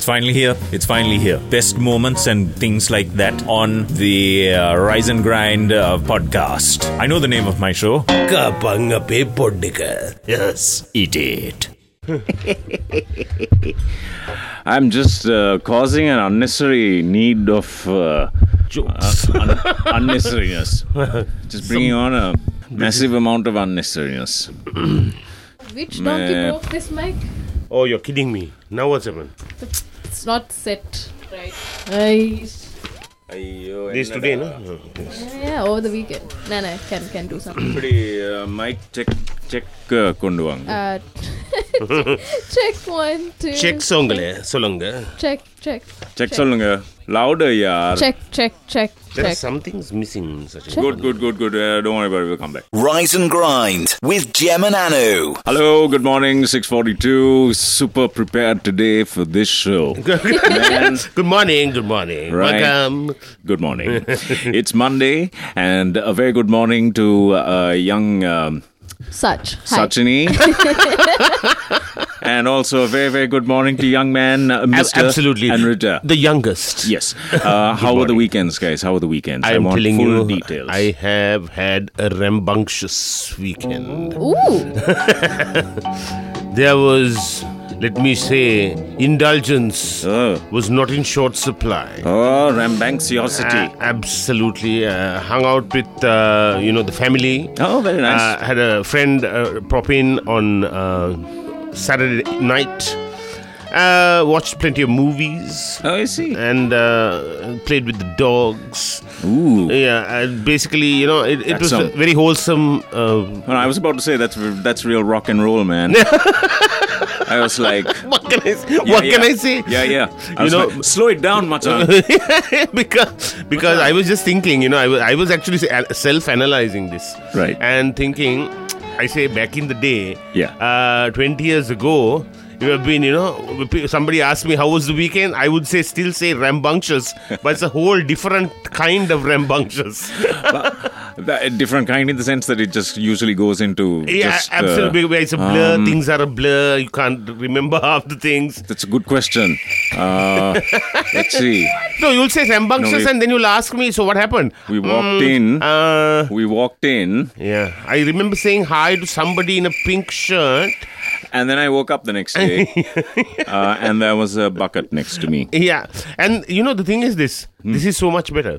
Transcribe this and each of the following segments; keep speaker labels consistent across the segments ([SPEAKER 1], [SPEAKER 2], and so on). [SPEAKER 1] finally here. It's finally here. Best moments and things like that on the uh, Rise and Grind uh, podcast. I know the name of my show.
[SPEAKER 2] Kapanga pe podnika. Yes.
[SPEAKER 1] Eat it.
[SPEAKER 3] I'm just uh, causing an unnecessary need of uh, jokes, uh, un- unnecessariness. Just bringing on a massive amount of unnecessariness.
[SPEAKER 4] Which donkey
[SPEAKER 3] Meh.
[SPEAKER 4] broke this mic?
[SPEAKER 2] Oh, you're kidding me. Now what's happened?
[SPEAKER 4] It's not set right. I
[SPEAKER 2] This today, no?
[SPEAKER 4] yeah, over the weekend. No, no, can can do something.
[SPEAKER 1] uh,
[SPEAKER 3] mic check check கொண்டு வாங்க
[SPEAKER 4] Uh, check one, two.
[SPEAKER 2] Check song solanga.
[SPEAKER 4] Check, check,
[SPEAKER 3] check சொல்லுங்க
[SPEAKER 1] uh,
[SPEAKER 3] louder யார்
[SPEAKER 4] check, check, check,
[SPEAKER 2] There are
[SPEAKER 4] check.
[SPEAKER 2] something's missing. Sachin.
[SPEAKER 3] Good good good good don't worry about it come back
[SPEAKER 5] Rise and Grind with Gem and Anu.
[SPEAKER 3] Hello, good morning, 642. Super prepared today for this show.
[SPEAKER 2] Good morning. Good morning.
[SPEAKER 3] Right.
[SPEAKER 2] Welcome.
[SPEAKER 3] Good morning. it's Monday, and a very good morning to uh, young um,
[SPEAKER 4] Such. Hi.
[SPEAKER 3] Sachini. and also a very, very good morning to young man, uh,
[SPEAKER 2] Ab-
[SPEAKER 3] Mr.
[SPEAKER 2] absolutely.
[SPEAKER 3] Anrita.
[SPEAKER 2] The youngest.
[SPEAKER 3] yes. Uh, how were the weekends, guys? How were the weekends?
[SPEAKER 2] I'm
[SPEAKER 3] want
[SPEAKER 2] telling
[SPEAKER 3] full
[SPEAKER 2] you,
[SPEAKER 3] details.
[SPEAKER 2] I have had a rambunctious weekend.
[SPEAKER 4] Ooh,
[SPEAKER 2] There was, let me say, indulgence
[SPEAKER 3] Oh.
[SPEAKER 2] was not in short supply.
[SPEAKER 3] Oh, rambunctiosity.
[SPEAKER 2] A- Uh, absolutely. Uh, hung out with, uh, you know, the family.
[SPEAKER 3] oh, very nice.
[SPEAKER 2] Uh, had a friend uh, prop in on uh, Saturday night. Uh, watched plenty of movies
[SPEAKER 3] oh, I see.
[SPEAKER 2] and uh, played with the dogs.
[SPEAKER 3] Ooh.
[SPEAKER 2] Yeah, and basically, you know, it, it
[SPEAKER 3] That's
[SPEAKER 2] was
[SPEAKER 3] some-
[SPEAKER 2] very wholesome. Uh,
[SPEAKER 3] Well, I was about to say that's that's real rock and roll, man. I was like,
[SPEAKER 2] what can I say?
[SPEAKER 3] yeah,
[SPEAKER 2] what can
[SPEAKER 3] yeah.
[SPEAKER 2] I say?
[SPEAKER 3] Yeah, yeah. I
[SPEAKER 2] You
[SPEAKER 3] was
[SPEAKER 2] know-
[SPEAKER 3] like, slow it down, Matan.
[SPEAKER 2] because because I was just thinking, you know, I was, I was actually self analyzing this.
[SPEAKER 3] Right.
[SPEAKER 2] And thinking, I say back in the day,
[SPEAKER 3] Yeah.
[SPEAKER 2] uh, 20 years ago, you have been, you know, somebody asked me how was the weekend. I would say still say rambunctious, but it's a whole different kind of rambunctious.
[SPEAKER 3] A different kind in the sense that it just usually goes into.
[SPEAKER 2] yeah,
[SPEAKER 3] just, uh, um,
[SPEAKER 2] absolutely. where it's a blur. things are a blur. You can't remember half the things.
[SPEAKER 3] that's a good question. Uh, let's see.
[SPEAKER 2] No, you'll say rambunctious,
[SPEAKER 3] No, we-
[SPEAKER 2] and then you'll ask me. So what happened?
[SPEAKER 3] We walked in.
[SPEAKER 2] Uh,
[SPEAKER 3] we walked in,
[SPEAKER 2] Yeah, I remember saying hi to somebody in a pink shirt.
[SPEAKER 3] and then I woke up the next day, uh, and there was a bucket next to me.
[SPEAKER 2] Yeah, and you know the thing is this.
[SPEAKER 3] Hmm.
[SPEAKER 2] This is so much better.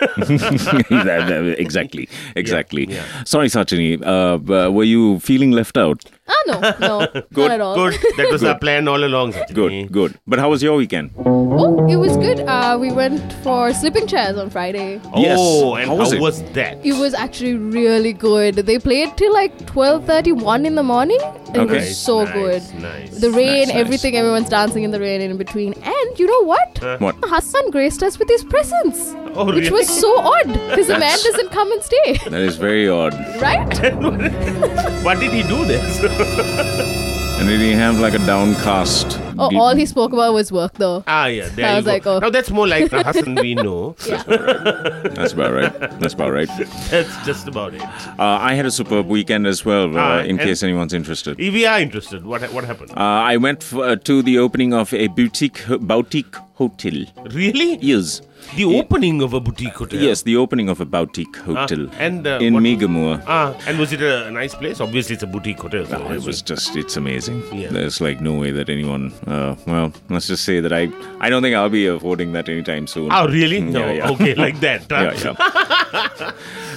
[SPEAKER 3] That- that- exactly, exactly. Sorry, Sachini. Uh, but were you feeling left out?
[SPEAKER 4] ah no, no, not at all.
[SPEAKER 2] Good. That was our plan all along. Sachin.
[SPEAKER 3] Good, good. But how was your weekend?
[SPEAKER 4] Oh, it was good. Uh, we went for slipping chairs on Friday.
[SPEAKER 2] Oh,
[SPEAKER 3] Yes.
[SPEAKER 2] and
[SPEAKER 3] How
[SPEAKER 2] how
[SPEAKER 3] was
[SPEAKER 2] was,
[SPEAKER 3] it?
[SPEAKER 2] that?
[SPEAKER 4] It was actually really good. They played till like 12:31 in the morning. It
[SPEAKER 3] Okay.
[SPEAKER 4] was so
[SPEAKER 2] Nice,
[SPEAKER 4] good.
[SPEAKER 2] nice.
[SPEAKER 4] The rain,
[SPEAKER 3] Nice, nice.
[SPEAKER 4] everything, everyone's dancing in the rain in between. And you know what?
[SPEAKER 3] What?
[SPEAKER 4] Hassan graced us with his presence,
[SPEAKER 2] Oh,
[SPEAKER 4] which
[SPEAKER 2] really?
[SPEAKER 4] was so odd because the man doesn't come and stay,
[SPEAKER 3] That is very odd.
[SPEAKER 4] right?
[SPEAKER 2] What did he do this?
[SPEAKER 3] And did he have like a downcast?
[SPEAKER 4] Oh,
[SPEAKER 3] deep-
[SPEAKER 4] all he spoke about was work, though.
[SPEAKER 2] ah, yeah. There
[SPEAKER 4] I
[SPEAKER 2] you
[SPEAKER 4] was
[SPEAKER 2] go.
[SPEAKER 4] like, oh.
[SPEAKER 2] Now that's more like the Hassan we know.
[SPEAKER 3] That's about right. That's about right.
[SPEAKER 2] That's just about it.
[SPEAKER 3] Uh, I had a superb weekend as well, uh,
[SPEAKER 2] Ah,
[SPEAKER 3] in
[SPEAKER 2] and-
[SPEAKER 3] case anyone's interested.
[SPEAKER 2] If we are interested, what ha- what happened?
[SPEAKER 3] Uh, I went f- uh, to the opening of a boutique boutique hotel.
[SPEAKER 2] really?
[SPEAKER 3] Yes.
[SPEAKER 2] The opening of a boutique hotel.
[SPEAKER 3] Yes, the opening of a boutique hotel
[SPEAKER 2] Ah, and, uh,
[SPEAKER 3] in
[SPEAKER 2] what-
[SPEAKER 3] Megamore.
[SPEAKER 2] Ah, and was it a nice place? Obviously, it's a boutique hotel. so
[SPEAKER 3] Oh, it
[SPEAKER 2] it's-
[SPEAKER 3] was just, it's amazing.
[SPEAKER 2] Yeah.
[SPEAKER 3] There's like no way that anyone, uh, well, let's just say that I I don't think I'll be affording that anytime soon.
[SPEAKER 2] Oh, really?
[SPEAKER 3] Mm,
[SPEAKER 2] No.
[SPEAKER 3] Yeah, yeah.
[SPEAKER 2] Okay, like that.
[SPEAKER 3] Yeah, um- yeah.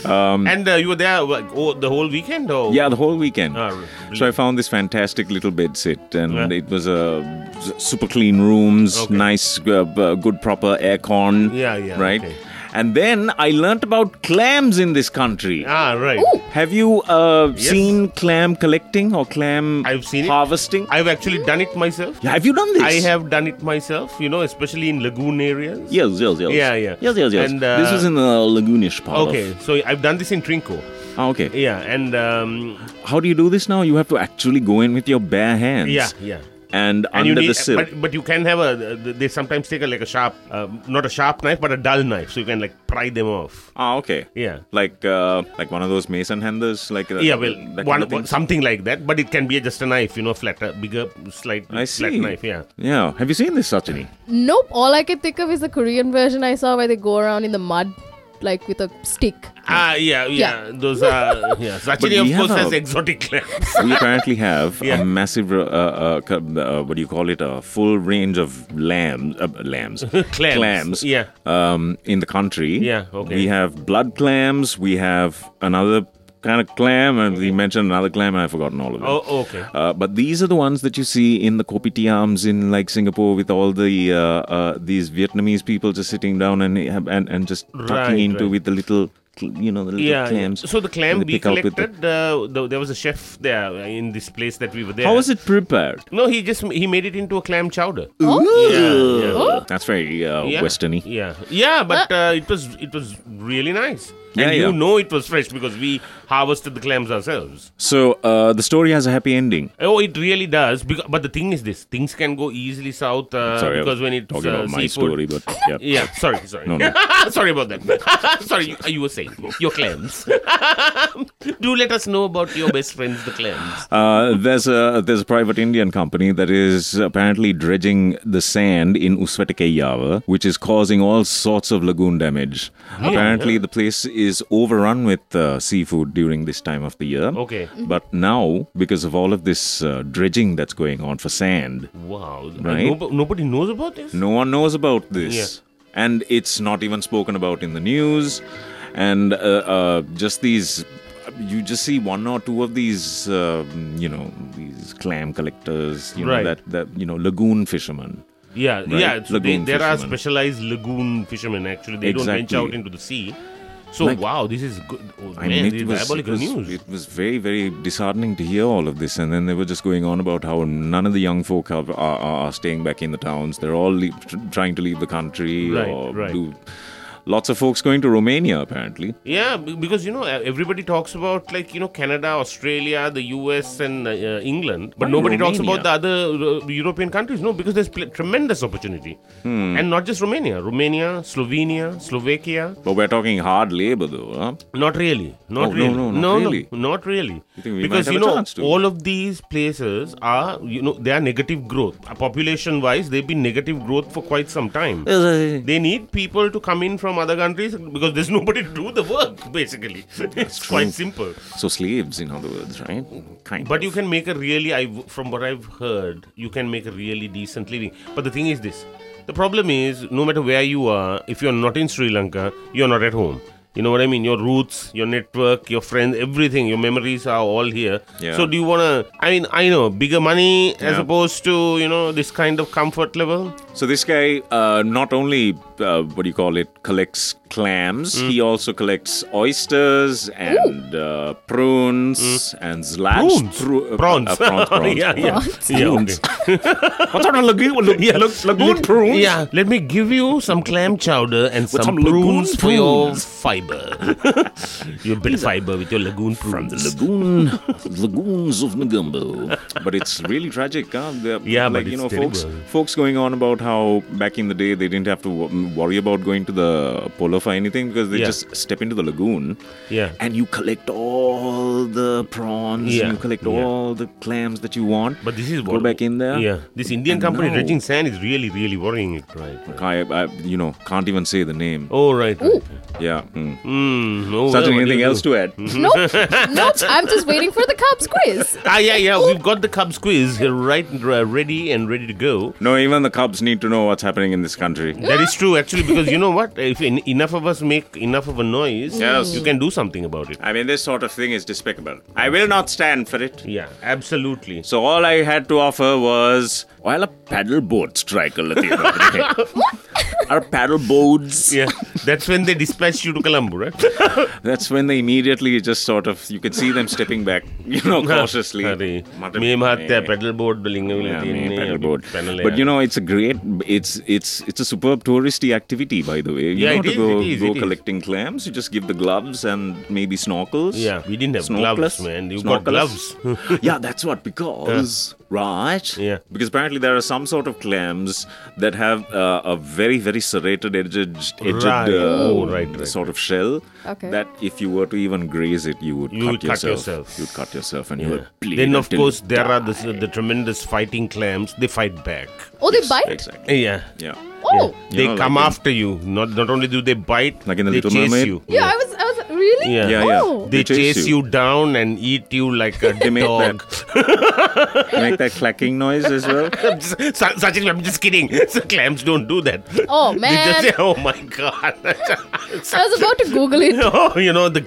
[SPEAKER 2] And uh, you were there like, oh, the whole weekend? Or?
[SPEAKER 3] Yeah, the whole weekend.
[SPEAKER 2] Ah, really?
[SPEAKER 3] So I found this fantastic little bed sit, and
[SPEAKER 2] Yeah.
[SPEAKER 3] it was a s- super clean rooms,
[SPEAKER 2] Okay.
[SPEAKER 3] nice, uh, b- good, proper aircon.
[SPEAKER 2] Yeah, yeah,
[SPEAKER 3] Right.
[SPEAKER 2] okay.
[SPEAKER 3] And then I learnt about clams in this country.
[SPEAKER 2] Ah, right.
[SPEAKER 3] Have you uh,
[SPEAKER 2] Yes.
[SPEAKER 3] seen clam collecting or clam
[SPEAKER 2] I've seen it.
[SPEAKER 3] harvesting?
[SPEAKER 2] I've actually done it myself.
[SPEAKER 3] Have you done this?
[SPEAKER 2] I have done it myself, you know, especially in lagoon areas.
[SPEAKER 3] Yes, yes, yes.
[SPEAKER 2] Yeah, yeah.
[SPEAKER 3] Yes, yes, yes.
[SPEAKER 2] And, uh,
[SPEAKER 3] this was in the lagoonish part. of-
[SPEAKER 2] Okay, so I've done this in Trinco.
[SPEAKER 3] Ah, okay.
[SPEAKER 2] Yeah, and um,
[SPEAKER 3] How do you do this now? You have to actually go in with your bare hands.
[SPEAKER 2] yeah, yeah.
[SPEAKER 3] and,
[SPEAKER 2] And you
[SPEAKER 3] under
[SPEAKER 2] need,
[SPEAKER 3] the silk.
[SPEAKER 2] but but you can have a. uh, They sometimes take a like a sharp, uh, not a sharp knife, but a dull knife, so you can like pry them off.
[SPEAKER 3] Ah, okay.
[SPEAKER 2] Yeah.
[SPEAKER 3] Like uh, like one of those mason handles, like uh,
[SPEAKER 2] Yeah, well,
[SPEAKER 3] that kind
[SPEAKER 2] one,
[SPEAKER 3] of thing.
[SPEAKER 2] something like that, but it can be just a knife, you know, flat, uh, bigger, slight,
[SPEAKER 3] I
[SPEAKER 2] flat
[SPEAKER 3] see.
[SPEAKER 2] knife. Yeah.
[SPEAKER 3] Yeah. Have you seen this, Sachini?
[SPEAKER 4] Nope. All I could think of is the Korean version I saw where they go around in the mud, like with a stick.
[SPEAKER 2] Ah, yeah, yeah, Those are yeah.
[SPEAKER 3] But we
[SPEAKER 2] Sachini, of course,
[SPEAKER 3] have
[SPEAKER 2] has
[SPEAKER 3] a-
[SPEAKER 2] exotic lamps.
[SPEAKER 3] we apparently have
[SPEAKER 2] Yeah.
[SPEAKER 3] a massive, uh, uh, cu- uh, what do you call it, a full range of lambs, uh, lambs,
[SPEAKER 2] Clams, yeah.
[SPEAKER 3] um, in the country.
[SPEAKER 2] Yeah, okay.
[SPEAKER 3] We have blood clams. We have another kind of clam, and we mentioned another clam, and I've forgotten all of it.
[SPEAKER 2] Oh, okay.
[SPEAKER 3] Uh, but these are the ones that you see in the kopitiams in like Singapore with all the uh, uh, these Vietnamese people just sitting down and and, and just
[SPEAKER 2] Right,
[SPEAKER 3] tucking into
[SPEAKER 2] right.
[SPEAKER 3] with the little cl- you know the little
[SPEAKER 2] Yeah, yeah.
[SPEAKER 3] clams.
[SPEAKER 2] So the clam
[SPEAKER 3] that they
[SPEAKER 2] we
[SPEAKER 3] pick out with the-
[SPEAKER 2] collected. uh, the, there was a chef there uh, in this place that we were there.
[SPEAKER 3] How was it prepared?
[SPEAKER 2] No, he just he made it into a clam chowder.
[SPEAKER 3] Yeah,
[SPEAKER 2] yeah.
[SPEAKER 3] That's very uh,
[SPEAKER 2] Yeah.
[SPEAKER 3] westerny.
[SPEAKER 2] Yeah, yeah, but uh, it was it was really nice.
[SPEAKER 3] Yeah,
[SPEAKER 2] and you
[SPEAKER 3] yeah.
[SPEAKER 2] know it was fresh because we harvested the clams ourselves.
[SPEAKER 3] So uh, the story has a happy ending.
[SPEAKER 2] Oh, it really does. Because, but the thing is, this things can go easily south uh,
[SPEAKER 3] Sorry,
[SPEAKER 2] because
[SPEAKER 3] I was
[SPEAKER 2] when it's
[SPEAKER 3] talking
[SPEAKER 2] uh,
[SPEAKER 3] about my
[SPEAKER 2] seafood-
[SPEAKER 3] story, but yeah.
[SPEAKER 2] Yeah, sorry, sorry.
[SPEAKER 3] No, no.
[SPEAKER 2] sorry about that. sorry, you, you were saying your clams. Do let us know about your best friends, the clams.
[SPEAKER 3] Uh, there's a there's a private Indian company that is apparently dredging the sand in Usvetakeyava, which is causing all sorts of lagoon damage. Apparently, the place is overrun with uh, seafood during this time of the year.
[SPEAKER 2] Okay.
[SPEAKER 3] But now, because of all of this uh, dredging that's going on for sand,
[SPEAKER 2] Wow.
[SPEAKER 3] Right.
[SPEAKER 2] Nobo- nobody knows about this?
[SPEAKER 3] no one knows about this. And it's not even spoken about in the news. And uh, uh, just these, you just see one or two of these, uh, you know, these clam collectors, you
[SPEAKER 2] Right.
[SPEAKER 3] know, that, that, you know, lagoon fishermen.
[SPEAKER 2] Yeah, yeah. So they,
[SPEAKER 3] Lagoon
[SPEAKER 2] there are
[SPEAKER 3] fishermen.
[SPEAKER 2] specialized lagoon fishermen. Actually, they don't venture
[SPEAKER 3] Exactly.
[SPEAKER 2] out into the sea. So
[SPEAKER 3] Like-
[SPEAKER 2] wow, this is good. Oh,
[SPEAKER 3] I
[SPEAKER 2] man,
[SPEAKER 3] mean,
[SPEAKER 2] this
[SPEAKER 3] it
[SPEAKER 2] is
[SPEAKER 3] was, it,
[SPEAKER 2] diabolical
[SPEAKER 3] was,
[SPEAKER 2] news.
[SPEAKER 3] it was very, very disheartening to hear all of this. And then they were just going on about how none of the young folk are, are, are staying back in the towns. They're all le- tr- trying to leave the country.
[SPEAKER 2] Right,
[SPEAKER 3] or
[SPEAKER 2] right.
[SPEAKER 3] Do, lots of folks going to Romania, apparently.
[SPEAKER 2] yeah, be- because you know e- everybody talks about like you know Canada, Australia, the U.S. and uh, uh, England, but
[SPEAKER 3] Why
[SPEAKER 2] nobody talks about
[SPEAKER 3] Romania?
[SPEAKER 2] the other uh, European countries. No, because there's pl- tremendous opportunity,
[SPEAKER 3] Hmm.
[SPEAKER 2] and not just Romania, Romania, Slovenia, Slovakia.
[SPEAKER 3] But we're talking hard labor, though. Huh?
[SPEAKER 2] Not really. Not
[SPEAKER 3] Oh, no,
[SPEAKER 2] really.
[SPEAKER 3] no, not really.
[SPEAKER 2] not really.
[SPEAKER 3] You think we
[SPEAKER 2] because
[SPEAKER 3] might
[SPEAKER 2] you
[SPEAKER 3] have a
[SPEAKER 2] know,
[SPEAKER 3] chance to?
[SPEAKER 2] all of these places are you know they are negative growth. Population wise, they've been negative growth for quite some time.
[SPEAKER 3] Uh,
[SPEAKER 2] They need people to come in from other countries because there's nobody to do the work. Basically, it's quite simple.
[SPEAKER 3] So slaves, in other words, right? Kind.
[SPEAKER 2] But
[SPEAKER 3] of.
[SPEAKER 2] you can make a really, I from what I've heard, you can make a really decent living. But the thing is this: the problem is, no matter where you are, if you're not in Sri Lanka, you're not at home. You know what I mean? Your roots, your network, your friends, everything, your memories are all here.
[SPEAKER 3] Yeah.
[SPEAKER 2] So do you wanna? I mean, I know bigger money as
[SPEAKER 3] Yeah.
[SPEAKER 2] opposed to you know this kind of comfort level.
[SPEAKER 3] So this guy uh, not only uh, what do you call it collects clams,
[SPEAKER 2] Mm.
[SPEAKER 3] he also collects oysters and uh, prunes and slabs.
[SPEAKER 2] Mm. Prunes?
[SPEAKER 3] Pru- uh,
[SPEAKER 2] Prawns.
[SPEAKER 3] uh, prawns, prawns.
[SPEAKER 2] yeah, yeah, yeah. okay.
[SPEAKER 3] What sort of lagoon? Well, yeah, look, lagoon prunes.
[SPEAKER 2] Yeah, let me give you some clam chowder and some,
[SPEAKER 3] some lagoon
[SPEAKER 2] prunes for your
[SPEAKER 3] prunes.
[SPEAKER 2] fiber. your bit fiber with your lagoon prunes. From the
[SPEAKER 3] Lagoon, lagoons of Ngumbo. But it's really tragic, huh? They're-
[SPEAKER 2] Yeah,
[SPEAKER 3] like,
[SPEAKER 2] but
[SPEAKER 3] you
[SPEAKER 2] it's
[SPEAKER 3] know, folks,
[SPEAKER 2] terrible.
[SPEAKER 3] folks going on about how back in the day they didn't have to wo- worry about going to the polar for anything because they
[SPEAKER 2] Yeah.
[SPEAKER 3] just step into the lagoon.
[SPEAKER 2] Yeah.
[SPEAKER 3] And you collect all the prawns.
[SPEAKER 2] Yeah,
[SPEAKER 3] And you collect
[SPEAKER 2] yeah.
[SPEAKER 3] all the clams that you want.
[SPEAKER 2] But this is
[SPEAKER 3] go back in there.
[SPEAKER 2] Yeah, this Indian
[SPEAKER 3] And
[SPEAKER 2] company
[SPEAKER 3] now-
[SPEAKER 2] dredging sand is really, really worrying it. Right. right.
[SPEAKER 3] I, I, you know, can't even say the name.
[SPEAKER 2] Oh right. right.
[SPEAKER 3] Yeah. Mm.
[SPEAKER 2] Mm, oh,
[SPEAKER 3] Sachin,
[SPEAKER 2] well, what do Hmm.
[SPEAKER 3] anything
[SPEAKER 2] you
[SPEAKER 3] else
[SPEAKER 2] do?
[SPEAKER 3] to add?
[SPEAKER 4] Nope. nope. I'm just waiting for the Cubs quiz.
[SPEAKER 2] Ah yeah, yeah. We've got the Cubs quiz here right uh, ready and ready to go.
[SPEAKER 3] No, even the Cubs need to know what's happening in this country.
[SPEAKER 2] That is true actually because you know what? If en- enough of us make enough of a noise,
[SPEAKER 3] Yes.
[SPEAKER 2] you can do something about it.
[SPEAKER 3] I mean, this sort of thing is despicable. I will not stand for it.
[SPEAKER 2] Yeah, absolutely.
[SPEAKER 3] So all I had to offer was well, a paddle boat strike a little bit. Our paddle boats.
[SPEAKER 2] Yeah, that's when they dispatched you to Colombo, right?
[SPEAKER 3] That's when they immediately just sort of you can see them stepping back, you know, cautiously.
[SPEAKER 2] Sorry.
[SPEAKER 3] Mutter-
[SPEAKER 2] Meme hatya,
[SPEAKER 3] Eh.
[SPEAKER 2] pedal board, bilingam
[SPEAKER 3] Yeah,
[SPEAKER 2] ilati,
[SPEAKER 3] me,
[SPEAKER 2] nee,
[SPEAKER 3] paddle boat.
[SPEAKER 2] panel
[SPEAKER 3] But
[SPEAKER 2] hai.
[SPEAKER 3] you know, it's a great, it's it's it's a superb touristy activity, by the way. You
[SPEAKER 2] Yeah,
[SPEAKER 3] know,
[SPEAKER 2] it
[SPEAKER 3] to
[SPEAKER 2] is,
[SPEAKER 3] go
[SPEAKER 2] it is,
[SPEAKER 3] go
[SPEAKER 2] it is.
[SPEAKER 3] collecting clams, you just give the gloves and maybe snorkels.
[SPEAKER 2] Yeah, we didn't have gloves, man. You got gloves.
[SPEAKER 3] yeah, that's what because Right.
[SPEAKER 2] Yeah.
[SPEAKER 3] Because apparently there are some sort of clams that have uh, a very, very serrated, edged, edged
[SPEAKER 2] Right.
[SPEAKER 3] uh,
[SPEAKER 2] Oh, right, right.
[SPEAKER 3] sort of shell.
[SPEAKER 4] Okay.
[SPEAKER 3] That if you were to even graze it, you would,
[SPEAKER 2] You
[SPEAKER 3] cut,
[SPEAKER 2] would cut
[SPEAKER 3] yourself.
[SPEAKER 2] yourself.
[SPEAKER 3] You'd cut yourself, and you would bleed.
[SPEAKER 2] Then, of
[SPEAKER 3] until-
[SPEAKER 2] course, there are the, the tremendous fighting clams. They fight back.
[SPEAKER 4] Oh, they bite?
[SPEAKER 3] Exactly.
[SPEAKER 2] Yeah.
[SPEAKER 3] Yeah.
[SPEAKER 4] Oh.
[SPEAKER 3] You
[SPEAKER 2] they
[SPEAKER 3] know, like
[SPEAKER 2] come
[SPEAKER 3] in-
[SPEAKER 2] after you. Not not only do they bite,
[SPEAKER 3] Like in The
[SPEAKER 2] they
[SPEAKER 3] Little
[SPEAKER 2] chase
[SPEAKER 3] Mermaid?
[SPEAKER 2] you.
[SPEAKER 4] Yeah, I was, I was, really?
[SPEAKER 2] Yeah.
[SPEAKER 3] Yeah,
[SPEAKER 4] Oh.
[SPEAKER 3] yeah.
[SPEAKER 2] They, chase, you. down and eat you like a
[SPEAKER 3] They make
[SPEAKER 2] dog.
[SPEAKER 3] that, they make that clacking noise as well.
[SPEAKER 2] Sa- Sachin, I'm just kidding. clams don't do that.
[SPEAKER 4] Oh,
[SPEAKER 2] They just
[SPEAKER 4] man.
[SPEAKER 2] say, oh my god.
[SPEAKER 4] I was about to Google it.
[SPEAKER 2] oh, you know the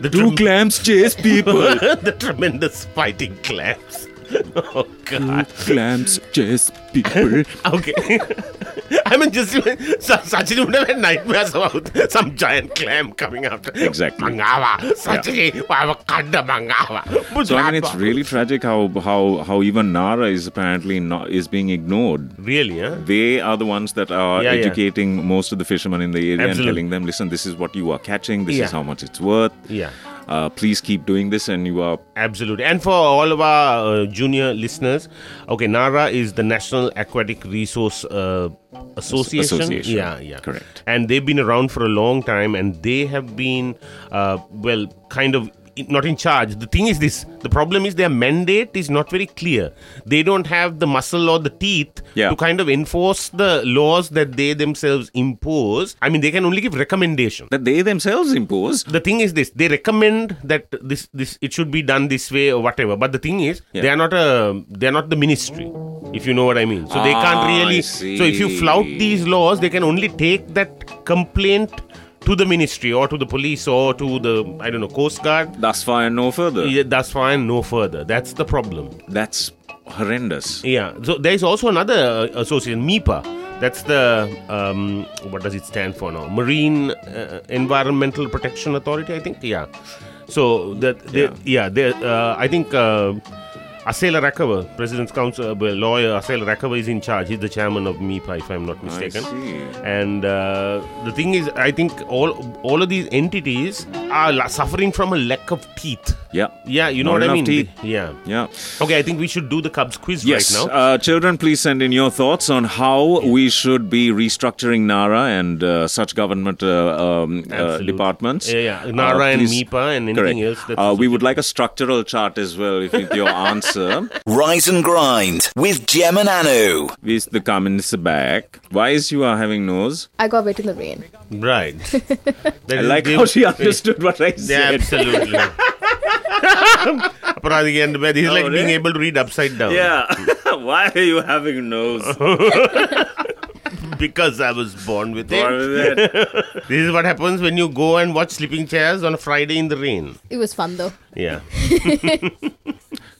[SPEAKER 2] the,
[SPEAKER 3] Two
[SPEAKER 2] trem-
[SPEAKER 3] clams chase people.
[SPEAKER 2] the tremendous fighting clams. Oh god.
[SPEAKER 3] clams chase people.
[SPEAKER 2] Okay. I mean, just Sa- Sachin would have had nightmares about some giant clam coming after.
[SPEAKER 3] Exactly.
[SPEAKER 2] Mangawa. Sachin, Wakanda Mangawa.
[SPEAKER 3] So I mean, it's really tragic how how how even Nara is apparently not is being ignored.
[SPEAKER 2] Really, huh?
[SPEAKER 3] They are the ones that are
[SPEAKER 2] Yeah, yeah.
[SPEAKER 3] educating most of the fishermen in the area and
[SPEAKER 2] Absolutely.
[SPEAKER 3] telling them, "Listen, this is what you are catching. This is
[SPEAKER 2] Yeah.
[SPEAKER 3] how much it's worth.
[SPEAKER 2] Yeah.
[SPEAKER 3] Uh, please keep doing this, and you are
[SPEAKER 2] Absolutely. And for all of our uh, junior listeners, okay, NARA is the National Aquatic Resource uh, Association.
[SPEAKER 3] Association.
[SPEAKER 2] Yeah, yeah.
[SPEAKER 3] Correct.
[SPEAKER 2] And they've been around for a long time and they have been, uh, well, kind of i- not in charge. The thing is this the problem is their mandate is not very clear. They don't have the muscle or the teeth
[SPEAKER 3] Yeah.
[SPEAKER 2] to kind of enforce the laws that they themselves impose. I mean, they can only give recommendations
[SPEAKER 3] that they themselves impose.
[SPEAKER 2] the thing is this they recommend that this this it should be done this way or whatever but the thing is
[SPEAKER 3] Yeah.
[SPEAKER 2] they are not a they are not the ministry if you know what i mean so they can't
[SPEAKER 3] Ah, I
[SPEAKER 2] really so if you
[SPEAKER 3] see.
[SPEAKER 2] flout these laws they can only take that complaint to the ministry or to the police or to the i don't know coast guard
[SPEAKER 3] Thus far and no further.
[SPEAKER 2] yeah, that's fine no further that's the problem
[SPEAKER 3] That's horrendous.
[SPEAKER 2] yeah. So there is also another uh, association, MIPA. That's the um, what does it stand for now? Marine uh, Environmental Protection Authority, I think. Yeah. So that they,
[SPEAKER 3] Yeah.
[SPEAKER 2] yeah, they, uh, I think. Uh, Asela Rakava, President's Council, uh, well, lawyer Asela Rakava is in charge. He's the chairman of MIPA, if I'm not mistaken.
[SPEAKER 3] see.
[SPEAKER 2] And uh, the thing is, I think all all of these entities are la- suffering from a lack of teeth.
[SPEAKER 3] Yeah.
[SPEAKER 2] Yeah, you know
[SPEAKER 3] Not
[SPEAKER 2] what I
[SPEAKER 3] enough
[SPEAKER 2] mean?
[SPEAKER 3] teeth.
[SPEAKER 2] Yeah.
[SPEAKER 3] Yeah.
[SPEAKER 2] Okay, I think we should do the Cubs quiz
[SPEAKER 3] Yes.
[SPEAKER 2] right now.
[SPEAKER 3] Uh, children, please send in your thoughts on how we should be restructuring NARA and uh, such government uh, um, uh,
[SPEAKER 2] Absolute.
[SPEAKER 3] departments.
[SPEAKER 2] Yeah, yeah. NARA and
[SPEAKER 3] Uh, please-
[SPEAKER 2] MIPA and anything
[SPEAKER 3] Correct.
[SPEAKER 2] else that's
[SPEAKER 3] Uh, we
[SPEAKER 2] associated.
[SPEAKER 3] would like a structural chart as well if it's your answer.
[SPEAKER 5] Rise and grind with Gem and Anu.
[SPEAKER 3] With the comments back. Why is you are having nose?
[SPEAKER 4] I got wet in the rain.
[SPEAKER 2] Right. That
[SPEAKER 3] I
[SPEAKER 2] is-
[SPEAKER 3] like
[SPEAKER 2] they-
[SPEAKER 3] how she understood what I said.
[SPEAKER 2] Yeah, absolutely. but at the end, man, he's like being
[SPEAKER 3] Oh, really?
[SPEAKER 2] able to read upside down.
[SPEAKER 3] Yeah. Why are you having nose?
[SPEAKER 2] Because I was born with
[SPEAKER 3] Or
[SPEAKER 2] it.
[SPEAKER 3] that-
[SPEAKER 2] This is what happens when you go and watch sleeping chairs on a Friday in the rain.
[SPEAKER 4] It was fun though.
[SPEAKER 2] Yeah.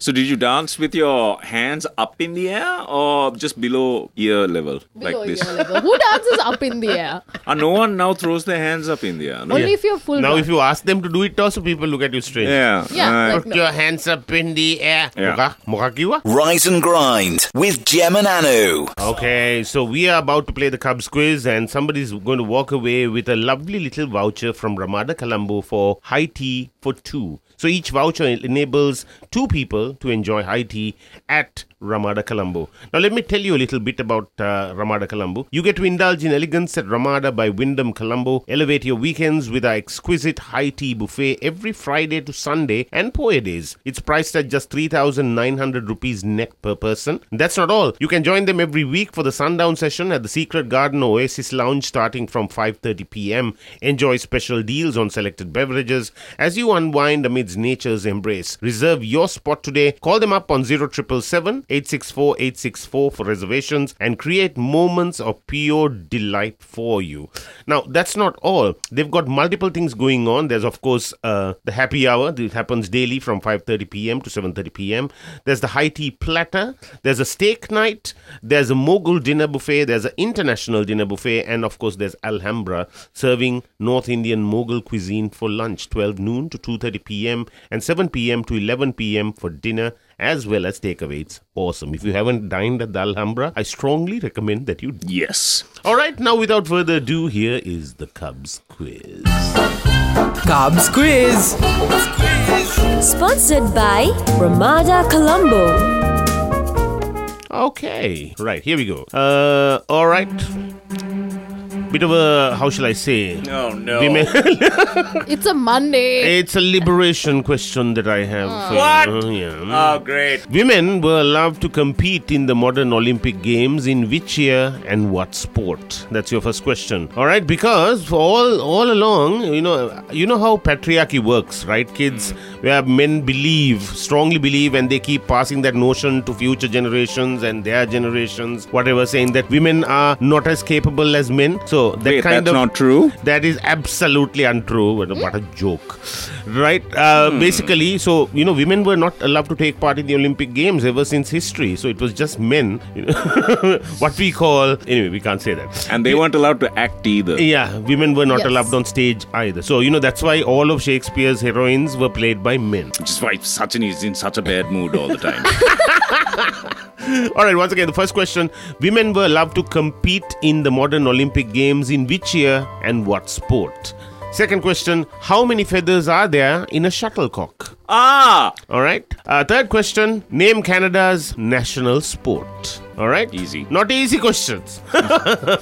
[SPEAKER 3] so did you dance with your hands up in the air or just below ear level
[SPEAKER 4] Below
[SPEAKER 3] like this?
[SPEAKER 4] ear level. Who dances up in the air?
[SPEAKER 3] Uh, no one now throws their hands up in the air. No?
[SPEAKER 4] Only if you're full.
[SPEAKER 2] Now,
[SPEAKER 4] grown.
[SPEAKER 2] if you ask them to do it, also people look at you strange.
[SPEAKER 3] Yeah.
[SPEAKER 4] Yeah,
[SPEAKER 3] uh,
[SPEAKER 4] like-
[SPEAKER 2] Put your hands up in the air.
[SPEAKER 3] Yeah.
[SPEAKER 2] Mukha- mukha kiwa?
[SPEAKER 5] Rise and grind with Gem and Anu.
[SPEAKER 2] Okay, so we are about to play the Cubs quiz, and somebody's going to walk away with a lovely little voucher from Ramada Colombo for high tea for two. So each voucher enables two people to enjoy high tea at Ramada Colombo. Now, let me tell you a little bit about uh, Ramada Colombo. You get to indulge in elegance at Ramada by Wyndham Colombo. Elevate your weekends with our exquisite high tea buffet every Friday to Sunday and Poa days. It's priced at just 3,900 rupees net per person. That's not all. You can join them every week for the sundown session at the Secret Garden Oasis Lounge starting from 5:30 p.m. Enjoy special deals on selected beverages as you unwind amidst nature's embrace. Reserve your spot today. Call them up on 0777 864 864 for reservations and create moments of pure delight for you. Now, that's not all. They've got multiple things going on. There's of course uh, the happy hour. This happens daily from 5:30 p.m. to 7:30 p.m. There's the high tea platter. There's a steak night. There's a mogul dinner buffet. There's an international dinner buffet, and of course there's Alhambra serving North Indian mogul cuisine for lunch, 12 noon to 2:30 p.m. and 7 p.m. to 11 p.m. for dinner. As well as takeaway. It's awesome. If you haven't dined at the Alhambra, I strongly recommend that you
[SPEAKER 3] yes.
[SPEAKER 2] all right, now without further ado, here is the Cubs quiz.
[SPEAKER 6] Cobb's Quiz.
[SPEAKER 7] Sponsored by Ramada Colombo.
[SPEAKER 2] Okay. Right, here we go. Uh, all right. Bit of a, how shall I say?
[SPEAKER 1] Oh no!
[SPEAKER 2] We may-
[SPEAKER 4] It's a Monday.
[SPEAKER 2] it's a liberation question that I have. for you.
[SPEAKER 1] What?
[SPEAKER 2] Uh, yeah.
[SPEAKER 1] oh great!
[SPEAKER 2] Women were allowed to compete in the modern Olympic Games in which year and what sport? That's your first question. All right, because for all all along, you know, you know how patriarchy works, right, kids? Where men believe, strongly believe, and they keep passing that notion to future generations and their generations, whatever, saying that women are not as capable as men. So that
[SPEAKER 3] Wait,
[SPEAKER 2] kind
[SPEAKER 3] that's
[SPEAKER 2] of
[SPEAKER 3] not true.
[SPEAKER 2] that is absolutely untrue. What a, what a joke, right? Uh, Basically, so you know, women were not allowed to take part in the Olympic Games ever since history. So it was just men, you know, what we call anyway. We can't say that.
[SPEAKER 3] And they weren't allowed to act either.
[SPEAKER 2] Yeah, women were not
[SPEAKER 4] Yes.
[SPEAKER 2] allowed on stage either. So you know that's why all of Shakespeare's heroines were played by men.
[SPEAKER 3] Which is why Sachin is in such a bad mood all the time.
[SPEAKER 2] All right, once again, the first question: Women were allowed to compete in the modern Olympic Games in which year and what sport? Second question: How many feathers are there in a shuttlecock?
[SPEAKER 3] ah!
[SPEAKER 2] All right. Uh, third question: Name Canada's national sport. All right.
[SPEAKER 3] Easy.
[SPEAKER 2] Not easy questions.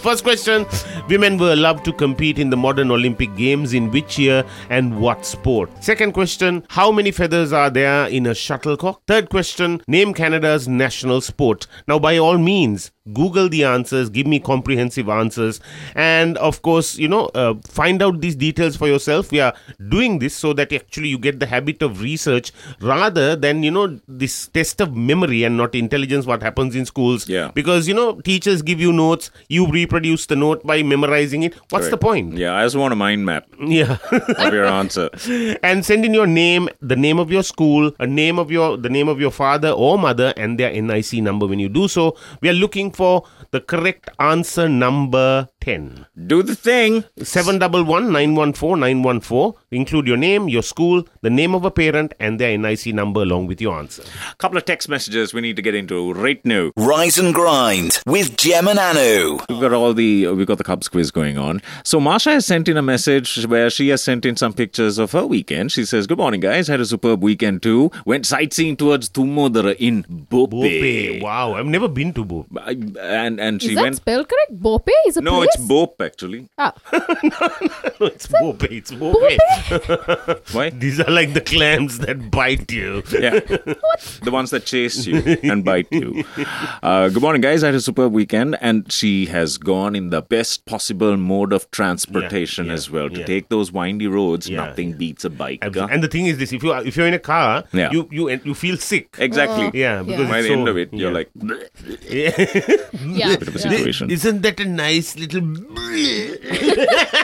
[SPEAKER 2] First question: Women were allowed to compete in the modern Olympic Games in which year and what sport? Second question: How many feathers are there in a shuttlecock? Third question: Name Canada's national sport. Now, by all means, Google the answers. Give me comprehensive answers, and of course, you know, uh, find out these details for yourself. We are doing this so that actually you get the habit of research rather than you know this test of memory and not intelligence. What happens in schools?
[SPEAKER 3] Yeah.
[SPEAKER 2] because you know teachers give you notes you reproduce the note by memorizing it what's the point
[SPEAKER 3] Yeah, I just want a mind map
[SPEAKER 2] yeah
[SPEAKER 3] of your answer.
[SPEAKER 2] and send in your name the name of your school a name of your the name of your father or mother and their nic number when you do so we are looking for the correct answer number 10
[SPEAKER 3] Do the thing.
[SPEAKER 2] 711 914 914 include your name your school the name of a parent and their nic number along with your answer
[SPEAKER 3] couple of text messages we need to get into right now.
[SPEAKER 5] Rise and Grind with Gem and Anu.
[SPEAKER 3] We've got all the we've got the Cubs quiz going on. So Marsha has sent in a message where she has sent in some pictures of her weekend. She says, "Good morning, guys. Had a superb weekend too. Went sightseeing towards Tumodara in
[SPEAKER 2] Bope.
[SPEAKER 3] Bope,
[SPEAKER 2] wow i've never been to Bope.
[SPEAKER 3] I- and and she
[SPEAKER 4] Is that
[SPEAKER 3] went.
[SPEAKER 4] spelled correct? Bope is a
[SPEAKER 3] no,
[SPEAKER 4] place?
[SPEAKER 3] it's Bope actually.
[SPEAKER 4] Ah,
[SPEAKER 2] it's Bope. it's Bope.
[SPEAKER 3] Why?
[SPEAKER 2] These are like the clams that bite you.
[SPEAKER 3] Yeah. The ones that chase you and bite you. Uh, good morning, guys. I had a superb weekend, and she has gone in the best possible mode of transportation
[SPEAKER 2] Yeah,
[SPEAKER 3] as well. To
[SPEAKER 2] yeah.
[SPEAKER 3] take those windy roads,
[SPEAKER 2] Yeah,
[SPEAKER 3] nothing beats a bike.
[SPEAKER 2] Absolutely. And the thing is this: if you are, if you're in a car,
[SPEAKER 3] Yeah.
[SPEAKER 2] you you you feel sick.
[SPEAKER 3] exactly.
[SPEAKER 2] Yeah, because
[SPEAKER 4] Yeah.
[SPEAKER 3] By
[SPEAKER 2] it's
[SPEAKER 3] the
[SPEAKER 2] so-
[SPEAKER 3] end of it, you're
[SPEAKER 2] Oh. yeah.
[SPEAKER 3] like,
[SPEAKER 4] yeah.
[SPEAKER 3] a
[SPEAKER 4] yeah.
[SPEAKER 3] situation.
[SPEAKER 2] Isn't that a nice little?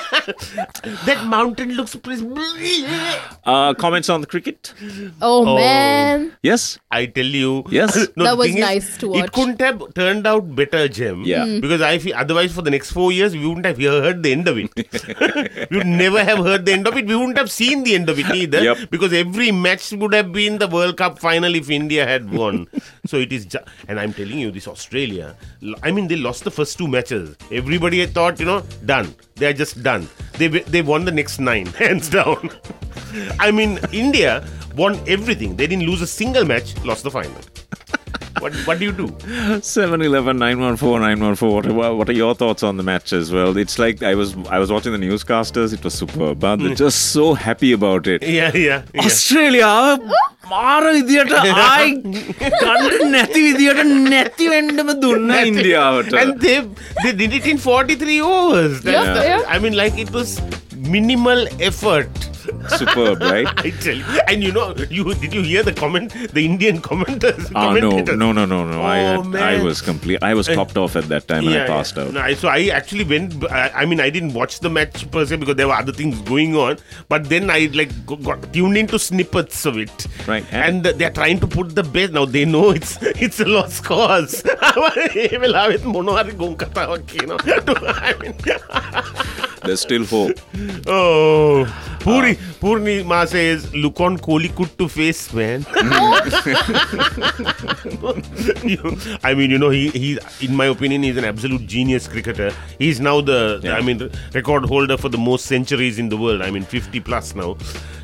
[SPEAKER 2] that mountain looks pretty.
[SPEAKER 3] uh, comments on the cricket?
[SPEAKER 4] Oh, man.
[SPEAKER 3] Yes.
[SPEAKER 2] I tell you,
[SPEAKER 3] Yes.
[SPEAKER 2] No,
[SPEAKER 4] That
[SPEAKER 2] the
[SPEAKER 4] was
[SPEAKER 2] thing is,
[SPEAKER 4] nice to watch. Hmm.
[SPEAKER 2] It couldn't have turned out better, Jim.
[SPEAKER 3] Yeah. Mm.
[SPEAKER 2] Because I feel otherwise for the next four years we wouldn't have heard the end of it. we would never have heard the end of it. We wouldn't have seen the end of it either.
[SPEAKER 3] Yep.
[SPEAKER 2] Because every match would have been the World Cup final if India had won. so it is, ju- and I'm telling you, this Australia. l- I mean, they lost the first two matches. Everybody had thought, you know, done. They are just done. They w- they won the next nine, hands down. I mean, India won everything. They didn't lose a single match. Lost the final. What, what do you do?
[SPEAKER 3] 7-Eleven, 914, 914. What, what are your thoughts on the match as well? It's like I was I was watching the newscasters. It was superb. But
[SPEAKER 2] Hmm.
[SPEAKER 3] they're just so happy about it.
[SPEAKER 2] Yeah, yeah. yeah.
[SPEAKER 3] ඔස්ට්‍රේලියාව මාර විදියට ආයි ගන්න නැති විදියට නැති වෙන්ඩම දුන්න ඉන්දියාවට
[SPEAKER 2] And they they did it in 43 overs. That's
[SPEAKER 4] Yeah,
[SPEAKER 2] the-
[SPEAKER 4] yeah.
[SPEAKER 2] I mean, like it was minimal effort.
[SPEAKER 3] Super bye
[SPEAKER 2] I tell you. And you know, you did you hear the comment? The Indian commenters.
[SPEAKER 3] Oh no
[SPEAKER 2] commentators?
[SPEAKER 3] no no no no! I
[SPEAKER 2] Oh,
[SPEAKER 3] had, I
[SPEAKER 2] man.
[SPEAKER 3] was complete. I was copped off at that time and I passed out.
[SPEAKER 2] No, I, so I actually went. b- I, I mean, I didn't watch the match per se because there were other things going on. But then I like go- got tuned into snippets of it.
[SPEAKER 3] Right, and-
[SPEAKER 2] And, they're trying to put the best. Now they know it's it's a lost cause. ඒ වෙලාවෙත් මොනවාරි ගොන් කතාවක් කියනවා. I mean,
[SPEAKER 3] There's still hope.
[SPEAKER 2] oh, Puri Purni Ma says, look on Kohli could to face man. You- I mean, you know, he, he, in my opinion, he's an absolute genius cricketer. He's now the,
[SPEAKER 3] Yeah.
[SPEAKER 2] I mean, the record holder for the most centuries in the world. I mean, 50 plus now.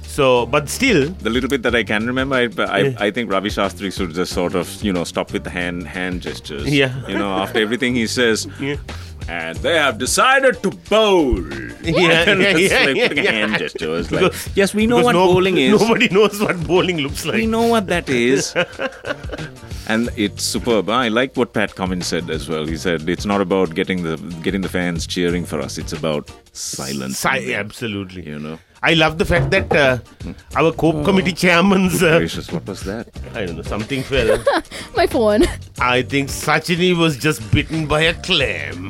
[SPEAKER 2] So, but still,
[SPEAKER 3] The little bit that I can remember, I, I, I think Ravi Shastri should just sort of, you know, stop with the hand hand gestures.
[SPEAKER 2] Yeah.
[SPEAKER 3] You know, after everything he says,
[SPEAKER 2] Yeah.
[SPEAKER 3] and they have decided to bowl.
[SPEAKER 2] yeah,
[SPEAKER 3] And
[SPEAKER 2] yeah,
[SPEAKER 3] it's
[SPEAKER 2] yeah,
[SPEAKER 3] like
[SPEAKER 2] yeah,
[SPEAKER 3] putting a
[SPEAKER 2] yeah.
[SPEAKER 3] hand gesture. It's like,
[SPEAKER 2] Because-
[SPEAKER 3] yes, we know
[SPEAKER 2] because
[SPEAKER 3] what
[SPEAKER 2] no-
[SPEAKER 3] bowling is.
[SPEAKER 2] Nobody knows what bowling looks like.
[SPEAKER 3] We know what that is. and it's superb. I like what Pat Cummins said as well. He said it's not about getting the getting the fans cheering for us. It's about silence.
[SPEAKER 2] Si- absolutely.
[SPEAKER 3] You know. Oh.
[SPEAKER 2] I love the fact that uh, our COPE committee chairman's, uh,
[SPEAKER 3] Gracious, what was that?
[SPEAKER 2] I don't know, something fell.
[SPEAKER 4] My phone.
[SPEAKER 2] I think Sachini was just bitten by a clam.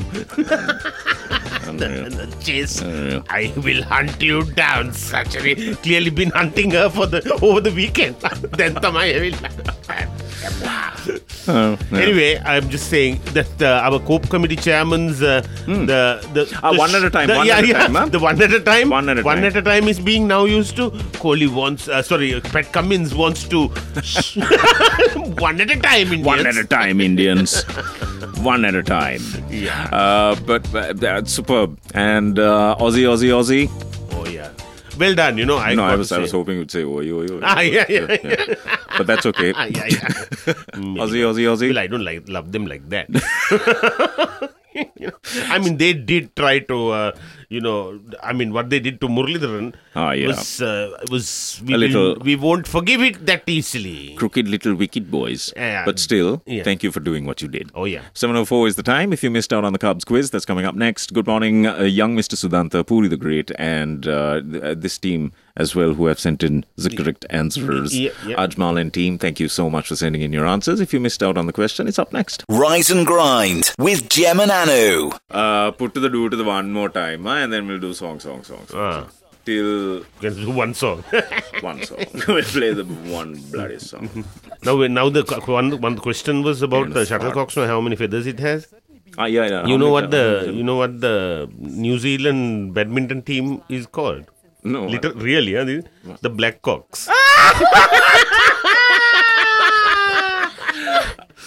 [SPEAKER 3] Unreal.
[SPEAKER 2] Chase,
[SPEAKER 3] yeah.
[SPEAKER 2] I will hunt you down, Sachini. Clearly been hunting her for the over the weekend. then Tamai will.
[SPEAKER 3] Oh, yeah.
[SPEAKER 2] Uh, Anyway, I'm just saying that uh, our COPE committee chairman's uh, the the,
[SPEAKER 3] Ah,
[SPEAKER 2] the
[SPEAKER 3] one
[SPEAKER 2] sh-
[SPEAKER 3] at a time,
[SPEAKER 2] the-
[SPEAKER 3] one
[SPEAKER 2] yeah,
[SPEAKER 3] at a
[SPEAKER 2] yeah,
[SPEAKER 3] time, huh?
[SPEAKER 2] the one at a time
[SPEAKER 3] One at a time.
[SPEAKER 2] is being now used to Kohli wants uh, sorry Pat Cummins wants to one at a time Indians.
[SPEAKER 3] One at a time, Indians. One at a time.
[SPEAKER 2] Yeah.
[SPEAKER 3] Uh, but uh, that's superb. And uh, Aussie, Aussie, Aussie.
[SPEAKER 2] oh yeah well done you know I
[SPEAKER 3] no, I
[SPEAKER 2] got
[SPEAKER 3] was,
[SPEAKER 2] to
[SPEAKER 3] I
[SPEAKER 2] say.
[SPEAKER 3] was hoping you'd say oi, oi, oi.
[SPEAKER 2] Ah, yeah, yeah,
[SPEAKER 3] But that's okay.
[SPEAKER 2] ah, yeah yeah
[SPEAKER 3] Aussie, Aussie, Aussie.
[SPEAKER 2] well I don't like love them like that You know, I mean they did try to uh, you know I mean what they did to Muralidharan
[SPEAKER 3] Ah, yeah.
[SPEAKER 2] was uh, was we,
[SPEAKER 3] A
[SPEAKER 2] will-
[SPEAKER 3] little-
[SPEAKER 2] we won't forgive it that easily
[SPEAKER 3] Crooked little wicked boys.
[SPEAKER 2] Yeah.
[SPEAKER 3] But still,
[SPEAKER 2] Yeah.
[SPEAKER 3] thank you for doing what you did.
[SPEAKER 2] oh yeah
[SPEAKER 3] 704 is the time. If you missed out on the Cubs quiz, that's coming up next. Good morning, uh, young Mr. Sudanta, Puri the Great, and uh, th- uh, this team as well who have sent in the correct answers.
[SPEAKER 2] Yeah, yeah.
[SPEAKER 3] Ajmal and team, thank you so much for sending in your answers. If you missed out on the question, it's up next.
[SPEAKER 5] Rise and Grind with Gem and Anu.
[SPEAKER 3] Uh, put to the do to the one more time, huh? and then we'll do song, song, song, song.
[SPEAKER 2] ah.
[SPEAKER 3] Till
[SPEAKER 2] Can do one song.
[SPEAKER 3] one song. we'll play the one bloody song.
[SPEAKER 2] now, we- now the qu- one one question was about uh,
[SPEAKER 3] Yes,
[SPEAKER 2] shuttlecocks. Know how many feathers it has?
[SPEAKER 3] ah, yeah, yeah. How
[SPEAKER 2] You know
[SPEAKER 3] many
[SPEAKER 2] what
[SPEAKER 3] times?
[SPEAKER 2] the you know what the New Zealand badminton team is called?
[SPEAKER 3] no
[SPEAKER 2] Liter- really? Huh? The, the black cocks.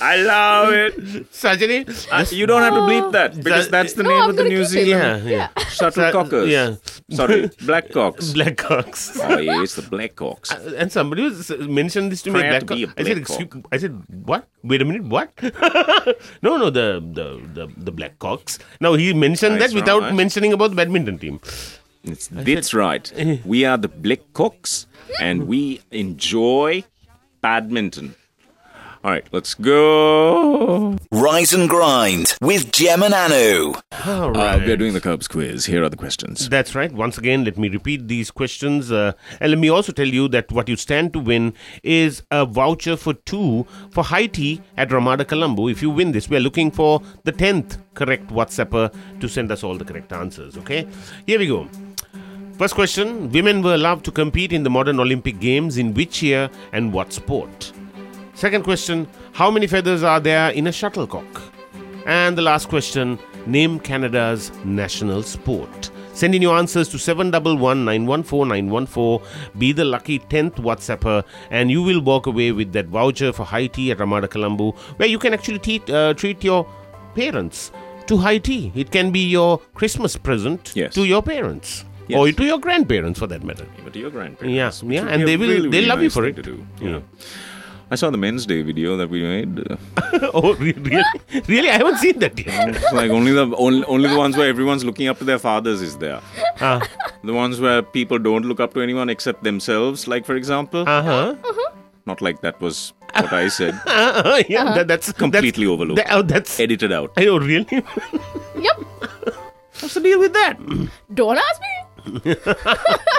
[SPEAKER 3] I love it.
[SPEAKER 2] Sajani.
[SPEAKER 3] Uh, you don't have to bleep that because
[SPEAKER 2] Ah. That-
[SPEAKER 3] that's the
[SPEAKER 4] No,
[SPEAKER 3] name
[SPEAKER 4] I'm
[SPEAKER 3] of the
[SPEAKER 4] gonna
[SPEAKER 3] New
[SPEAKER 4] keep it.
[SPEAKER 3] Zealand
[SPEAKER 2] yeah.
[SPEAKER 3] shuttlecockers.
[SPEAKER 2] Yeah.
[SPEAKER 3] Sorry, blackcocks.
[SPEAKER 2] Black cocks.
[SPEAKER 3] oh, yeah, it's the blackcocks.
[SPEAKER 2] And somebody was uh, mentioned this to me.
[SPEAKER 3] Prayer
[SPEAKER 2] Black
[SPEAKER 3] to be
[SPEAKER 2] cock.
[SPEAKER 3] a
[SPEAKER 2] I said,
[SPEAKER 3] black cock.
[SPEAKER 2] excuse, I said, what? Wait a minute, what? no, no, the, the the the black cocks. Now he mentioned
[SPEAKER 3] Nice
[SPEAKER 2] that without
[SPEAKER 3] one, nice.
[SPEAKER 2] mentioning about the badminton team.
[SPEAKER 3] It's, that's right. We are the blackcocks, and we enjoy badminton. All right, let's go.
[SPEAKER 5] Rise and Grind with Gem and Anu.
[SPEAKER 2] All
[SPEAKER 3] Uh,
[SPEAKER 2] right.
[SPEAKER 3] we're doing the Cubs quiz. Here are the questions.
[SPEAKER 2] That's right. Once again, let me repeat these questions. Uh, and let me also tell you that what you stand to win is a voucher for two for high tea at Ramada Colombo. If you win this, we're looking for the 10th correct WhatsApper to send us all the correct answers. Okay? Here we go. First question Women were allowed to compete in the modern Olympic Games in which year and what sport? Second question How many feathers are there in a shuttlecock? And the last question Name Canada's national sport. Send in your answers to 711 914 914. Be the lucky 10th WhatsApper, and you will walk away with that voucher for high tea at Ramada Colombo, where you can actually teat- uh, treat your parents to high tea. It can be your Christmas present
[SPEAKER 3] Yes.
[SPEAKER 2] to your parents.
[SPEAKER 3] Yes.
[SPEAKER 2] Or to your grandparents, for that matter.
[SPEAKER 3] But your
[SPEAKER 2] Yeah,
[SPEAKER 3] grandparents. which
[SPEAKER 2] yeah,
[SPEAKER 3] would
[SPEAKER 2] and
[SPEAKER 3] be a
[SPEAKER 2] they will
[SPEAKER 3] really,
[SPEAKER 2] they
[SPEAKER 3] really
[SPEAKER 2] love you
[SPEAKER 3] nice
[SPEAKER 2] for
[SPEAKER 3] thing
[SPEAKER 2] it.
[SPEAKER 3] to do.
[SPEAKER 2] Yeah.
[SPEAKER 3] I saw the Men's Day video that we made. Uh,
[SPEAKER 2] oh, re- really? really? I haven't seen that yet.
[SPEAKER 3] It's like only the only, only the ones where everyone's looking up to their fathers is there.
[SPEAKER 2] Ah.
[SPEAKER 3] The ones where people don't look up to anyone except themselves. Like for example,
[SPEAKER 2] Uh huh.
[SPEAKER 3] not like that was what I said.
[SPEAKER 2] yeah, that, Uh-huh. that's
[SPEAKER 3] Completely
[SPEAKER 2] that's,
[SPEAKER 3] overlooked.
[SPEAKER 2] that- oh, that's.
[SPEAKER 3] Edited out.
[SPEAKER 2] I know, really.
[SPEAKER 4] yep.
[SPEAKER 2] What's the deal with that?
[SPEAKER 4] Don't ask me.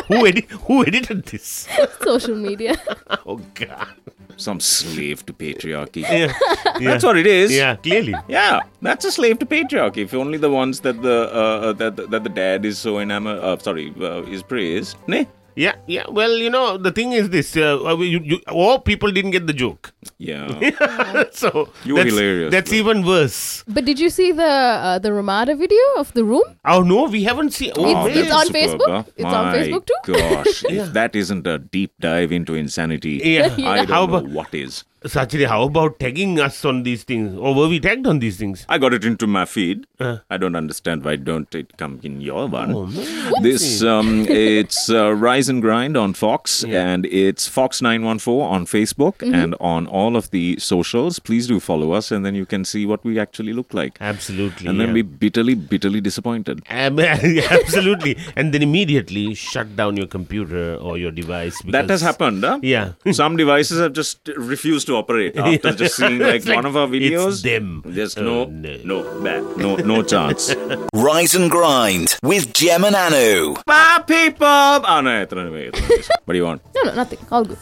[SPEAKER 2] who edit? Who edited this?
[SPEAKER 4] Social media.
[SPEAKER 2] Oh God.
[SPEAKER 3] Some slave to patriarchy.
[SPEAKER 2] Yeah.
[SPEAKER 3] That's what it is.
[SPEAKER 2] Yeah. Clearly.
[SPEAKER 3] Yeah, that's a slave to patriarchy. If only the ones that the uh, uh, that that the dad is so enamored, uh, sorry, uh, is praised. Ne?
[SPEAKER 2] Yeah. Yeah. Well, you know, the thing is this. Uh, uh, you, you, oh, people didn't get the joke.
[SPEAKER 3] Yeah.
[SPEAKER 2] so
[SPEAKER 3] You were
[SPEAKER 2] that's,
[SPEAKER 3] hilarious,
[SPEAKER 2] That's
[SPEAKER 3] though.
[SPEAKER 2] even worse.
[SPEAKER 4] but did you see the uh, the Ramada video of the room?
[SPEAKER 2] Oh no, we haven't seen. Oh,
[SPEAKER 4] It's-
[SPEAKER 2] man.
[SPEAKER 4] it's on Facebook? It's on
[SPEAKER 3] My
[SPEAKER 4] Facebook too?
[SPEAKER 3] Gosh, if that isn't a deep dive into insanity,
[SPEAKER 2] Yeah.
[SPEAKER 3] I don't
[SPEAKER 2] How
[SPEAKER 3] know
[SPEAKER 2] about-
[SPEAKER 3] what is.
[SPEAKER 2] Sachiri, how about tagging us on these things? Or were we tagged on these things?
[SPEAKER 3] I got it into my feed.
[SPEAKER 2] Uh.
[SPEAKER 3] I don't understand why don't it come in your one.
[SPEAKER 2] Oh, man.
[SPEAKER 3] this um, it's uh, Rise and Grind on Fox and it's Fox nine one four on Facebook and on all of the socials. Please do follow us and then you can see what we actually look like.
[SPEAKER 2] Absolutely.
[SPEAKER 3] And then
[SPEAKER 2] yeah.
[SPEAKER 3] be bitterly, bitterly disappointed.
[SPEAKER 2] Ab- absolutely. And then immediately shut down your computer or your device.
[SPEAKER 3] That has
[SPEAKER 2] because-
[SPEAKER 3] happened, huh?
[SPEAKER 2] Yeah.
[SPEAKER 3] Some devices have just refused to operate after just seeing like,
[SPEAKER 2] It's like,
[SPEAKER 3] one of our
[SPEAKER 2] it's
[SPEAKER 3] videos.
[SPEAKER 2] them.
[SPEAKER 3] There's
[SPEAKER 2] Oh,
[SPEAKER 3] no,
[SPEAKER 2] no.
[SPEAKER 3] no, bad, no, no chance.
[SPEAKER 5] Rise and Grind with Gem and Anu.
[SPEAKER 3] My people. Oh, no, इतना नहीं, इतना नहीं. what do you want?
[SPEAKER 4] No, no, nothing. All good.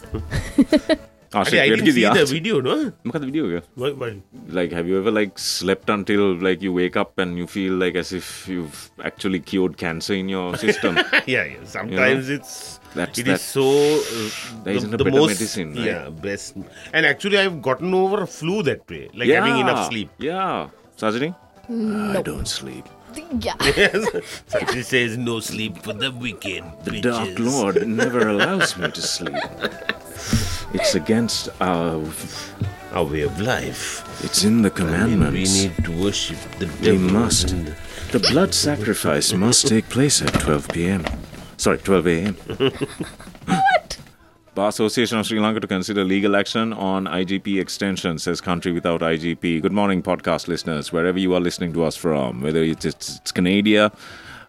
[SPEAKER 3] Oh,
[SPEAKER 2] Actually,
[SPEAKER 3] shit, we
[SPEAKER 2] I
[SPEAKER 3] had to
[SPEAKER 2] didn't
[SPEAKER 3] give
[SPEAKER 2] see
[SPEAKER 3] the
[SPEAKER 2] the
[SPEAKER 3] answer.
[SPEAKER 2] video, no?
[SPEAKER 3] Look at the video. yeah.
[SPEAKER 2] Why, why?
[SPEAKER 3] Like, have you ever like slept until like you wake up and you feel like as if you've actually cured cancer in your system?
[SPEAKER 2] yeah, yeah. Sometimes it's
[SPEAKER 3] That's
[SPEAKER 2] it
[SPEAKER 3] that-
[SPEAKER 2] is so uh,
[SPEAKER 3] There
[SPEAKER 2] the,
[SPEAKER 3] isn't a
[SPEAKER 2] the
[SPEAKER 3] better
[SPEAKER 2] most
[SPEAKER 3] medicine, right?
[SPEAKER 2] yeah best. And actually, I've gotten over a flu that way, like having enough sleep.
[SPEAKER 3] Yeah. Sajini? I don't sleep.
[SPEAKER 4] Yeah.
[SPEAKER 2] He says no sleep for the wicked.
[SPEAKER 3] The Dark Lord never allows me to sleep. It's against our.
[SPEAKER 2] Our way of life.
[SPEAKER 3] It's in the
[SPEAKER 2] And we
[SPEAKER 3] commandments.
[SPEAKER 2] need to worship the
[SPEAKER 3] We
[SPEAKER 2] devil.
[SPEAKER 3] must.
[SPEAKER 2] and-
[SPEAKER 3] The blood sacrifice must take place at 12 p.m. Sorry, 12 a.m. what? Bar Association of Sri Lanka to consider legal action on IGP extension, says Country Without IGP. Good morning, podcast listeners, wherever you are listening to us from, whether it's, it's, it's Canada,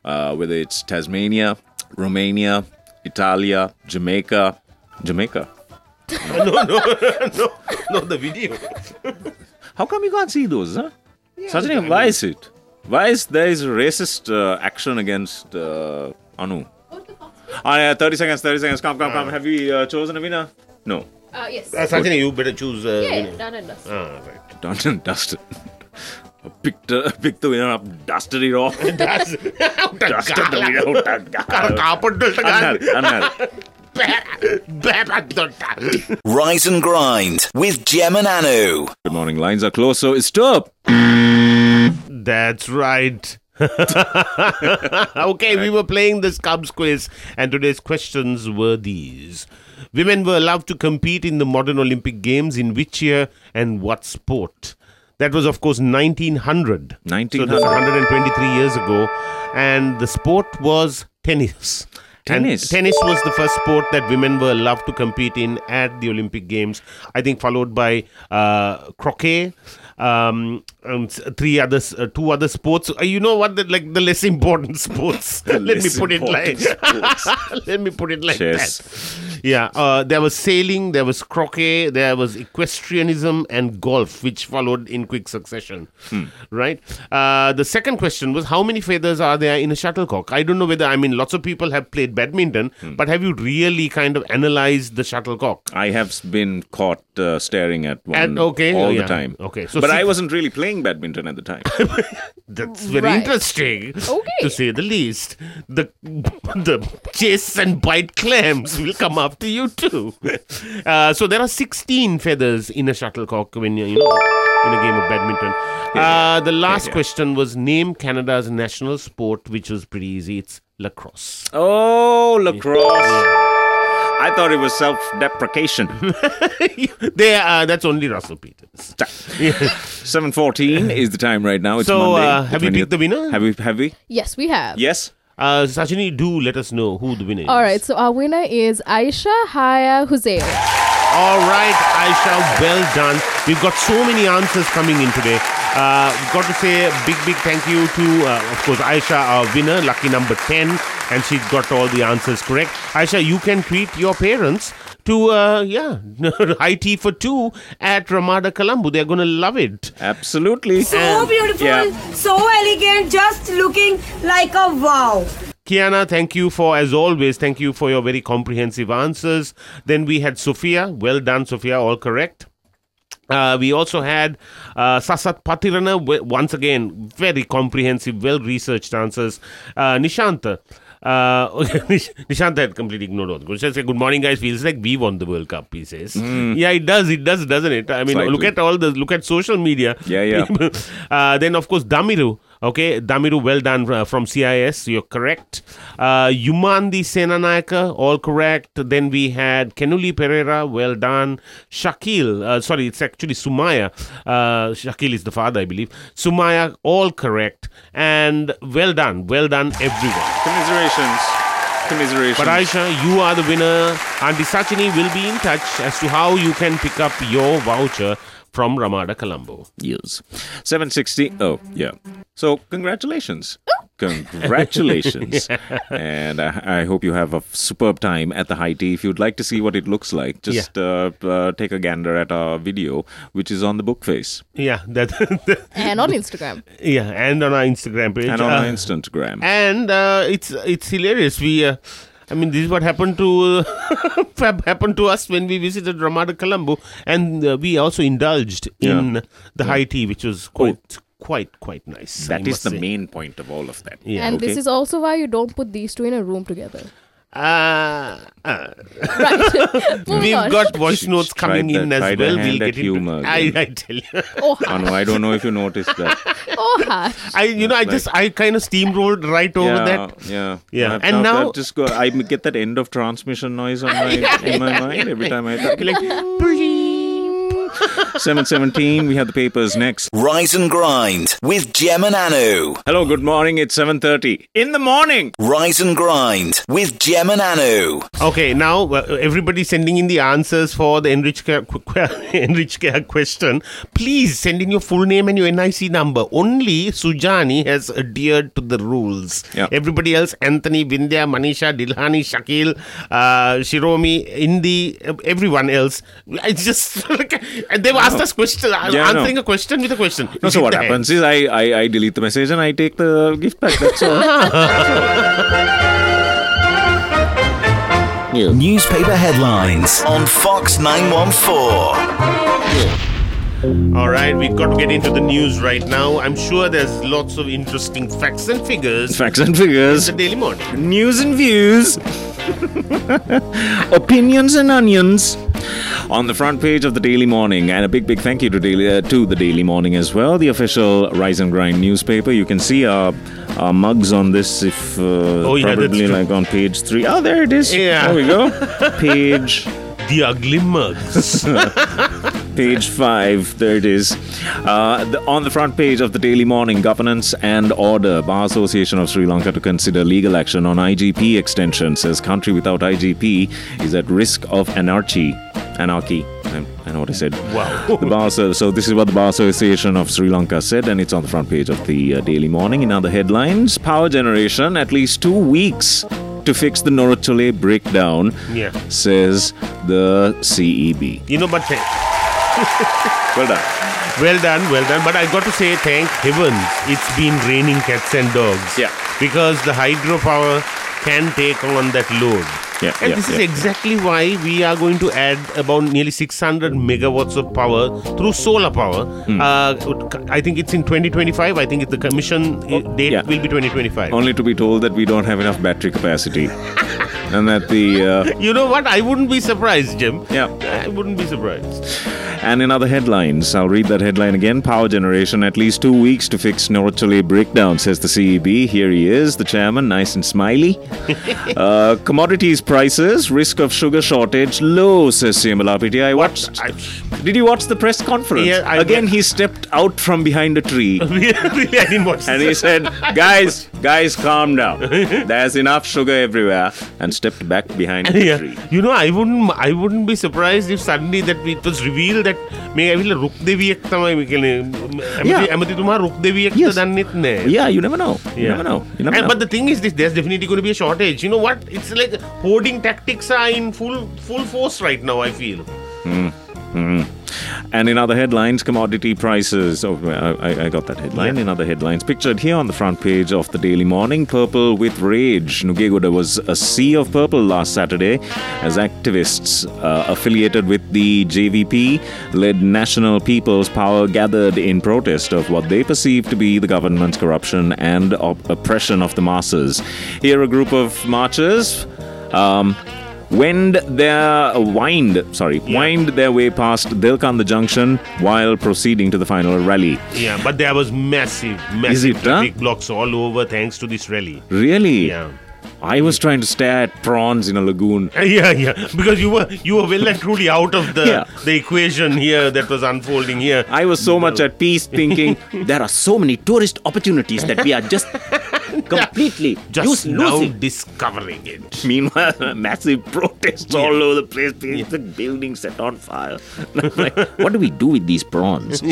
[SPEAKER 3] uh, whether it's Tasmania, Romania, Italia, Jamaica. Jamaica.
[SPEAKER 2] no, no, the video. Uh,
[SPEAKER 3] How come you can't see those? Huh? Sajani, why is it? Why is there is racist uh, action against uh, Anu? Ah,
[SPEAKER 2] uh,
[SPEAKER 3] yeah, 30 seconds, 30 seconds. Come, come, come. Have we uh, chosen a winner? No.
[SPEAKER 4] Uh, yes.
[SPEAKER 2] Uh, Sachin, you better choose. Uh,
[SPEAKER 4] yeah, yeah,
[SPEAKER 2] winner.
[SPEAKER 4] done and dusted.
[SPEAKER 2] Ah, right.
[SPEAKER 3] Don't and dust it. I picked, uh, picked the winner up, dusted it off.
[SPEAKER 2] That's.
[SPEAKER 3] dusted the winner out. Annar, Annar.
[SPEAKER 5] Rise and Grind with Gem and Anu.
[SPEAKER 3] Good morning. Lines are closed, so it's stop.
[SPEAKER 2] That's right. okay, we were playing the Cubs quiz, and today's questions were these Women were allowed to compete in the modern Olympic Games in which year and what sport? That was, of course, 1900. So that's
[SPEAKER 3] 1900.
[SPEAKER 2] 123 years ago. And the sport was tennis. And
[SPEAKER 3] Tennis?
[SPEAKER 2] tennis was the first sport that women were allowed to compete in at the Olympic Games. I think followed by uh, croquet, um, and s- three others, uh, two other sports. Uh, you know what? The, like the less important sports. Let me
[SPEAKER 3] less
[SPEAKER 2] put it like.
[SPEAKER 3] important sports.
[SPEAKER 2] let me put it like
[SPEAKER 3] Chess.
[SPEAKER 2] that. Yeah. Uh, there was sailing. There was croquet. There was equestrianism and golf, which followed in quick succession. Right. Uh, the second question was how many feathers are there in a shuttlecock? I don't know whether I mean lots of people have played badminton, but have you really kind of analyzed the shuttlecock?
[SPEAKER 3] I have s- been caught uh, staring at one
[SPEAKER 2] At- okay,
[SPEAKER 3] all
[SPEAKER 2] oh,
[SPEAKER 3] the
[SPEAKER 2] yeah.
[SPEAKER 3] time.
[SPEAKER 2] Okay, so
[SPEAKER 3] but
[SPEAKER 2] see-
[SPEAKER 3] I wasn't really playing badminton at the time.
[SPEAKER 2] That's very
[SPEAKER 4] Right.
[SPEAKER 2] interesting,
[SPEAKER 4] Okay.
[SPEAKER 2] to say the least. The the chase and bite clams will come after you too. Uh, so there are sixteen feathers in a shuttlecock when you you know in a game of badminton. Uh, the last
[SPEAKER 3] yeah.
[SPEAKER 2] question was name Canada's national sport, which was pretty easy. It's lacrosse.
[SPEAKER 3] Oh, lacrosse. I thought it was self deprecation.
[SPEAKER 2] there, uh, that's only Russell Peters.
[SPEAKER 3] 714 is the time right now. It's
[SPEAKER 2] So,
[SPEAKER 3] Monday.
[SPEAKER 2] uh, have we picked
[SPEAKER 3] 20th.
[SPEAKER 2] the winner?
[SPEAKER 3] Have we? Have we?
[SPEAKER 4] Yes, we have.
[SPEAKER 3] Yes?
[SPEAKER 2] Uh, Sachini, do let us know who the winner is.
[SPEAKER 4] All right, so our winner is Aisha Haya Hussein.
[SPEAKER 2] All right, Aisha, well done. We've got so many answers coming in today. Uh, got to say a big, big thank you to, uh, of course, Aisha, our winner, lucky number 10, and she got all the answers correct. Aisha, you can tweet your parents to, uh, yeah, IT for two at Ramada Colombo. They're going to love it.
[SPEAKER 3] Absolutely.
[SPEAKER 7] So beautiful,
[SPEAKER 3] Yeah.
[SPEAKER 7] so elegant, just looking like a wow.
[SPEAKER 2] Kiana, thank you for, as always, thank you for your very comprehensive answers. Then we had Sophia. Well done, Sophia. All correct. Uh, we also had uh, Sasat Patirana, w- once again, very comprehensive, well researched answers. Uh, Nishanta. Uh, Nish- Nishanta had completely ignored all the questions. Say, Good morning, guys. Feels like we won the World Cup, he says. Yeah, it does. It does, doesn't it? I mean,
[SPEAKER 3] Slightly.
[SPEAKER 2] look at all the look at social media.
[SPEAKER 3] Yeah, yeah.
[SPEAKER 2] uh, then, of course, Damiru. Okay, Damiru, well done uh, from CIS. You're correct. Uh, Yumandi Senanayaka, all correct. Then we had Kenuli Pereira, well done. Shakil, uh, sorry, it's actually Sumaya. Uh, Shakil is the father, I believe. Sumaya, all correct. And well done, well done, everyone.
[SPEAKER 3] Commiserations. Commiserations.
[SPEAKER 2] But Aisha, you are the winner. Auntie Sachini will be in touch as to how you can pick up your voucher from Ramada Colombo.
[SPEAKER 3] years. 760. Oh, yeah. So, congratulations. Congratulations. And I, I hope you have a superb time at the high tea. If you'd like to see what it looks like, just uh, uh, take a gander at our video, which is on the book face
[SPEAKER 2] Yeah, that.
[SPEAKER 4] and on Instagram.
[SPEAKER 2] yeah, and on our Instagram page.
[SPEAKER 3] and on
[SPEAKER 2] Uh,
[SPEAKER 3] our Instagram.
[SPEAKER 2] and uh, it's it's hilarious. We, uh, I mean, this is what happened to fab- happened to us when we visited Ramada Colombo, and uh, we also indulged in the high tea, which was quite quite quite nice. I
[SPEAKER 3] Oh. that is
[SPEAKER 2] must
[SPEAKER 3] the
[SPEAKER 2] say.
[SPEAKER 3] main point of all of that.
[SPEAKER 2] Yeah,
[SPEAKER 4] and this
[SPEAKER 2] okay.
[SPEAKER 4] is also why you don't put these two in a room together.
[SPEAKER 2] Uh, uh,
[SPEAKER 4] Right. Moving
[SPEAKER 2] we've
[SPEAKER 4] on.
[SPEAKER 2] got voice
[SPEAKER 3] She
[SPEAKER 2] notes
[SPEAKER 3] tried
[SPEAKER 2] coming
[SPEAKER 3] that-
[SPEAKER 2] in as
[SPEAKER 3] tried her
[SPEAKER 2] well. We'll
[SPEAKER 3] hand
[SPEAKER 2] get
[SPEAKER 3] at
[SPEAKER 2] into.
[SPEAKER 3] humor
[SPEAKER 2] I,
[SPEAKER 3] again.
[SPEAKER 2] I tell you,
[SPEAKER 4] Oh,
[SPEAKER 3] Anu, I don't know if you noticed that.
[SPEAKER 4] oh, hush.
[SPEAKER 2] I you know I just I kind of steamrolled right over
[SPEAKER 3] yeah,
[SPEAKER 2] that.
[SPEAKER 3] yeah,
[SPEAKER 2] Yeah,
[SPEAKER 3] I've-
[SPEAKER 2] and
[SPEAKER 3] I've-
[SPEAKER 2] now-
[SPEAKER 3] I've just go, I get that end of transmission noise on my in my mind every time I talk. Like, Seven seventeen. We have the papers next.
[SPEAKER 5] Rise and Grind with Gem and Anu.
[SPEAKER 3] Hello, good morning. It's seven thirty in the morning.
[SPEAKER 5] Rise and Grind with Gem and Anu.
[SPEAKER 2] Okay, now uh, everybody sending in the answers for the enrich care, qu- que- enrich care question. Please send in your full name and your NIC number. Only Sujani has adhered to the rules.
[SPEAKER 3] Yeah.
[SPEAKER 2] Everybody else, Anthony, Vindya, Manisha, Dilhani, Shakil, uh, Shiromi, Indi, uh, everyone else. I just and they've asked us questions,
[SPEAKER 3] Yeah, no.
[SPEAKER 2] answering a question with a question.
[SPEAKER 3] No, so
[SPEAKER 2] Hit
[SPEAKER 3] what
[SPEAKER 2] the
[SPEAKER 3] happens
[SPEAKER 2] head.
[SPEAKER 3] is I, I I delete the message and I take the gift back. That's all.
[SPEAKER 5] Newspaper headlines on Fox 914.
[SPEAKER 2] All right, we've got to get into the news right now. I'm sure there's lots of interesting facts and figures.
[SPEAKER 3] Facts and
[SPEAKER 2] It's
[SPEAKER 3] figures,
[SPEAKER 2] a daily morning.
[SPEAKER 3] news and views, opinions and onions. on the front page of the Daily Morning. And a big, big thank you to, Daily, uh, to the Daily Morning as well, the official Rise and Grind newspaper. You can see our, our mugs on this, if uh,
[SPEAKER 2] Oh, yeah, that's
[SPEAKER 3] probably
[SPEAKER 2] true.
[SPEAKER 3] like on page three. Oh, there it is.
[SPEAKER 2] Yeah.
[SPEAKER 3] There we go. page.
[SPEAKER 2] The ugly mugs.
[SPEAKER 3] Page five, there it is. Uh, the, on the front page of the Daily Morning, Governance and Order, Bar Association of Sri Lanka to consider legal action on IGP extension, says country without IGP is at risk of anarchy. Anarchy. I, I know what I said.
[SPEAKER 2] Wow.
[SPEAKER 3] The bar, so, so this is what the Bar Association of Sri Lanka said, and it's on the front page of the uh, Daily Morning. In other headlines, power generation at least two weeks to fix the Norotole breakdown,
[SPEAKER 2] Yeah.
[SPEAKER 3] says the CEB.
[SPEAKER 2] you know, but thank,
[SPEAKER 3] Well done.
[SPEAKER 2] well done, well done. But I got to say, thank heavens, it's been raining cats and dogs.
[SPEAKER 3] Yeah.
[SPEAKER 2] Because the hydropower can take on that load.
[SPEAKER 3] Yeah,
[SPEAKER 2] And
[SPEAKER 3] yeah,
[SPEAKER 2] this is
[SPEAKER 3] yeah.
[SPEAKER 2] exactly why we are going to add about nearly 600 megawatts of power through solar power.
[SPEAKER 3] Hmm.
[SPEAKER 2] Uh, I think it's in 2025. I think the commission uh, date
[SPEAKER 3] Oh, yeah.
[SPEAKER 2] will be 2025.
[SPEAKER 3] only to be told that we don't have enough battery capacity and that the uh,
[SPEAKER 2] you know what? I wouldn't be surprised, Jim.
[SPEAKER 3] Yeah.
[SPEAKER 2] I wouldn't be surprised.
[SPEAKER 3] uh, and in other headlines i'll read that headline again power generation at least two weeks to fix norotole breakdown says the ceb here he is the chairman nice and smiley uh, commodities prices risk of sugar shortage low says cml rpti i watched
[SPEAKER 2] I,
[SPEAKER 3] did you watch the press conference
[SPEAKER 2] Yeah, I-
[SPEAKER 3] again he stepped out from behind a tree
[SPEAKER 2] really, I didn't watch
[SPEAKER 3] and
[SPEAKER 2] this.
[SPEAKER 3] he said, "Guys, guys, calm down. There's enough sugar everywhere." And stepped back behind the
[SPEAKER 2] Yeah.
[SPEAKER 3] tree.
[SPEAKER 2] You know, I wouldn't I wouldn't be surprised if suddenly that it was revealed that මේ ඇවිල්ලා රුක්දෙවියෙක් තමයි මේ කියන්නේ ඇමති-
[SPEAKER 3] Yeah.
[SPEAKER 2] ඇමතිතුමා රුක්දෙවියෙක්ද
[SPEAKER 3] Yes.
[SPEAKER 2] දන්නෙත් නෑ.
[SPEAKER 3] Yeah, you never know. You
[SPEAKER 2] Yeah.
[SPEAKER 3] never know. You never
[SPEAKER 2] And-
[SPEAKER 3] know.
[SPEAKER 2] but the thing is, this there's definitely going to be a shortage. You know what? It's like hoarding tactics are in full full force right now. I feel.
[SPEAKER 3] and in other headlines, commodity prices. Oh, I, I- I got that headline. In other headlines, pictured here on the front page of the Daily Morning, purple with rage. Nugegoda was a sea of purple last Saturday as activists uh, affiliated with the JVP led National People's Power gathered in protest of what they perceived to be the government's corruption and op- oppression of the masses. Here, a group of marchers. Um, wind their uh, wind sorry wind their way past Delkanda Junction while proceeding to the final rally.
[SPEAKER 2] Yeah, but there was massive,
[SPEAKER 3] it,
[SPEAKER 2] massive
[SPEAKER 3] huh?
[SPEAKER 2] traffic blocks all over thanks to this rally.
[SPEAKER 3] Really?
[SPEAKER 2] Yeah.
[SPEAKER 3] I was trying to stare at prawns in a lagoon.
[SPEAKER 2] Yeah, yeah, because you were you were well and truly out of the
[SPEAKER 3] Yeah.
[SPEAKER 2] the equation here that was unfolding here.
[SPEAKER 3] I was so much at peace thinking there are so many tourist opportunities that we are just completely
[SPEAKER 2] Just
[SPEAKER 3] use-
[SPEAKER 2] now
[SPEAKER 3] losing.
[SPEAKER 2] discovering it.
[SPEAKER 3] Meanwhile, massive protests all over the place, people, the buildings set on fire. Like, what do we do with these prawns?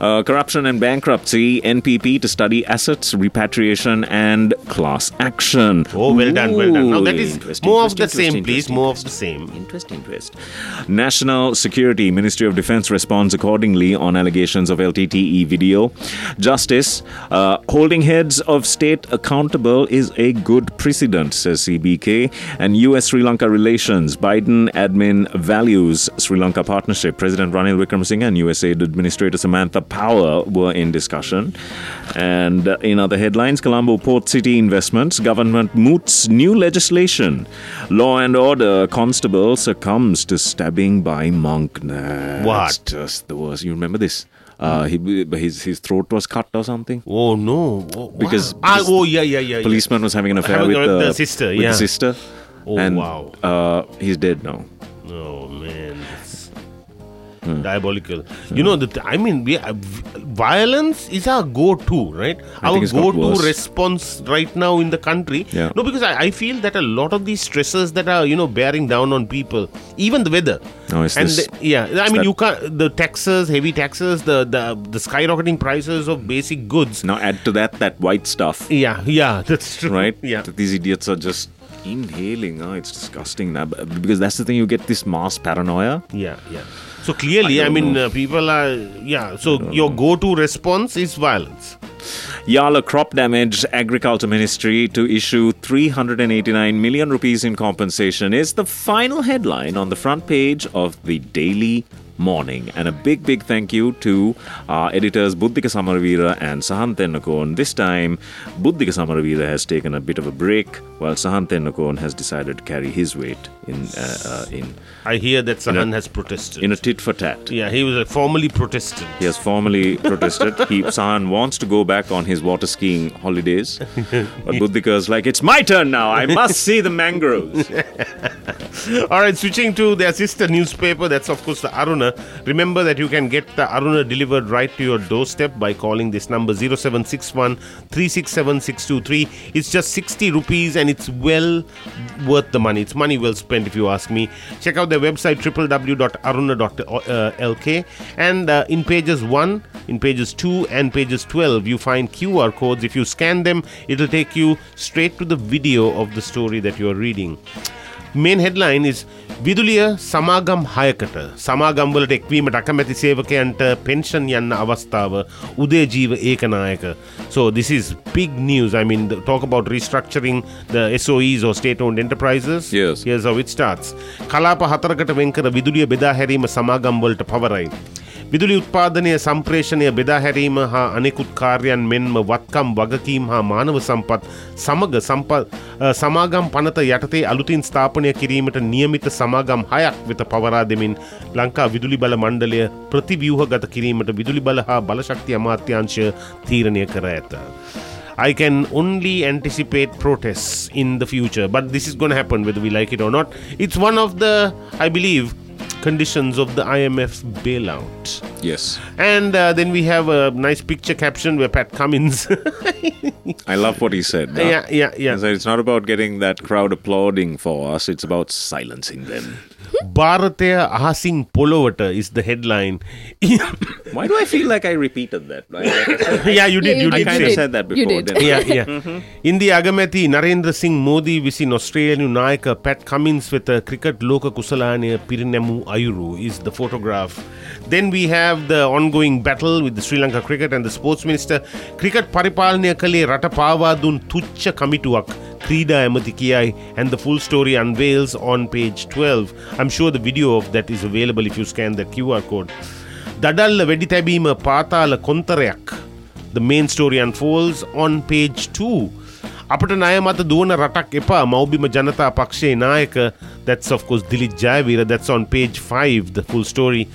[SPEAKER 3] Uh, corruption and bankruptcy, NPP to study assets, repatriation, and class action.
[SPEAKER 2] Oh, well done, well done. Now that
[SPEAKER 3] Ooh,
[SPEAKER 2] is
[SPEAKER 3] interesting,
[SPEAKER 2] more of the
[SPEAKER 3] interesting,
[SPEAKER 2] same,
[SPEAKER 3] interesting,
[SPEAKER 2] please.
[SPEAKER 3] interesting,
[SPEAKER 2] More of the same.
[SPEAKER 3] Interesting twist. National Security Ministry of Defense responds accordingly on allegations of LTTE E video. Justice uh, holding heads of state accountable is a good precedent, says CBK. And U.S. Sri Lanka relations. Biden admin values Sri Lanka partnership. President Ranil Wickremasinghe and USAID Administrator Samantha Power were in discussion. And uh, in other headlines, Colombo Port City Investments, government moots new legislation. Law and order constable succumbs to stabbing by monk. Nah,
[SPEAKER 2] What?
[SPEAKER 3] It's just the worst. You remember this? Uh, he, his, his throat was cut or something.
[SPEAKER 2] Oh no! Oh,
[SPEAKER 3] Because-
[SPEAKER 2] wow. ah,
[SPEAKER 3] because
[SPEAKER 2] oh yeah, yeah, yeah. yeah.
[SPEAKER 3] Policeman was having an affair
[SPEAKER 2] Having
[SPEAKER 3] with,
[SPEAKER 2] a-
[SPEAKER 3] the,
[SPEAKER 2] the sister,
[SPEAKER 3] with the
[SPEAKER 2] yeah.
[SPEAKER 3] sister.
[SPEAKER 2] Oh,
[SPEAKER 3] and,
[SPEAKER 2] wow.
[SPEAKER 3] Uh, he's dead now.
[SPEAKER 2] Oh man, it's
[SPEAKER 3] Hmm.
[SPEAKER 2] diabolical. You know that I mean, we uh, violence is our go-to, right?
[SPEAKER 3] I
[SPEAKER 2] our
[SPEAKER 3] think it's got
[SPEAKER 2] go-to
[SPEAKER 3] worse.
[SPEAKER 2] response right now in the country.
[SPEAKER 3] Yeah.
[SPEAKER 2] No, because I, I feel that a lot of these stressors that are you know bearing down on people, even the weather.
[SPEAKER 3] No, Oh, it's
[SPEAKER 2] and
[SPEAKER 3] this-
[SPEAKER 2] the- yeah, I
[SPEAKER 3] it's
[SPEAKER 2] mean,
[SPEAKER 3] that-
[SPEAKER 2] you can't the taxes, heavy taxes, the the the skyrocketing prices of basic goods.
[SPEAKER 3] Now add to that that white stuff.
[SPEAKER 2] Yeah, yeah, that's true.
[SPEAKER 3] right?
[SPEAKER 2] Yeah.
[SPEAKER 3] That these idiots are just inhaling. Oh, it's disgusting. Nah, b- Because that's the thing, you get this mass paranoia.
[SPEAKER 2] Yeah, yeah. So clearly,
[SPEAKER 3] I
[SPEAKER 2] I,
[SPEAKER 3] don't
[SPEAKER 2] mean,
[SPEAKER 3] know.
[SPEAKER 2] uh, people are yeah. So your go-to response is violence.
[SPEAKER 3] Yala Crop Damage Agriculture Ministry to issue 389 million rupees in compensation is the final headline on the front page of the Daily Morning. And a big, big thank you to our editors Buddhika Samaravira and Sahant Tennakon. This time, Buddhika Samaravira has taken a bit of a break, while Sahant Tennakon has decided to carry his weight in uh, uh, in
[SPEAKER 2] I hear that Sahan has protested.
[SPEAKER 3] in a tit for tat.
[SPEAKER 2] yeah, he was a formally protestant.
[SPEAKER 3] He has formally protested. He Sahan wants to go back on his water skiing holidays. But Buddhika is like, it's my turn now. I must see the mangroves.
[SPEAKER 2] All right, switching to their sister newspaper, that's of course the Aruna. Remember that you can get the Aruna delivered right to your doorstep by calling this number 0761 367 623. It's just 60 rupees and it's well worth the money. It's money well spent if you ask me. Check out their website www.aruna.lk and uh, in pages 1, in pages 2 and pages 12 you find QR codes. If you scan them, it'll take you straight to the video of the story that you're reading. Main headline is විදුලිය සමාගම් හයකට සමාගම්වලට එක්වීමට අකමැති සේවකයන්ට pension යන්න අවස්ථාව උදේජීව Ekanayake So this is big news. I mean, the, talk about restructuring the SOEs or state-owned enterprises.
[SPEAKER 3] Yes.
[SPEAKER 2] Here's how it starts. කලාප හතරකට වෙන්කර විදුලිය බෙදා හැරීම සමාගම්වලට පවරයි. විදුලි උත්පාදනය සම්ප්‍රේෂණය බෙදා හැරීම හා අනෙකුත් කාර්යන් මෙන්ම වත්කම් වගකීම් හා මානව සම්පත් සමග සම්ප අ, සමාගම් පනත යටතේ අලුතින් ස්ථාපනය කිරීමට නියමිත සමාගම් හයක් වෙත පවරා දෙමින් ලංකා විදුලි බල මණ්ඩලය ප්‍රතිවියහගත කිරීමට විදුලි බල හා බලශක්ති අමාත්‍යංශය තීරණය කර ඇත. I can only anticipate protests in the future, but this is going to happen whether we like it or not. It's one of the, I believe, conditions of the IMF bailout.
[SPEAKER 3] Yes.
[SPEAKER 2] And uh, then we have a nice picture caption where Pat Cummins.
[SPEAKER 3] I love what he said.
[SPEAKER 2] yeah, yeah,
[SPEAKER 3] He
[SPEAKER 2] yeah.
[SPEAKER 3] said, it's not about getting that crowd applauding for us, it's about silencing them.
[SPEAKER 2] Bharatya Ahasing Polovata is the headline. yeah,
[SPEAKER 3] Why do I feel like I repeated that? Like, like I said,
[SPEAKER 2] you did, you
[SPEAKER 4] Yeah, you
[SPEAKER 3] I
[SPEAKER 2] did.
[SPEAKER 4] did.
[SPEAKER 3] kind of
[SPEAKER 2] say.
[SPEAKER 3] said that before.
[SPEAKER 4] You did.
[SPEAKER 3] didn't I?
[SPEAKER 2] yeah, yeah. ඉන්දී අගමැති නරේන්ද්‍ර සිං මෝදී විසින් ඔස්ට්‍රේලියනු නායක part Cummins වෙත cricket ලෝක කුසලානය පිරිනැමූ අයුරු is the photograph. Then we have the ongoing battle with the Sri Lanka cricket and the sports minister. Cricket පරිපාලනය කළේ රට පාවාදුන් තුච්ච කමිටුවක් ක්‍රීඩා ඇමති කියයි and the full story unveils on page 12. I'm sure the video of that is available if you scan that QR code. දඩල්ල වැඩි තැබීම පාතාල කොන්තරයක් The main story unfolds on page 2. අපට නය මත දුවන රටක් එපා මෞබිම ජනතා පක්ෂයේ නායක That's, of course, Dilip Jayavira. That's on page 5, the full story.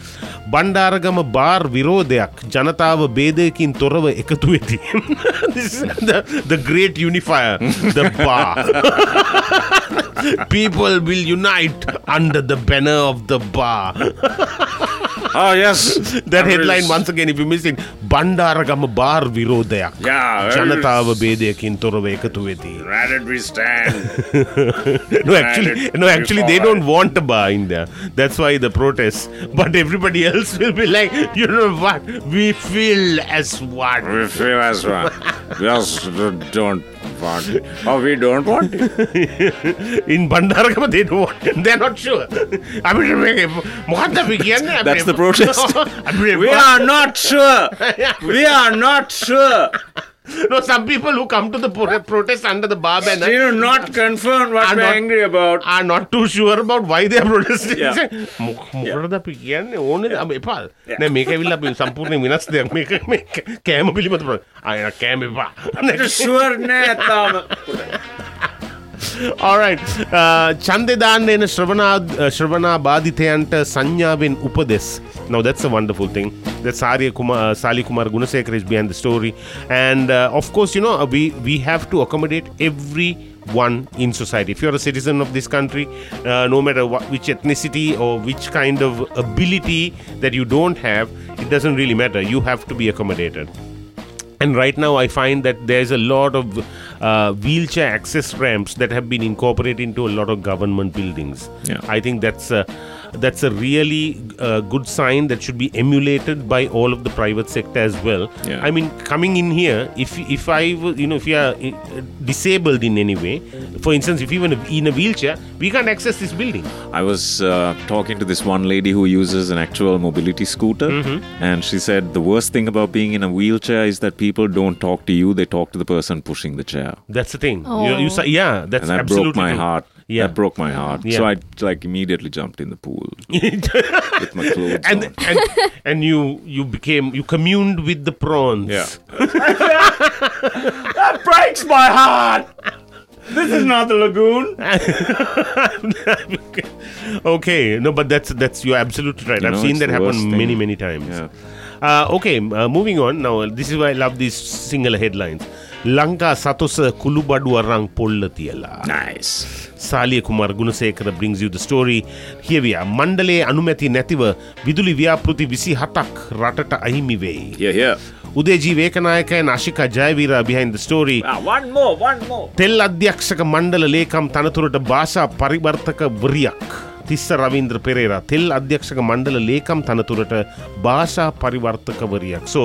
[SPEAKER 2] Bandaragama bar විරෝධයක් ජනතාව බේදයකින් තොරව එකතු වෙති. This is the, the great unifier, the bar. People will unite under the banner of the bar.
[SPEAKER 3] Oh, yes.
[SPEAKER 2] That headline, once again, if you miss it, Bandaragama bar විරෝධයක්.
[SPEAKER 3] Yeah.
[SPEAKER 2] ජනතාව බේදයකින් තොරව එකතු වෙති.
[SPEAKER 3] Where did we stand?
[SPEAKER 2] No, actually, no, actually, they don't want a bar in there. That's why the protests. But everybody else will be like, you know what? We feel as one.
[SPEAKER 3] we feel as one. Yes, don't want it. Oh, we don't want it.
[SPEAKER 2] In Bandaragama, they don't want. They're not sure. I mean, මොකක්ද අපි කියන්නේ?
[SPEAKER 3] That's the protest.
[SPEAKER 2] අපි-
[SPEAKER 3] We are not sure. We are not sure.
[SPEAKER 2] No, some people who come to the pro- protest under the bar banner
[SPEAKER 3] Still not confirmed what
[SPEAKER 2] Are
[SPEAKER 3] we're
[SPEAKER 2] not-
[SPEAKER 3] angry about.
[SPEAKER 2] are not too sure about why they are protesting.
[SPEAKER 3] Yeah.
[SPEAKER 2] මොකටද අපි කියන්නේ ඕනේ අප එපා නෑ මේක ඇවිල්ලා අපි සම්පූර්ණයෙන් වෙනස් දෙයක් මේක මේ කෑම පිළිබඳ ප්‍ර- අය කෑම එපා
[SPEAKER 3] Sure, නෑ තාම.
[SPEAKER 2] ඔරයිට් චන්දෙදාන්න Uh, එන ශ්‍රවනා ශ්‍රවනා බාධිතයන්ට සංඥාවෙන් උපදෙස් Now that's a wonderful thing. That's Arya Kumar, uh, Sali Kumar Gunasekar is behind the story, and uh, of course, you know uh, we we have to accommodate everyone in society. If you're a citizen of this country, uh, no matter what, which ethnicity or which kind of ability that you don't have, it doesn't really matter. You have to be accommodated. And right now, I find that there's a lot of uh, wheelchair access ramps that have been incorporated into a lot of government buildings.
[SPEAKER 3] Yeah.
[SPEAKER 2] I think that's a, that's a really uh, good sign that should be emulated by all of the private sector as well.
[SPEAKER 3] Yeah.
[SPEAKER 2] I mean, coming in here, if if I w- you know if you are uh, disabled in any way, for instance, if even in a wheelchair, we can't access this building.
[SPEAKER 3] I was uh, talking to this one lady who uses an actual mobility scooter, and she said the worst thing about being in a wheelchair is that people don't talk to you; they talk to the person pushing the chair.
[SPEAKER 2] That's the thing. You, you, sa- yeah, that's
[SPEAKER 3] And that
[SPEAKER 2] absolutely
[SPEAKER 3] broke my
[SPEAKER 2] true.
[SPEAKER 3] heart.
[SPEAKER 2] Yeah.
[SPEAKER 3] That broke my heart. So
[SPEAKER 2] Yeah.
[SPEAKER 3] I like immediately jumped in the pool with my clothes
[SPEAKER 2] and
[SPEAKER 3] on.
[SPEAKER 2] and, and you you became you communed with the prawns.
[SPEAKER 3] Yeah. that breaks my heart. This is not the lagoon.
[SPEAKER 2] okay. No, but that's that's you're absolutely right.
[SPEAKER 3] You
[SPEAKER 2] I've
[SPEAKER 3] know,
[SPEAKER 2] seen
[SPEAKER 3] it's
[SPEAKER 2] that
[SPEAKER 3] the worst
[SPEAKER 2] happen
[SPEAKER 3] thing.
[SPEAKER 2] many many times.
[SPEAKER 3] Yeah.
[SPEAKER 2] Uh, okay, uh, moving on now. This is why I love these single headlines. Lanka Satosa Kulubaduwa Rang Pollatiyala.
[SPEAKER 3] Nice.
[SPEAKER 2] Saliya කුමර් Gunasekara brings you the story. Here we are. මණ්ඩලයේ අනුමැති නැතිව විදුලි ව්‍යාපෘති විසි හතක් රටට අහිමි වෙයි.
[SPEAKER 3] Yeah, yeah.
[SPEAKER 2] උදේජී වේකනායකයන් අශික ජයවීරා behind the story.
[SPEAKER 3] Ah, one more, one more.
[SPEAKER 2] තෙල් අධ්‍යක්ෂක මණ්ඩල ලේකම් තනතුරට භාෂා පරිවර්තක වරියක්. තිස්ස රවින්ද්‍ර පෙරේරා තෙල් අධ්‍යක්ෂක මණ්ඩල ලේකම් තනතුරට භාෂා පරිවර්තකවරියක්. So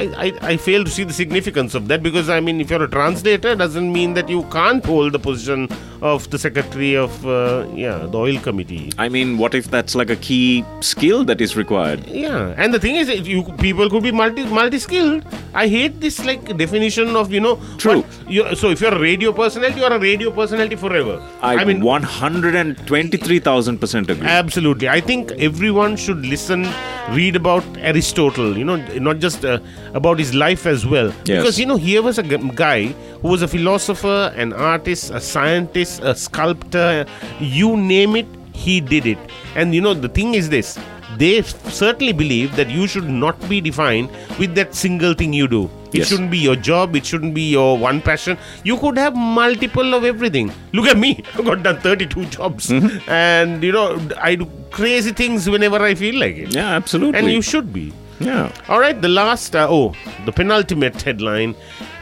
[SPEAKER 2] I, I, I fail to see the significance of that because I mean, if you're a translator, it doesn't mean that you can't hold the position of the secretary of uh, yeah the oil committee.
[SPEAKER 3] I mean, what if that's like a key skill that is required?
[SPEAKER 2] Yeah, and the thing is, if you people could be multi multi skilled. I hate this like definition of you know.
[SPEAKER 3] True.
[SPEAKER 2] what you- so if you're a radio personality, you're a radio personality forever.
[SPEAKER 3] I, mean, 123,000% agree.
[SPEAKER 2] absolutely. I think everyone should listen, read about Aristotle. You know, not just uh, about his life as well.
[SPEAKER 3] Yes.
[SPEAKER 2] Because you know, here was a g- guy who was a philosopher, an artist, a scientist, a sculptor. You name it, he did it. And you know, the thing is this. They f- certainly believe that you should not be defined with that single thing you do. It
[SPEAKER 3] Yes.
[SPEAKER 2] shouldn't be your job. It shouldn't be your one passion. You could have multiple of everything. Look at me. I've got done 32 jobs. And, you know, I do crazy things whenever I feel like it.
[SPEAKER 3] yeah, absolutely.
[SPEAKER 2] And you should be.
[SPEAKER 3] yeah.
[SPEAKER 2] All right, the last, uh, oh, the penultimate headline. uh,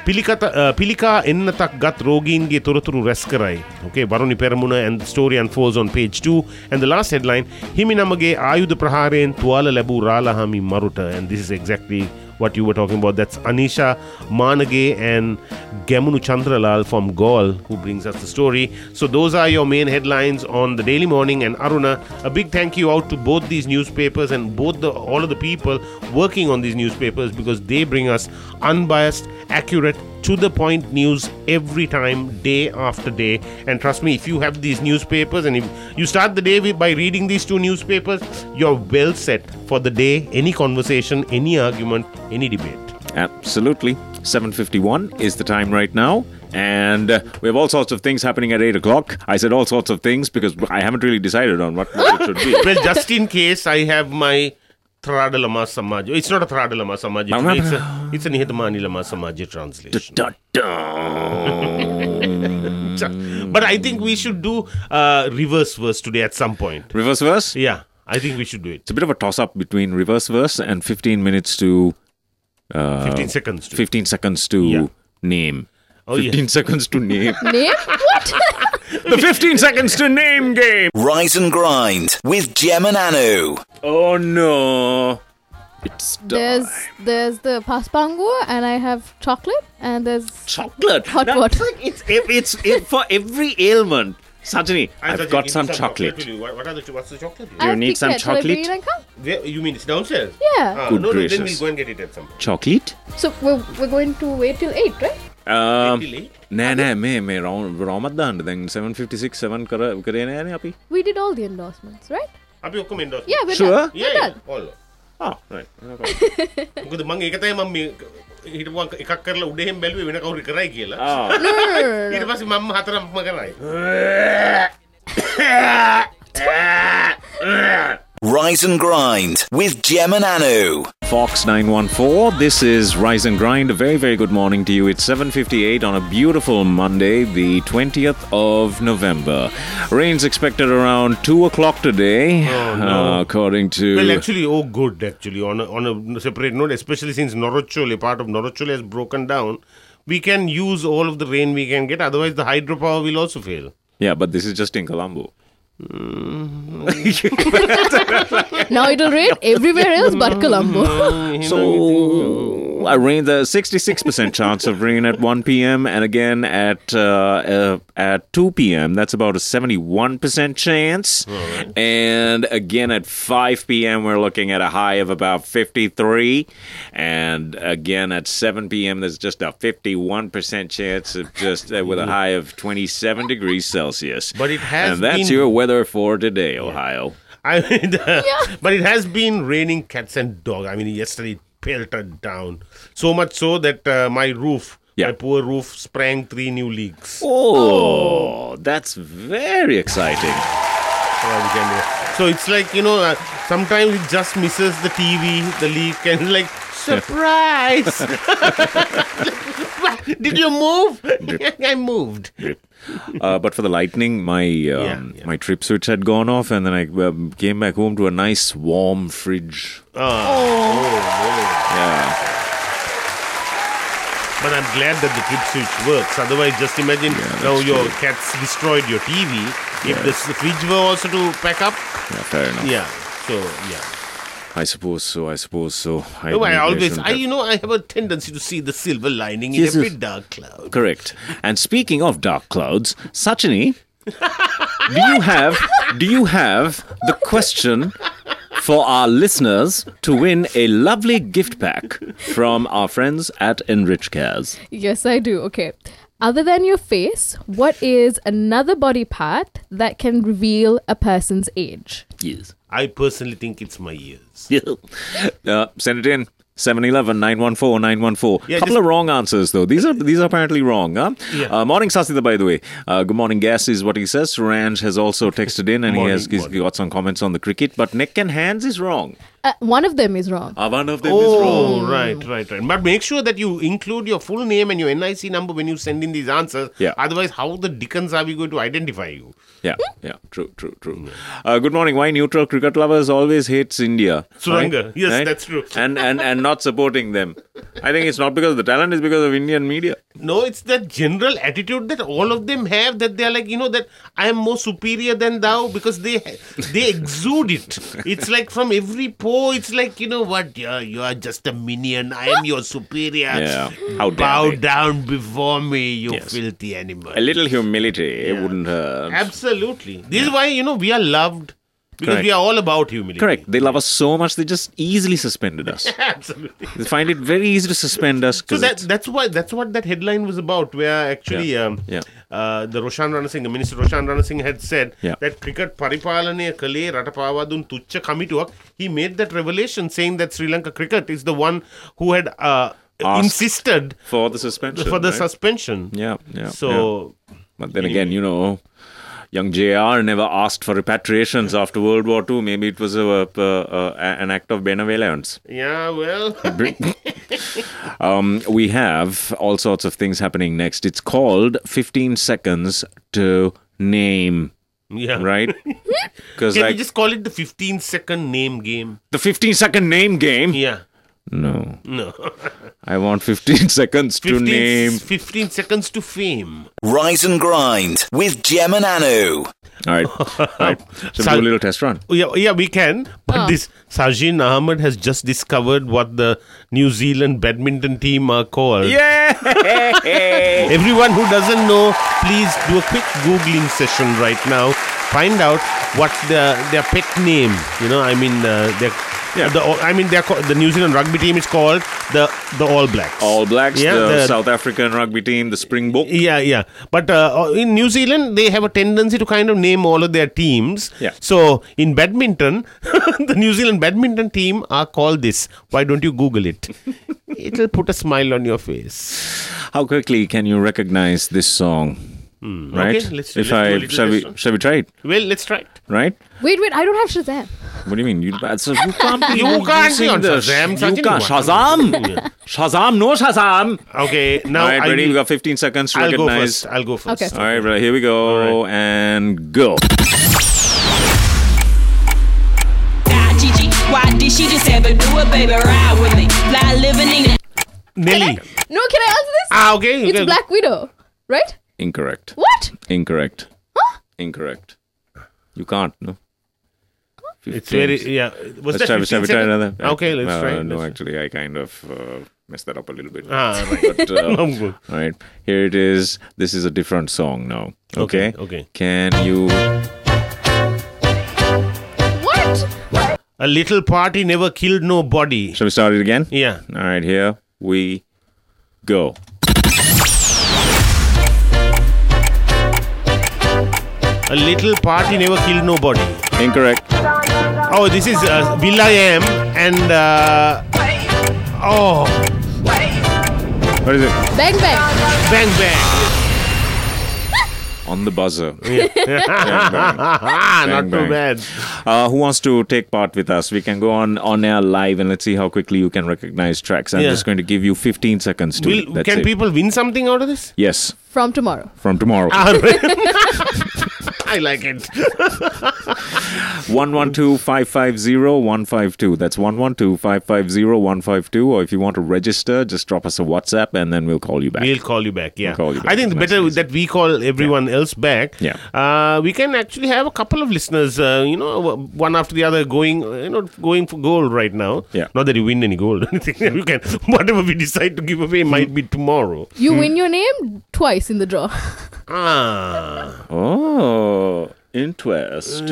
[SPEAKER 2] පිළිකත පිළිකා එන්නතක් ගත් රෝගීන්ගේ තොරතුරු රැස් කරයි. Okay, Waruni පෙරමුණ and the story unfolds on page 2. And the last headline, හිමි නමගේ ආයුධ ප්‍රහාරයෙන් තුවාල ලැබූ රාලහාමි මරුට. And this is exactly what you were talking about. That's Anisha Manage and Gemunu Chandralal from Gaul who brings us the story. So those are your main headlines on the Daily Morning and Aruna. A big thank you out to both these newspapers and both the all of the people working on these newspapers because they bring us unbiased, accurate, to the point news every time, day after day. And trust me, if you have these newspapers and if you start the day with, by reading these two newspapers, you're well set for the day, any conversation, any argument, any debate.
[SPEAKER 3] Absolutely. 7.51 is the time right now. And uh, we have all sorts of things happening at 8 o'clock. I said all sorts of things because I haven't really decided on what it should be.
[SPEAKER 2] well, just in case, I have my Thradalama Samaj. It's not a Thradalama Samaj. It's, it's a, it's a Nihitamani Lama Samaj translation. But I think we should do uh, reverse verse today at some point.
[SPEAKER 3] Reverse verse?
[SPEAKER 2] Yeah, I think we should do it.
[SPEAKER 3] It's a bit of a toss up between reverse verse and 15 minutes to
[SPEAKER 2] 15 seconds. To
[SPEAKER 3] 15 seconds to
[SPEAKER 2] Yeah.
[SPEAKER 3] name.
[SPEAKER 2] Oh, yeah.
[SPEAKER 3] 15 seconds to name.
[SPEAKER 4] Name? What?
[SPEAKER 3] the 15 seconds to name game.
[SPEAKER 5] Rise and Grind with Jem and Anu.
[SPEAKER 3] Oh no. It's
[SPEAKER 4] there's
[SPEAKER 3] time.
[SPEAKER 4] there's the paspango and I have chocolate and there's
[SPEAKER 3] chocolate.
[SPEAKER 4] Hot
[SPEAKER 3] Now,
[SPEAKER 4] water.
[SPEAKER 3] It's it's, it's it, for every ailment. Sajani,
[SPEAKER 2] I
[SPEAKER 3] I've
[SPEAKER 2] thought
[SPEAKER 3] got
[SPEAKER 2] you
[SPEAKER 3] some
[SPEAKER 2] needed
[SPEAKER 3] chocolate.
[SPEAKER 2] with you. What, what are the, what's the chocolate?
[SPEAKER 4] I
[SPEAKER 3] you
[SPEAKER 4] have
[SPEAKER 3] need some
[SPEAKER 4] Kit Kat. Shall I bring
[SPEAKER 3] chocolate?
[SPEAKER 4] it and come?
[SPEAKER 2] Where- you mean it's downstairs?
[SPEAKER 4] Yeah.
[SPEAKER 2] Ah,
[SPEAKER 3] Good
[SPEAKER 2] no, no, then
[SPEAKER 3] gracious.
[SPEAKER 2] we'll go and get it at some point.
[SPEAKER 3] Chocolate?
[SPEAKER 4] So we're, we're going to wait till 8, right?
[SPEAKER 3] Um,
[SPEAKER 2] Till eight?
[SPEAKER 3] nah, nah, me, me, wrong, wrong with that. Then 756, 7 kare, kare na yani api?
[SPEAKER 4] We did all the endorsements, right?
[SPEAKER 2] Abhi okkom endorsement.
[SPEAKER 4] Yeah, we're
[SPEAKER 3] Sure.
[SPEAKER 4] done.
[SPEAKER 2] Yeah,
[SPEAKER 4] We're
[SPEAKER 2] yeah,
[SPEAKER 4] done.
[SPEAKER 2] all.
[SPEAKER 3] Oh, right.
[SPEAKER 2] මොකද මං ඒක තමයි මම මේ හිටපුවා එකක් කරලා උඩහෙන් බැලුවේ වෙන කවුරු කරයි කියලා.
[SPEAKER 3] Oh.
[SPEAKER 4] No, no, no, no, no.
[SPEAKER 2] ඊට පස්සේ මම හතරක්ම කරයි.
[SPEAKER 3] Uh.
[SPEAKER 5] Rise and Grind with Jem and Anu.
[SPEAKER 3] Fox 914. This is Rise and Grind. A very, very good morning to you. It's 7:58 on a beautiful Monday, the 20th of November. Rain's expected around two o'clock today, uh, according to.
[SPEAKER 2] Well, actually, oh, good. Actually, on a, on a separate note, especially since Norocchole, part of Norocchole has broken down, we can use all of the rain we can get. Otherwise, the hydropower will also fail.
[SPEAKER 3] yeah, but this is just in Colombo.
[SPEAKER 2] Mm-hmm.
[SPEAKER 4] Now it'll rain everywhere else but
[SPEAKER 3] Mm-hmm.
[SPEAKER 4] Colombo.
[SPEAKER 3] So, a rain. The 66% chance of rain at 1 p.m. and again at uh, uh, at 2 p.m. That's about a 71% chance. And again at 5 p.m. we're looking at a high of about 53. And again at 7 p.m. there's just a 51% chance of just uh, with a high of 27 degrees Celsius.
[SPEAKER 2] But it has
[SPEAKER 3] And that's
[SPEAKER 2] been-
[SPEAKER 3] your weather for today, Ohio.
[SPEAKER 2] I mean, uh, but it has been raining cats and dog. I mean, yesterday it pelted down so much so that uh, my roof,
[SPEAKER 3] Yeah.
[SPEAKER 2] my poor roof, sprang three new leaks.
[SPEAKER 3] Oh, that's very exciting.
[SPEAKER 2] for our camera. So it's like you know, uh, sometimes it just misses the TV, the leak, and like surprise. Did you move? I moved.
[SPEAKER 3] uh, but for the lightning, my um,
[SPEAKER 2] yeah.
[SPEAKER 3] my trip switch had gone off, and then I um, came back home to a nice warm fridge.
[SPEAKER 2] Oh,
[SPEAKER 3] Yeah,
[SPEAKER 2] But I'm glad that the trip switch works. Otherwise, just imagine now your cat's destroyed your TV. If the s- fridge were also to pack up,
[SPEAKER 3] yeah, fair enough.
[SPEAKER 2] yeah. So yeah. Oh,
[SPEAKER 3] I suppose so. I suppose so. I,
[SPEAKER 2] No, I
[SPEAKER 3] maybe
[SPEAKER 2] always,
[SPEAKER 3] shouldn't
[SPEAKER 2] I
[SPEAKER 3] have-
[SPEAKER 2] you know, I have a tendency to see the silver lining
[SPEAKER 3] Jesus.
[SPEAKER 2] in every dark cloud.
[SPEAKER 3] correct. And speaking of dark clouds, Sachini, do you have do you have the question? For our listeners to win a lovely gift pack from our friends at Enrich Cares.
[SPEAKER 4] yes, I do. Okay. Other than your face, what is another body part that can reveal a person's age?
[SPEAKER 3] Yes.
[SPEAKER 2] I personally think it's my ears.
[SPEAKER 3] uh, send it in. 711 914 914.
[SPEAKER 2] Yeah,
[SPEAKER 3] Couple
[SPEAKER 2] just-
[SPEAKER 3] of wrong answers, though. These are these are apparently wrong. Huh? Uh, morning, Sasita, by the way. Uh, good morning, Gas is what he says. Ranj has also texted in and he
[SPEAKER 2] Morning,
[SPEAKER 3] has he's
[SPEAKER 2] morning.
[SPEAKER 3] got some comments on the cricket, but neck and hands is wrong.
[SPEAKER 4] Uh, one of them is wrong.
[SPEAKER 3] Uh, one of them is wrong.
[SPEAKER 2] Oh, right, right, right. But make sure that you include your full name and your NIC number when you send in these answers.
[SPEAKER 3] Yeah.
[SPEAKER 2] Otherwise, how the dickens are we going to identify you?
[SPEAKER 3] Yeah, yeah, true, true, true. Uh, good morning. Why neutral cricket lovers always hates India?
[SPEAKER 2] Suranga. Yes, that's true.
[SPEAKER 3] And, and and not supporting them. I think it's not because of the talent, it's because of Indian media.
[SPEAKER 2] No, it's that general attitude that all of them have that they're like, you know, that I am more superior than thou because they they exude it. It's like from every pore, it's like, you know what, you are, you are just a minion. I am your superior.
[SPEAKER 3] Yeah. How dare
[SPEAKER 2] Bow
[SPEAKER 3] they.
[SPEAKER 2] down before me, you filthy animal.
[SPEAKER 3] A little humility wouldn't hurt.
[SPEAKER 2] Absolutely. This is why, you know, we are loved because
[SPEAKER 3] Correct.
[SPEAKER 2] we are all about humility.
[SPEAKER 3] Correct. They love us so much they just easily suspended us.
[SPEAKER 2] Absolutely.
[SPEAKER 3] they find it very easy to suspend us.
[SPEAKER 2] So
[SPEAKER 3] 'cause
[SPEAKER 2] that,
[SPEAKER 3] it's-
[SPEAKER 2] that's why that's what that headline was about, where actually
[SPEAKER 3] Yeah.
[SPEAKER 2] Um,
[SPEAKER 3] Yeah.
[SPEAKER 2] Uh, the Roshan Rana Singh, Minister Roshan Rana Singh had said
[SPEAKER 3] Yeah.
[SPEAKER 2] that cricket paripalane kale ratapavadun tuchcha kamituak. He made that revelation saying that Sri Lanka cricket is the one who had uh,
[SPEAKER 3] ask
[SPEAKER 2] insisted
[SPEAKER 3] for the suspension.
[SPEAKER 2] for the
[SPEAKER 3] right?
[SPEAKER 2] suspension.
[SPEAKER 3] Yeah, yeah. yeah.
[SPEAKER 2] So
[SPEAKER 3] But then again, you know, young JR never asked for repatriations after World War II. Maybe it was a, a, a, a- an act of benevolence.
[SPEAKER 2] yeah, well,
[SPEAKER 3] um, we have all sorts of things happening next. It's called 15 Seconds to Name,
[SPEAKER 2] yeah.
[SPEAKER 3] right? Because,
[SPEAKER 2] Can
[SPEAKER 3] like,
[SPEAKER 2] we just call it the 15 second name game?
[SPEAKER 3] the 15 second name game.
[SPEAKER 2] Yeah.
[SPEAKER 3] No,
[SPEAKER 2] No.
[SPEAKER 3] I want 15 seconds to
[SPEAKER 2] 15,
[SPEAKER 3] name.
[SPEAKER 2] 15 seconds to fame.
[SPEAKER 5] Rise and Grind with Gem and Anu.
[SPEAKER 3] All right. All right. So,
[SPEAKER 2] Sal-
[SPEAKER 3] do a little test run.
[SPEAKER 2] Oh, yeah, yeah, we can. But this Sajin Ahmed has just discovered what the New Zealand badminton team are called.
[SPEAKER 3] Yeah!
[SPEAKER 2] Everyone who doesn't know, please do a quick googling session right now. Find out what the, their pet name. You know, I mean, uh, their,
[SPEAKER 3] Yeah.
[SPEAKER 2] the I mean, they're called, the New Zealand rugby team is called the the All Blacks.
[SPEAKER 3] All Blacks,
[SPEAKER 2] Yeah,
[SPEAKER 3] the,
[SPEAKER 2] the-
[SPEAKER 3] South African rugby team, the Springbok.
[SPEAKER 2] Yeah, yeah. But uh, in New Zealand, they have a tendency to kind of name all of their teams.
[SPEAKER 3] Yeah.
[SPEAKER 2] So in badminton, the New Zealand badminton team are called this. Why don't you Google it? It'll put a smile on your face.
[SPEAKER 3] How quickly can you recognize this song? right?
[SPEAKER 2] Hmm. okay, let's- let's
[SPEAKER 3] if
[SPEAKER 2] do
[SPEAKER 3] I
[SPEAKER 2] a little
[SPEAKER 3] shall we
[SPEAKER 2] test run.
[SPEAKER 3] shall we try it?
[SPEAKER 2] Well, let's try it.
[SPEAKER 3] Right?
[SPEAKER 4] Wait, wait, I don't have Shazam.
[SPEAKER 3] What do you mean? You, that's a, you can't be
[SPEAKER 2] You can't
[SPEAKER 3] using
[SPEAKER 2] be on
[SPEAKER 3] the-
[SPEAKER 2] Shazam,
[SPEAKER 3] You
[SPEAKER 2] Sachin,
[SPEAKER 3] can't.
[SPEAKER 2] what?
[SPEAKER 3] Shazam! Shazam! No Shazam!
[SPEAKER 2] Okay, now
[SPEAKER 3] All right,
[SPEAKER 2] I
[SPEAKER 3] ready?
[SPEAKER 2] will-
[SPEAKER 3] We got 15 seconds to
[SPEAKER 2] I'll go
[SPEAKER 3] recognize.
[SPEAKER 2] first. I'll go first.
[SPEAKER 4] Okay.
[SPEAKER 3] All right, brother, here we go and go.
[SPEAKER 8] Ah, Gigi, why did she just ever do it, baby? Ride with me. Fly living in
[SPEAKER 2] Nelly.
[SPEAKER 4] No, can I answer this?
[SPEAKER 2] Ah, okay.
[SPEAKER 4] it's
[SPEAKER 2] okay.
[SPEAKER 4] Black Widow, right?
[SPEAKER 3] Incorrect.
[SPEAKER 4] What?
[SPEAKER 3] Incorrect.
[SPEAKER 4] Huh?
[SPEAKER 3] Incorrect. You can't. No.
[SPEAKER 2] It's
[SPEAKER 3] 15.
[SPEAKER 2] very yeah. Was
[SPEAKER 3] Let's try, let's
[SPEAKER 2] that
[SPEAKER 3] try,
[SPEAKER 2] 15
[SPEAKER 3] let's try
[SPEAKER 2] second?
[SPEAKER 3] another.
[SPEAKER 2] Okay, let's
[SPEAKER 3] Uh,
[SPEAKER 2] try.
[SPEAKER 3] No,
[SPEAKER 2] let's-
[SPEAKER 3] actually, I kind of uh, messed that up a little bit.
[SPEAKER 2] Ah, right.
[SPEAKER 3] But, uh,
[SPEAKER 2] I'm good.
[SPEAKER 3] all right, here it is. This is a different song now. Okay.
[SPEAKER 2] Okay, okay.
[SPEAKER 3] Can you?
[SPEAKER 4] What?
[SPEAKER 2] A little party never killed nobody.
[SPEAKER 3] Shall we start it again?
[SPEAKER 2] Yeah.
[SPEAKER 3] All right, here we go.
[SPEAKER 2] A little party never killed nobody.
[SPEAKER 3] Incorrect.
[SPEAKER 2] Oh, this is uh, Will I Am and uh, oh,
[SPEAKER 3] What is it?
[SPEAKER 4] Bang bang.
[SPEAKER 2] Bang Bang.
[SPEAKER 3] On the buzzer.
[SPEAKER 2] Ah,
[SPEAKER 3] Bang
[SPEAKER 2] not too
[SPEAKER 3] Bang.
[SPEAKER 2] bad.
[SPEAKER 3] Uh, who wants to take part with us? We can go on on air live and let's see how quickly you can recognize tracks. I'm
[SPEAKER 2] Yeah.
[SPEAKER 3] just going to give you 15 seconds to. it.
[SPEAKER 2] Will,
[SPEAKER 3] That's
[SPEAKER 2] can
[SPEAKER 3] it.
[SPEAKER 2] people win something out of this?
[SPEAKER 3] Yes,
[SPEAKER 4] From tomorrow.
[SPEAKER 3] from tomorrow.
[SPEAKER 2] Ah, right. I like it.
[SPEAKER 3] One one two five five zero one five two. That's one one two five five zero one five two. Or if you want to register, just drop us a WhatsApp and then we'll call you back.
[SPEAKER 2] We'll call you back. Yeah,
[SPEAKER 3] We'll call you back.
[SPEAKER 2] I think the
[SPEAKER 3] Nice
[SPEAKER 2] better
[SPEAKER 3] and easy.
[SPEAKER 2] that we call everyone else back.
[SPEAKER 3] Yeah.
[SPEAKER 2] uh, we can actually have a couple of listeners. Uh, you know, w- one after the other, going uh, you know going for gold right now.
[SPEAKER 3] Yeah.
[SPEAKER 2] not that you win any gold or anything. you can whatever we decide to give away might be tomorrow.
[SPEAKER 4] You
[SPEAKER 3] Hmm.
[SPEAKER 4] win your name twice in the draw.
[SPEAKER 2] Ah,
[SPEAKER 3] Oh, interest.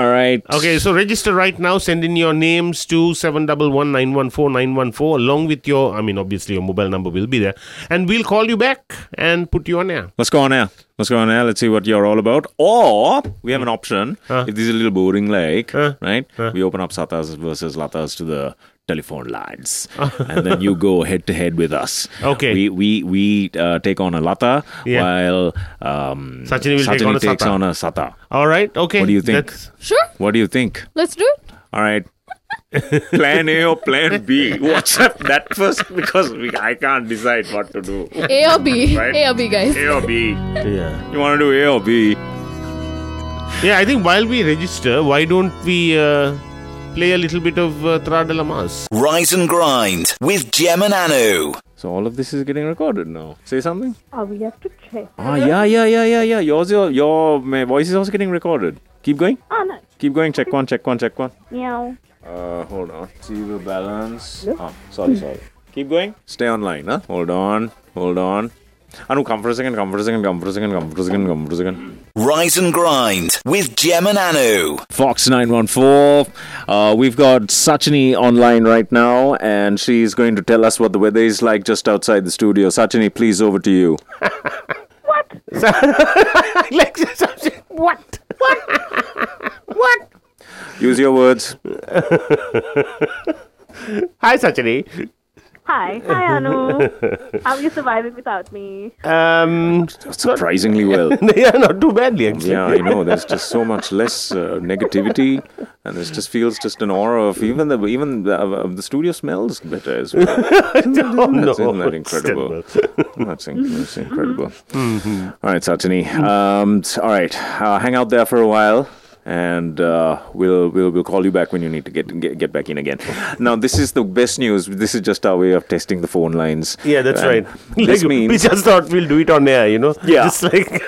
[SPEAKER 3] All right.
[SPEAKER 2] okay. So register right now. Send in your names to seven double one nine one four nine one four along with your. I mean, obviously your mobile number will be there, and we'll call you back and put you on air.
[SPEAKER 3] Let's go on air. Let's go on air. Let's see what you're all about. Or we have an option. If this is a little boring, like, right? We open up Satas versus Latas to the telephone lines. and then you go head to head with us.
[SPEAKER 2] Okay.
[SPEAKER 3] We we, we uh, take on a Lata
[SPEAKER 2] Yeah.
[SPEAKER 3] while um,
[SPEAKER 2] Sachin will take on a
[SPEAKER 3] takes
[SPEAKER 2] Sata.
[SPEAKER 3] on a Sata.
[SPEAKER 2] All right. Okay.
[SPEAKER 3] What do you think?
[SPEAKER 2] That's-
[SPEAKER 4] sure,
[SPEAKER 3] What do you think?
[SPEAKER 4] let's do it.
[SPEAKER 3] All right. plan A or plan B? What's up that first? Because we, I can't decide what to do.
[SPEAKER 4] A or B.
[SPEAKER 3] Right.
[SPEAKER 4] A or B, guys.
[SPEAKER 3] A or B?
[SPEAKER 2] yeah.
[SPEAKER 3] You want to do A or B?
[SPEAKER 2] Yeah, I think while we register, why don't we uh, play a little bit of uh, Tra de la Mas?
[SPEAKER 5] Rise and Grind with Gem and Anu.
[SPEAKER 3] So all of this is getting recorded now. Say something.
[SPEAKER 7] Oh, we have to check.
[SPEAKER 3] Ah, yeah, yeah, yeah, yeah, yeah. Yours, your, your my voice is also getting recorded. Keep going.
[SPEAKER 7] Oh, no.
[SPEAKER 3] Keep going. Check one, check one, check one.
[SPEAKER 7] Meow.
[SPEAKER 3] Uh, hold on. See the balance. Ah, sorry, sorry. Keep going. Stay online, huh? Hold on. Hold on. Anu, come for a second, come for a second, come for a second, come for a second, come for a second.
[SPEAKER 5] Rise and Grind with Gem and Anu.
[SPEAKER 3] Fox 914. Uh, we've got Sachini online right now, and she's going to tell us what the weather is like just outside the studio. Sachini, please, over to you.
[SPEAKER 2] like, what?
[SPEAKER 3] Use your words.
[SPEAKER 2] Hi, Sachini.
[SPEAKER 9] Hi. Hi, Anu. How are you surviving without me?
[SPEAKER 2] Um, it's not
[SPEAKER 3] Surprisingly well.
[SPEAKER 2] yeah, not too badly actually.
[SPEAKER 3] Yeah, I know. There's just so much less uh, negativity, and this just feels just an aura of even the even the, uh, the studio smells better as well.
[SPEAKER 2] oh, no.
[SPEAKER 3] Isn't that
[SPEAKER 2] it's Mm-hmm.
[SPEAKER 3] incredible?
[SPEAKER 2] terrible.
[SPEAKER 3] That's, inc- that's incredible. All right, Satini. Um, t- all right, uh, hang out there for a while. And uh, we'll, we'll we'll call you back when you need to get, get get back in again. Now this is the best news. This is just our way of testing the phone lines.
[SPEAKER 2] Yeah, that's
[SPEAKER 3] And
[SPEAKER 2] right.
[SPEAKER 3] This
[SPEAKER 2] Like,
[SPEAKER 3] means
[SPEAKER 2] we just thought we'll do it on air, you know?
[SPEAKER 3] Yeah.
[SPEAKER 2] Just like,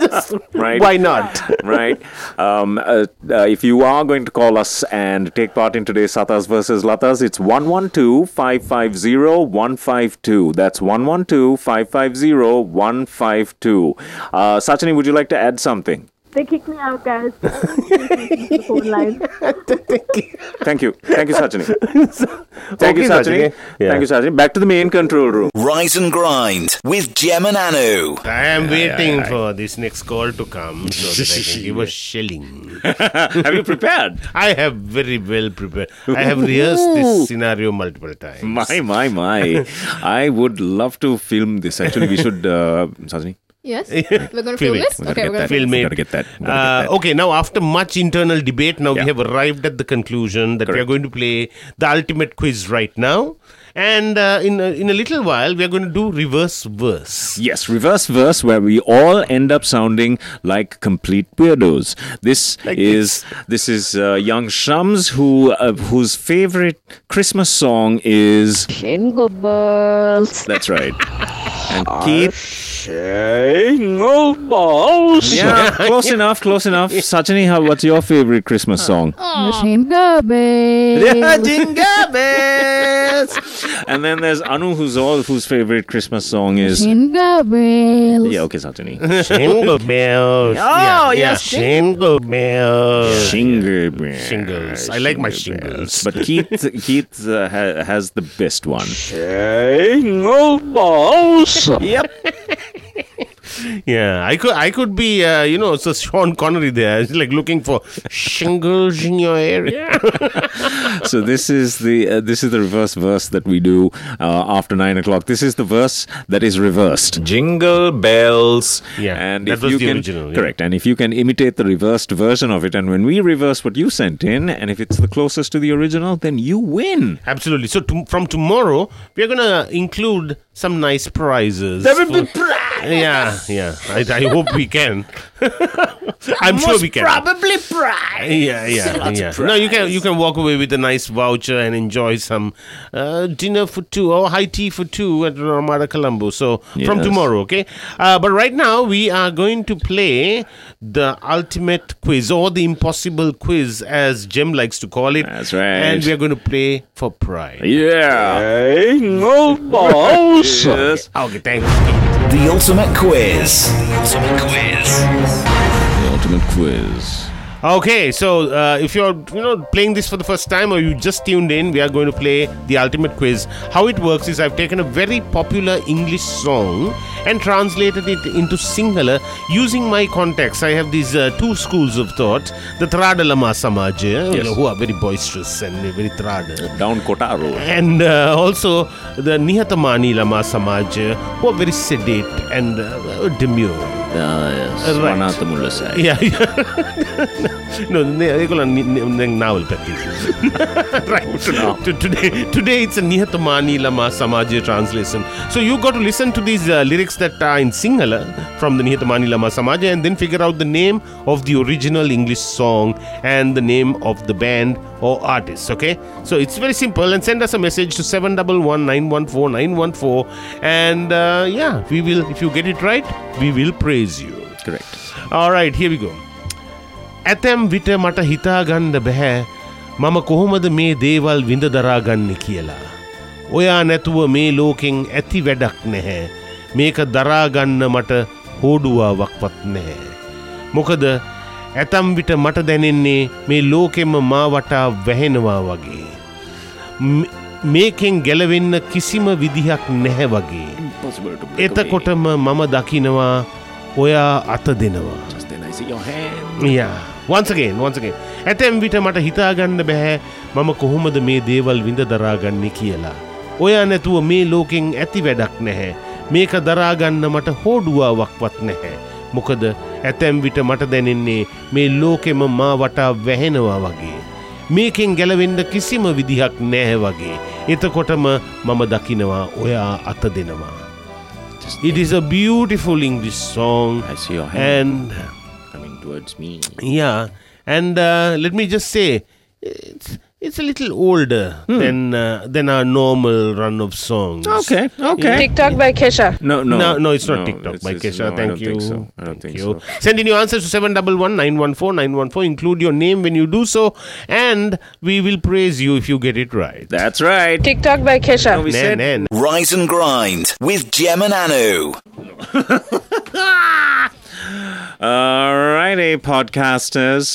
[SPEAKER 2] just-
[SPEAKER 3] Right.
[SPEAKER 2] why not?
[SPEAKER 3] right? Um, uh, uh, if you are going to call us and take part in today's Satas versus Latas, it's 112 550 152. That's 112 550 152. Uh, Sachini, would you like to add something?
[SPEAKER 9] They kicked me out, guys. The phone line.
[SPEAKER 3] Thank you. Thank you, Sachini. Thank you, Sachini.
[SPEAKER 2] Okay, Sachini. Yeah.
[SPEAKER 3] Thank you, Sachini. Back to the main control room.
[SPEAKER 5] Rise and Grind with Gem and Anu.
[SPEAKER 2] I am waiting for this next call to come so that I can give a shilling.
[SPEAKER 3] Have you prepared?
[SPEAKER 2] I have very well prepared. I have rehearsed this scenario multiple times.
[SPEAKER 3] My, my, my. I would love to film this. Actually, we should, uh, Sachini.
[SPEAKER 4] Yes? We're going to film
[SPEAKER 2] it.
[SPEAKER 4] this?
[SPEAKER 3] We gotta
[SPEAKER 4] Okay, we're
[SPEAKER 3] get
[SPEAKER 4] going to
[SPEAKER 3] that.
[SPEAKER 4] film
[SPEAKER 2] Film
[SPEAKER 3] We
[SPEAKER 2] it.
[SPEAKER 3] gotta get that. We gotta
[SPEAKER 2] Uh,
[SPEAKER 3] get that.
[SPEAKER 2] Okay, now after much internal debate, now
[SPEAKER 3] Yeah.
[SPEAKER 2] we have arrived at the conclusion that we
[SPEAKER 3] Correct.
[SPEAKER 2] are going to play the ultimate quiz right now, and uh, in a, in a little while we are going to do reverse verse.
[SPEAKER 3] Yes, reverse verse where we all end up sounding like complete weirdos. This is this is uh, young Shams who uh, whose favorite Christmas song is
[SPEAKER 9] Jingle balls.
[SPEAKER 3] that's right. And Keith,
[SPEAKER 9] Jingle balls.
[SPEAKER 3] yeah, close enough, close enough. Sachini, how, what's your favorite Christmas song?
[SPEAKER 4] Oh, Machine Garbage.
[SPEAKER 3] Yeah, Jingle Bells. And then there's Anu, who's all whose favorite Christmas song is.
[SPEAKER 4] Machine Garbage.
[SPEAKER 3] Yeah, okay, Sachini.
[SPEAKER 2] Jingle bells. Oh yes, jingle bells.
[SPEAKER 3] Jingle bells.
[SPEAKER 2] Shingles. I like my shingles.
[SPEAKER 3] But Keith, Keith uh, ha- has the best one.
[SPEAKER 9] Jingle balls.
[SPEAKER 3] Yep.
[SPEAKER 2] Yeah, I could I could be uh, you know so Sean Connery there, He's like looking for shingles in your area.
[SPEAKER 3] so this is the uh, this is the reverse verse that we do uh, after nine o'clock. This is the verse that is reversed. Jingle bells.
[SPEAKER 2] Yeah,
[SPEAKER 3] and
[SPEAKER 2] that
[SPEAKER 3] if
[SPEAKER 2] was
[SPEAKER 3] you
[SPEAKER 2] the
[SPEAKER 3] can
[SPEAKER 2] original, yeah.
[SPEAKER 3] correct, and if you can imitate the reversed version of it, and when we reverse what you sent in, and if it's the closest to the original, then you win.
[SPEAKER 2] Absolutely. So to, from tomorrow we are gonna include some nice prizes. There will be prizes. Yeah, yeah. I, I hope we can. I'm sure we can.
[SPEAKER 6] Probably pride.
[SPEAKER 2] Yeah, yeah, yeah. No, you can you can walk away with a nice voucher and enjoy some uh, dinner for two or high tea for two at Ramada Colombo. So from
[SPEAKER 3] Yes.
[SPEAKER 2] tomorrow, okay. Uh, but right now we are going to play the ultimate quiz or the impossible quiz, as Jim likes to call it.
[SPEAKER 3] That's right.
[SPEAKER 2] And we are going to play for pride.
[SPEAKER 3] Yeah.
[SPEAKER 9] Jingle balls.
[SPEAKER 3] Yes.
[SPEAKER 2] Okay, thanks.
[SPEAKER 5] The ultimate quiz. The ultimate quiz.
[SPEAKER 3] The ultimate quiz.
[SPEAKER 2] Okay, so uh, if you're you know playing this for the first time or you just tuned in, we are going to play the ultimate quiz. How it works is I've taken a very popular English song and translated it into Sinhala using my context. I have these uh, two schools of thought: the Tradalama Samaj, eh, you know, who are very boisterous and very Trad
[SPEAKER 3] Down Kota Road.
[SPEAKER 2] and uh, also the Nihatamani Lama Samaj, uh, who are very sedate and uh, demure. Right. Yeah. no, they call naval Right. To- Today, today it's a Nihatamani Lama Samaje translation. So you got to listen to these uh, lyrics that are in Sinhala from the Nihatamani Lama Samaje and then figure out the name of the original English song and the name of the band or artist. Okay. So it's very simple and send us a message to 711-914-914 and uh, yeah, we will. If you get it right, we will praise you.
[SPEAKER 3] Correct.
[SPEAKER 2] Alright හිවිකු. ඇතැම් විට මට හිතාගන්න බැහැ මම කොහොමද මේ දේවල් විඳ දරාගන්න කියලා. ඔයා නැතුව මේ ලෝකෙන් ඇති වැඩක් නැහැ. මේක දරාගන්න මට හෝඩුවාවක්වත් නැහැ. මොකද ඇතම් විට මට දැනෙන්නේ මේ ලෝකෙම මා වටා වැහෙනවා වගේ. ම්- මේකෙන් ගැලවෙන්න කිසිම විදිහක් නැහැ වගේ.
[SPEAKER 3] Impossible to break away.
[SPEAKER 2] එතකොටම මම දකිනවා ඔයා අත දෙනවා.
[SPEAKER 3] Just Then I see your hand.
[SPEAKER 2] යා වන්සගේ වන්සගේ ඇතැම් විට මට හිතාගන්න බැහැ මම කොහොමද මේ දේවල් විඳ දරාගන්නේ කියලා. ඔය නැතුව මේ ලෝකෙන් ඇති වැඩක් නැහැ. මේක දරාගන්න මට හෝඩුවාවක්වත් නැහැ. මොකද ඇතැම් විට මට දැනෙන්නේ මේ ලෝකෙම මා වටා වැහෙනවා වගේ. මේකෙන් ගැලවෙන්න කිසිම විදිහක් නැහැ වගේ. එතකොටම මම දකිනවා ඔයා අත දෙනවා.
[SPEAKER 10] Just
[SPEAKER 2] It is a beautiful English song
[SPEAKER 10] I see your hand
[SPEAKER 2] and
[SPEAKER 10] coming towards me.
[SPEAKER 2] Yeah, and uh, let me just say, it's it's a little older than uh, than our normal run of songs.
[SPEAKER 3] Hmm. Okay, okay.
[SPEAKER 9] TikTok by Kesha.
[SPEAKER 3] No, no,
[SPEAKER 2] No, no, it's not TikTok
[SPEAKER 3] it's-
[SPEAKER 2] by
[SPEAKER 3] it's-
[SPEAKER 2] Kesha.
[SPEAKER 3] no,
[SPEAKER 2] Thank
[SPEAKER 3] I don't
[SPEAKER 2] you.
[SPEAKER 3] Think so. I don't think
[SPEAKER 2] you.
[SPEAKER 3] so.
[SPEAKER 2] Send in your answers to 711 914 914. Include your name when you do so, and we will praise you if you get it right.
[SPEAKER 3] That's right.
[SPEAKER 9] TikTok by Kesha.
[SPEAKER 3] we
[SPEAKER 2] Nan,
[SPEAKER 3] said
[SPEAKER 2] nan.
[SPEAKER 5] Rise and Grind with Gem and Anu.
[SPEAKER 3] Alrighty, podcasters.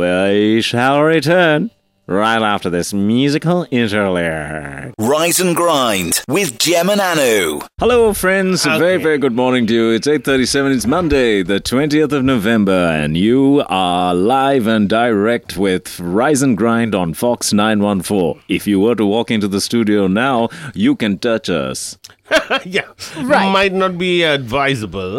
[SPEAKER 3] We shall return right after this musical interlude.
[SPEAKER 5] Rise and Grind with Gem and Anu.
[SPEAKER 3] Hello, friends. A Very,
[SPEAKER 2] Okay.
[SPEAKER 3] very good morning to you. It's 8.37. It's Monday, the 20th of November, and you are live and direct with Rise and Grind on Fox 914. If you were to walk into the studio now, you can touch us.
[SPEAKER 2] yeah,
[SPEAKER 4] Right.
[SPEAKER 2] might not be advisable,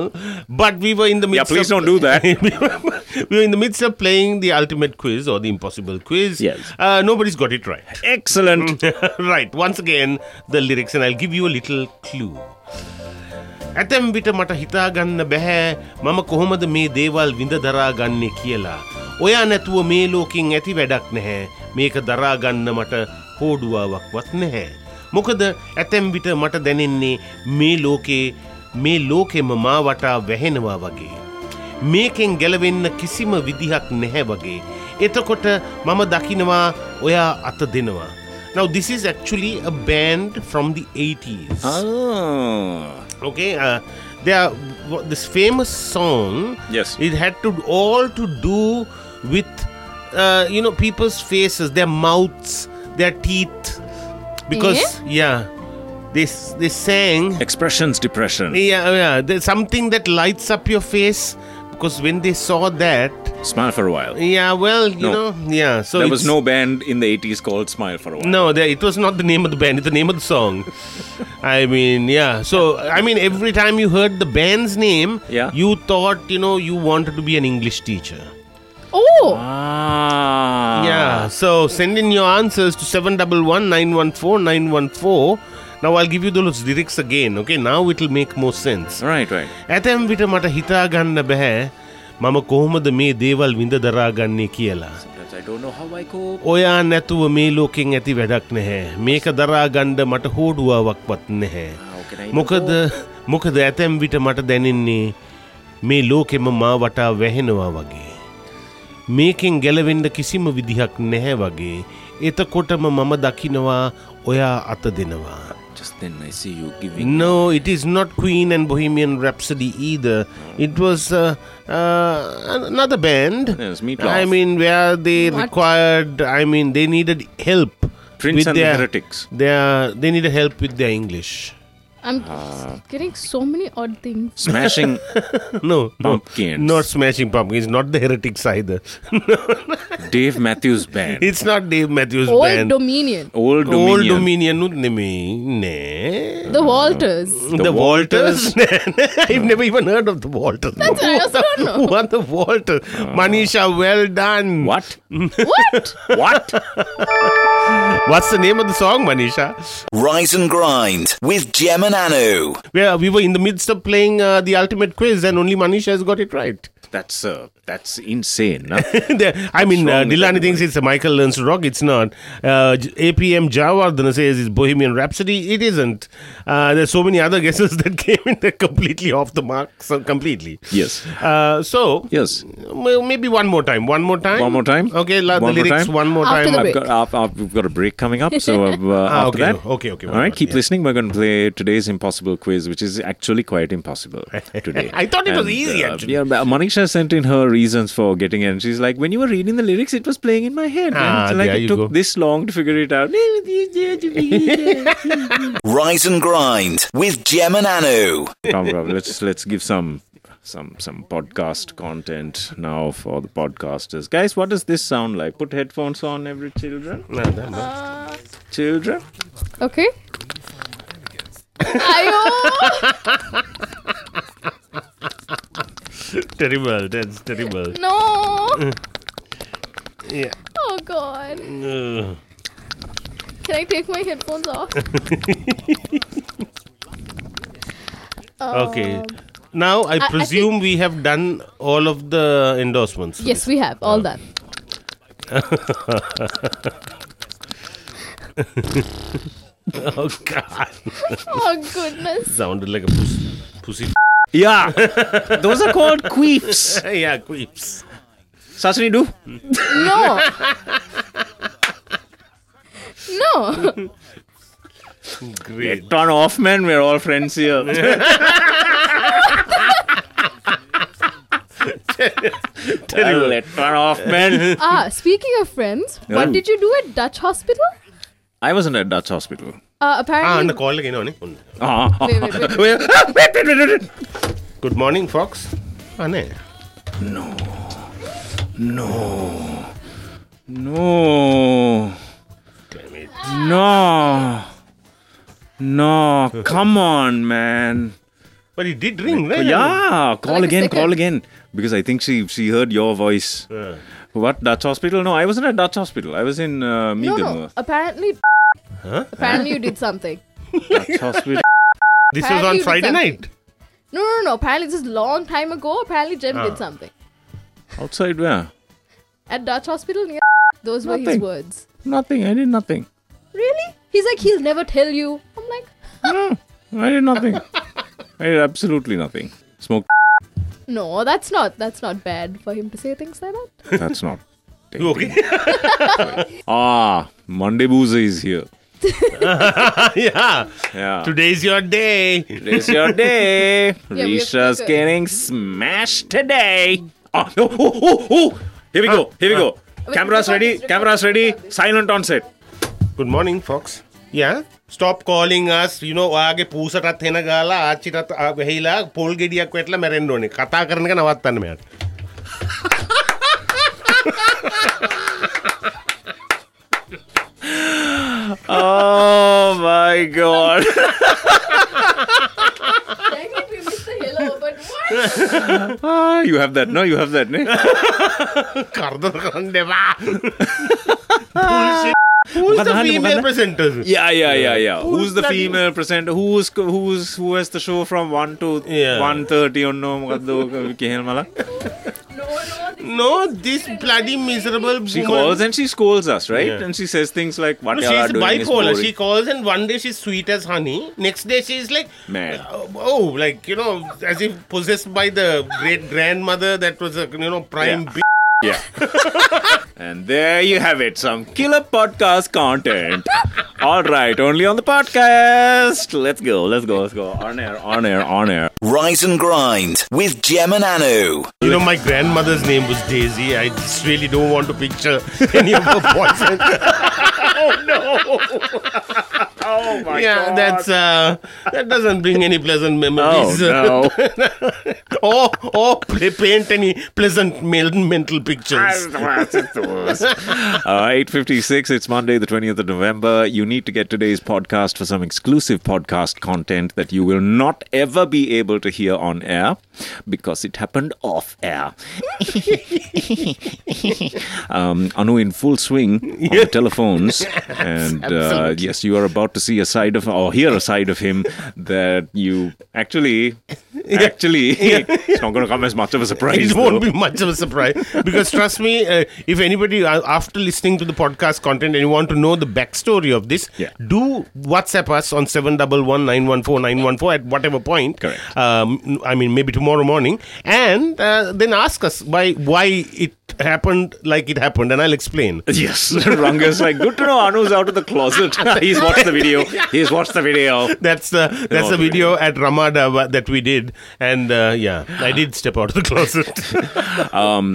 [SPEAKER 2] but we were in the
[SPEAKER 3] Yeah,
[SPEAKER 2] midst.
[SPEAKER 3] please
[SPEAKER 2] of-
[SPEAKER 3] don't do that.
[SPEAKER 2] we were- we were in the midst of playing the ultimate quiz or the impossible quiz.
[SPEAKER 3] Yes.
[SPEAKER 2] uh, nobody's got it right.
[SPEAKER 3] Excellent.
[SPEAKER 2] right, once again the lyrics, and I'll give you a little clue. ඇතැම් විට මට හිතාගන්න බැහැ මම කොහොමද මේ දේවල් විඳ දරාගන්නේ කියලා. ඔයා නැතුව මේ ලෝකින් ඇති වැඩක් නැහැ. මේක දරාගන්න මට හෝඩුවාවක්වත් නැහැ. මොකද ඇතැම් විට මට දැනෙන්නේ මේ ලෝකේ මේ ලෝකෙම මා වටා වැහෙනවා වගේ. මේකෙන් ගැලවෙන්න කිසිම විදිහක් නැහැ වගේ. එතකොට මම දකිනවා ඔයා අත දෙනවා. Now this is actually a band from the 80s.
[SPEAKER 3] Ah, oh.
[SPEAKER 2] okay uh, they are w- this famous song
[SPEAKER 3] Yes.
[SPEAKER 2] it had to all to do with uh, you know people's faces their mouths their teeth because yeah they s- they sang
[SPEAKER 3] Expressions depression.
[SPEAKER 2] yeah yeah there's something that lights up your face because when they saw that
[SPEAKER 3] Smile for a while.
[SPEAKER 2] yeah well you
[SPEAKER 3] No.
[SPEAKER 2] know yeah so
[SPEAKER 3] there was
[SPEAKER 2] it's-
[SPEAKER 3] no band in the 80s called Smile for a while.
[SPEAKER 2] No, the, it was not the name of the band. It's the name of the song. I mean, yeah. So I mean, every time you heard the band's name,
[SPEAKER 3] Yeah.
[SPEAKER 2] you thought you know you wanted to be an English teacher.
[SPEAKER 4] Oh,
[SPEAKER 3] Ah.
[SPEAKER 2] Yeah. So send in your answers to seven double one nine one four nine one four. Now I'll give you those lyrics again. Okay. Now it'll make more sense.
[SPEAKER 3] Right, right.
[SPEAKER 2] ඇතැම් විට මට හිතාගන්න බැහැ මම කොහොමද මේ දේවල් විඳ දරාගන්නේ කියලා.
[SPEAKER 10] I don't know how I cope.
[SPEAKER 2] ඔයා නැතුව මේ ලෝකෙන් ඇති වැඩක් නැහැ. මේක දරාගණ්ඩ මට හෝඩුවාවක්වත් නැහැ.
[SPEAKER 10] can I even
[SPEAKER 2] මොකද මොකද ඇතැම් විට මට දැනෙන්නේ මේ ලෝකෙම මා වටා වැහෙනවා වගේ. මේකෙන් ගැලවෙන්න කිසිම විදිහක් නැහැ වගේ. එතකොටම මම දකිනවා ඔයා අත දෙනවා.
[SPEAKER 10] Just then I see you giving.
[SPEAKER 2] No, it is not Queen and Bohemian Rhapsody either.
[SPEAKER 3] Hmm.
[SPEAKER 2] It was uh, uh, another band.
[SPEAKER 3] Yes, Meatloaf.
[SPEAKER 2] I mean, where they
[SPEAKER 4] What?
[SPEAKER 2] required, I mean, they needed help.
[SPEAKER 3] Prince
[SPEAKER 2] with
[SPEAKER 3] and
[SPEAKER 2] their,
[SPEAKER 3] the Heretics.
[SPEAKER 2] Their, they needed help with their English.
[SPEAKER 4] I'm getting so many odd things.
[SPEAKER 3] Smashing.
[SPEAKER 2] No, no,
[SPEAKER 3] Pumpkins.
[SPEAKER 2] not Smashing Pumpkins, not the Heretics either.
[SPEAKER 3] Dave Matthews Band.
[SPEAKER 2] it's not Dave Matthews
[SPEAKER 4] Old
[SPEAKER 2] Band.
[SPEAKER 4] Dominion,
[SPEAKER 3] Old Dominion.
[SPEAKER 2] Old Dominion. Old Dominion. Nee.
[SPEAKER 4] the Walters.
[SPEAKER 2] The,
[SPEAKER 3] The
[SPEAKER 2] Walters? I've never even heard of the Walters.
[SPEAKER 4] That's what I also don't know.
[SPEAKER 2] Who are the Walters? Manisha, well done.
[SPEAKER 3] What?
[SPEAKER 4] What?
[SPEAKER 3] What?
[SPEAKER 2] What's the name of the song, Manisha?
[SPEAKER 5] Rise and Grind with Gem and Anu.
[SPEAKER 2] Where we were in the midst of playing uh, the ultimate quiz, and only Manisha has got it right.
[SPEAKER 3] that's uh, that's insane. huh?
[SPEAKER 2] There- I mean, uh,
[SPEAKER 3] wrong with
[SPEAKER 2] Dilani
[SPEAKER 3] everybody?
[SPEAKER 2] thinks it's a Michael Learns to Rock. It's not. Uh, J- APM Jawardana says it's Bohemian Rhapsody. It isn't. Uh, there's so many other guesses that came in there completely off the mark. So completely.
[SPEAKER 3] yes.
[SPEAKER 2] Uh, so
[SPEAKER 3] Yes.
[SPEAKER 2] m- maybe one more time. One more time.
[SPEAKER 3] One more time?
[SPEAKER 2] Okay, la- the
[SPEAKER 3] One more
[SPEAKER 2] lyrics
[SPEAKER 3] time?
[SPEAKER 2] one more
[SPEAKER 4] After
[SPEAKER 2] time.
[SPEAKER 4] the
[SPEAKER 3] I've
[SPEAKER 4] break.
[SPEAKER 3] got, I've, I've, we've got a break coming up, so uh, after
[SPEAKER 2] Ah, okay,
[SPEAKER 3] that,
[SPEAKER 2] okay, okay,
[SPEAKER 3] All
[SPEAKER 2] whatever,
[SPEAKER 3] right, keep
[SPEAKER 2] yeah.
[SPEAKER 3] listening. We're going to play today's impossible quiz, which is actually quite impossible today. uh,
[SPEAKER 2] I thought it was easy, actually.
[SPEAKER 3] Yeah, but Manisha sent in her reasons for getting it, and she's like, "When you were reading the lyrics, it was playing in my head.
[SPEAKER 2] Ah,
[SPEAKER 3] and it's like
[SPEAKER 2] there
[SPEAKER 3] it
[SPEAKER 2] you
[SPEAKER 3] took
[SPEAKER 2] go.
[SPEAKER 3] this long to figure it out."
[SPEAKER 5] Rise and Grind with Gem and Anu.
[SPEAKER 3] Come, Rob, let's let's give some some some podcast content now for the podcasters, guys. What does this sound like? Put headphones on, every children.
[SPEAKER 2] No, no, no.
[SPEAKER 3] Children,
[SPEAKER 4] Uh, Okay.
[SPEAKER 2] terrible. That's terrible.
[SPEAKER 4] No.
[SPEAKER 2] Yeah.
[SPEAKER 4] Oh god.
[SPEAKER 2] Ugh.
[SPEAKER 4] Can I take my headphones off?
[SPEAKER 2] okay. Now I,
[SPEAKER 4] I- I
[SPEAKER 2] presume we have done all of the endorsements.
[SPEAKER 4] Yes, we have all done.
[SPEAKER 2] oh God!
[SPEAKER 4] Oh goodness.
[SPEAKER 2] Sounded like a pussy. pussy.
[SPEAKER 3] Yeah, those are called queefs.
[SPEAKER 2] yeah, queeps.
[SPEAKER 3] Sasani do.
[SPEAKER 4] No. No.
[SPEAKER 2] Great.
[SPEAKER 3] Turn off, man. We're all friends here. Terrible. Turn off, man.
[SPEAKER 4] Ah, speaking of friends, what
[SPEAKER 3] Oh.
[SPEAKER 4] did you do at Dutch Hospital?
[SPEAKER 3] I wasn't at Dutch hospital.
[SPEAKER 4] Uh,
[SPEAKER 2] Ah, and the
[SPEAKER 4] apparently.
[SPEAKER 2] call again on it.
[SPEAKER 3] Ah.
[SPEAKER 4] Wait, wait, wait.
[SPEAKER 2] Well, Good morning, Fox. Ah, no.
[SPEAKER 3] No. No. No. Come on, man.
[SPEAKER 2] But he did ring, right?
[SPEAKER 3] Yeah, call
[SPEAKER 4] Like a
[SPEAKER 3] again,
[SPEAKER 4] second.
[SPEAKER 3] call again. Because I think she she heard your voice.
[SPEAKER 2] Uh,
[SPEAKER 3] What Dutch hospital? No, I wasn't at Dutch hospital. I was in uh,
[SPEAKER 4] No,
[SPEAKER 3] Meagan.
[SPEAKER 4] no. Apparently. Apparently, you did something.
[SPEAKER 3] Dutch hospital.
[SPEAKER 2] This was
[SPEAKER 4] Apparently
[SPEAKER 2] on
[SPEAKER 4] you did
[SPEAKER 2] Friday
[SPEAKER 4] something.
[SPEAKER 2] night.
[SPEAKER 4] No, no, no. Apparently, this is long time ago. Apparently, Jem did something
[SPEAKER 3] Outside where?
[SPEAKER 4] at Dutch Hospital. Near those were his
[SPEAKER 3] Nothing.
[SPEAKER 4] words.
[SPEAKER 3] Nothing. I did nothing.
[SPEAKER 4] Really? He's like, he'll never tell you. I'm like,
[SPEAKER 3] No, I did nothing. I did absolutely nothing. Smoke.
[SPEAKER 4] no, that's not that's not bad for him to say things like that.
[SPEAKER 3] That's not.
[SPEAKER 2] You okay?
[SPEAKER 3] Ah, Monday Boozer is here.
[SPEAKER 2] yeah.
[SPEAKER 3] Yeah.
[SPEAKER 2] Today's your day.
[SPEAKER 3] Today's your day.
[SPEAKER 4] we have
[SPEAKER 3] Risha's
[SPEAKER 4] to go.
[SPEAKER 3] getting smashed today. Oh, no. oh, oh, oh. Here we go. Here we go. Cameras ready. Cameras ready. Silent on set.
[SPEAKER 2] Good morning, Fox. Yeah? Stop calling us. You know, ආගේ පූසටත් හෙන ගාලා ආච්චිටත් ආ- වෙහිලා පොල් ගෙඩියක් වැටලා මැරෙන්න ඕනේ. කතා කරන එක නවත්තන්න මෙයාට.
[SPEAKER 3] Oh my god.
[SPEAKER 4] Technically, Mr. Hello, but what?
[SPEAKER 3] Ah, you have that. No, you have that. Ne?
[SPEAKER 2] කරදර කරන්න එපා. Bullshit. Who's the
[SPEAKER 3] මොකද අහන්නේ?
[SPEAKER 2] female
[SPEAKER 3] මොකද?
[SPEAKER 2] presenters?
[SPEAKER 3] Yeah, yeah, yeah, yeah. Who's, the
[SPEAKER 2] bloody-
[SPEAKER 3] female presenter? Who's who's who has the show from one to
[SPEAKER 2] Yeah.
[SPEAKER 3] one thirty or no? මොකක්ද කෙහෙල්මලා?
[SPEAKER 2] No, this bloody miserable
[SPEAKER 3] She
[SPEAKER 2] woman.
[SPEAKER 3] calls and she scolds us, right?
[SPEAKER 2] Yeah.
[SPEAKER 3] And she says things like, "What
[SPEAKER 2] No,
[SPEAKER 3] y'all are
[SPEAKER 2] she's
[SPEAKER 3] doing is
[SPEAKER 2] bipolar.
[SPEAKER 3] boring."
[SPEAKER 2] She calls and one day she's sweet as honey. Next day she's like,
[SPEAKER 3] Mad.
[SPEAKER 2] uh, oh, like you know, as if possessed by the great grandmother that was a you know prime.
[SPEAKER 3] Yeah.
[SPEAKER 2] b-
[SPEAKER 3] Yeah. and there you have it. Some killer podcast content. All right, only on the podcast. Let's go. Let's go. Let's go. On air. On air. On air.
[SPEAKER 5] Rise and Grind with Jem and Anu.
[SPEAKER 2] You know, my grandmother's name was Daisy. I just really don't want to picture any of her boyfriend.
[SPEAKER 3] Oh my
[SPEAKER 2] yeah, that's uh, that doesn't bring any pleasant
[SPEAKER 3] Oh
[SPEAKER 2] memories.
[SPEAKER 3] no.
[SPEAKER 2] or or pl- Oh, paint any pleasant mel- mental pictures.
[SPEAKER 3] uh, 8.56 it's monday the 20th of november you need to get today's podcast for some exclusive podcast content that you will not ever be able to hear on air because it happened off air um, anu in full swing on the telephones and uh, yes you are about to see a side of or hear a side of him that you actually actually it's not going to come as much of a surprise
[SPEAKER 2] It won't
[SPEAKER 3] though.
[SPEAKER 2] be much of a surprise because trust me, uh, if anybody uh, after listening to the podcast content and you want to know the backstory of this,
[SPEAKER 3] Yeah.
[SPEAKER 2] do WhatsApp us on seven double one nine one four nine one four at whatever point.
[SPEAKER 3] Correct.
[SPEAKER 2] Um, I mean, maybe tomorrow morning, and uh, then ask us why why it happened like it happened, and I'll explain.
[SPEAKER 3] Yes, Ranga's like, good to know Anu's out of the closet. He's watched the video. He's watched the video.
[SPEAKER 2] That's the that's
[SPEAKER 3] all
[SPEAKER 2] the
[SPEAKER 3] the
[SPEAKER 2] video at Ramada wa- that we did, and uh, yeah, I did step out of the closet.
[SPEAKER 3] Um,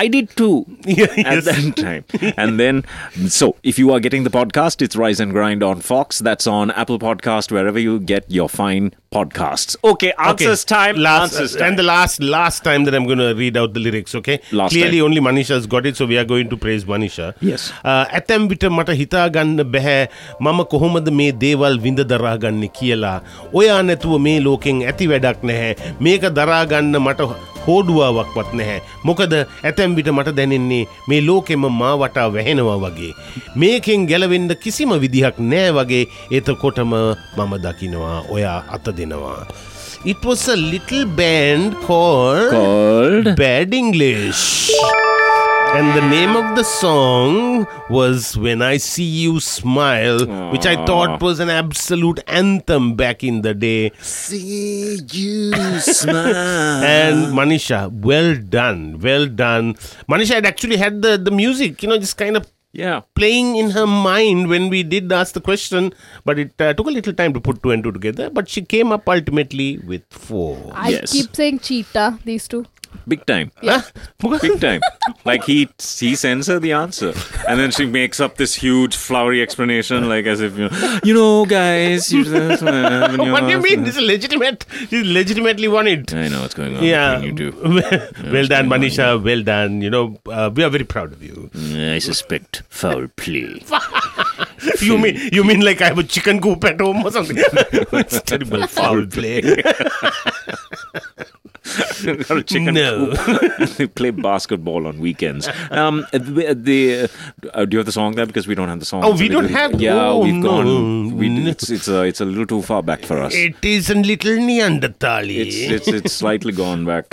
[SPEAKER 3] I did too
[SPEAKER 2] yes.
[SPEAKER 3] at that time. And then, so if you are getting the podcast, it's Rise and Grind on Fox. That's on Apple Podcast, wherever you get your fine podcasts. Okay, answers time.
[SPEAKER 2] Last uh,
[SPEAKER 3] answers
[SPEAKER 2] and the last last time that I'm going to read out the lyrics. Okay.
[SPEAKER 3] Last
[SPEAKER 2] Clearly,
[SPEAKER 3] time.
[SPEAKER 2] only Manisha's got it, so we are going to praise Manisha.
[SPEAKER 3] Yes.
[SPEAKER 2] ඇතැම් විට මට හිතාගන්න බැහැ මම කොහොමද මේ දේවල් විඳ දරාගන්න කියලා. ඔයා නැතුව මේ ලෝකෙන් ඇති වැඩක් නැහැ. මේක දරාගන්න මට හෝඩුවාවක්වත් නැහැ. මොකද ඇතැම් විට මට දැනෙන්නේ මේ ලෝකෙම මා වටා වැහෙනවා වගේ. මේකෙන් ගැලවෙන්න කිසිම විදිහක් නෑ වගේ එතකොටම මම දකිනවා ඔයා අත දෙනවා. It was a little band called,
[SPEAKER 3] Called?
[SPEAKER 2] Bad English. And the name of the song was When I See You Smile, which I thought was an absolute anthem back in the day.
[SPEAKER 10] See you smile.
[SPEAKER 2] And Manisha, well done, well done. Manisha had actually had the, the music, you know, just kind of
[SPEAKER 3] Yeah.
[SPEAKER 2] playing in her mind when we did ask the question, but it uh, took a little time to put two and two together. But she came up ultimately with four.
[SPEAKER 4] I
[SPEAKER 3] Yes.
[SPEAKER 4] keep saying cheetah, these two.
[SPEAKER 3] Big time. Big time. Like he he sends her the answer, and then she makes up this huge flowery explanation, like as if you know, you know, guys. You just, uh, when you
[SPEAKER 2] What do you
[SPEAKER 3] ask-
[SPEAKER 2] mean? This is legitimate. She legitimately won it.
[SPEAKER 3] I know what's going on
[SPEAKER 2] Yeah.
[SPEAKER 3] between you two.
[SPEAKER 2] well done, Manisha. Well done. You know, uh, we are very proud of you.
[SPEAKER 3] Mm,
[SPEAKER 10] I suspect foul play.
[SPEAKER 2] you mean you mean like I have a chicken coop at home or something? it's terrible foul play.
[SPEAKER 3] Got a chicken
[SPEAKER 2] No.
[SPEAKER 3] coop. they play basketball on weekends. Um, the, the uh, do you have the song there? Because we don't have the song.
[SPEAKER 2] Oh, we
[SPEAKER 3] So
[SPEAKER 2] don't
[SPEAKER 3] we-
[SPEAKER 2] have-
[SPEAKER 3] Yeah,
[SPEAKER 2] oh,
[SPEAKER 3] we've
[SPEAKER 2] no.
[SPEAKER 3] gone. We,
[SPEAKER 2] No.
[SPEAKER 3] it's it's a, it's a little too far back for us.
[SPEAKER 2] It is a little Neanderthal.
[SPEAKER 3] It's it's it's slightly gone back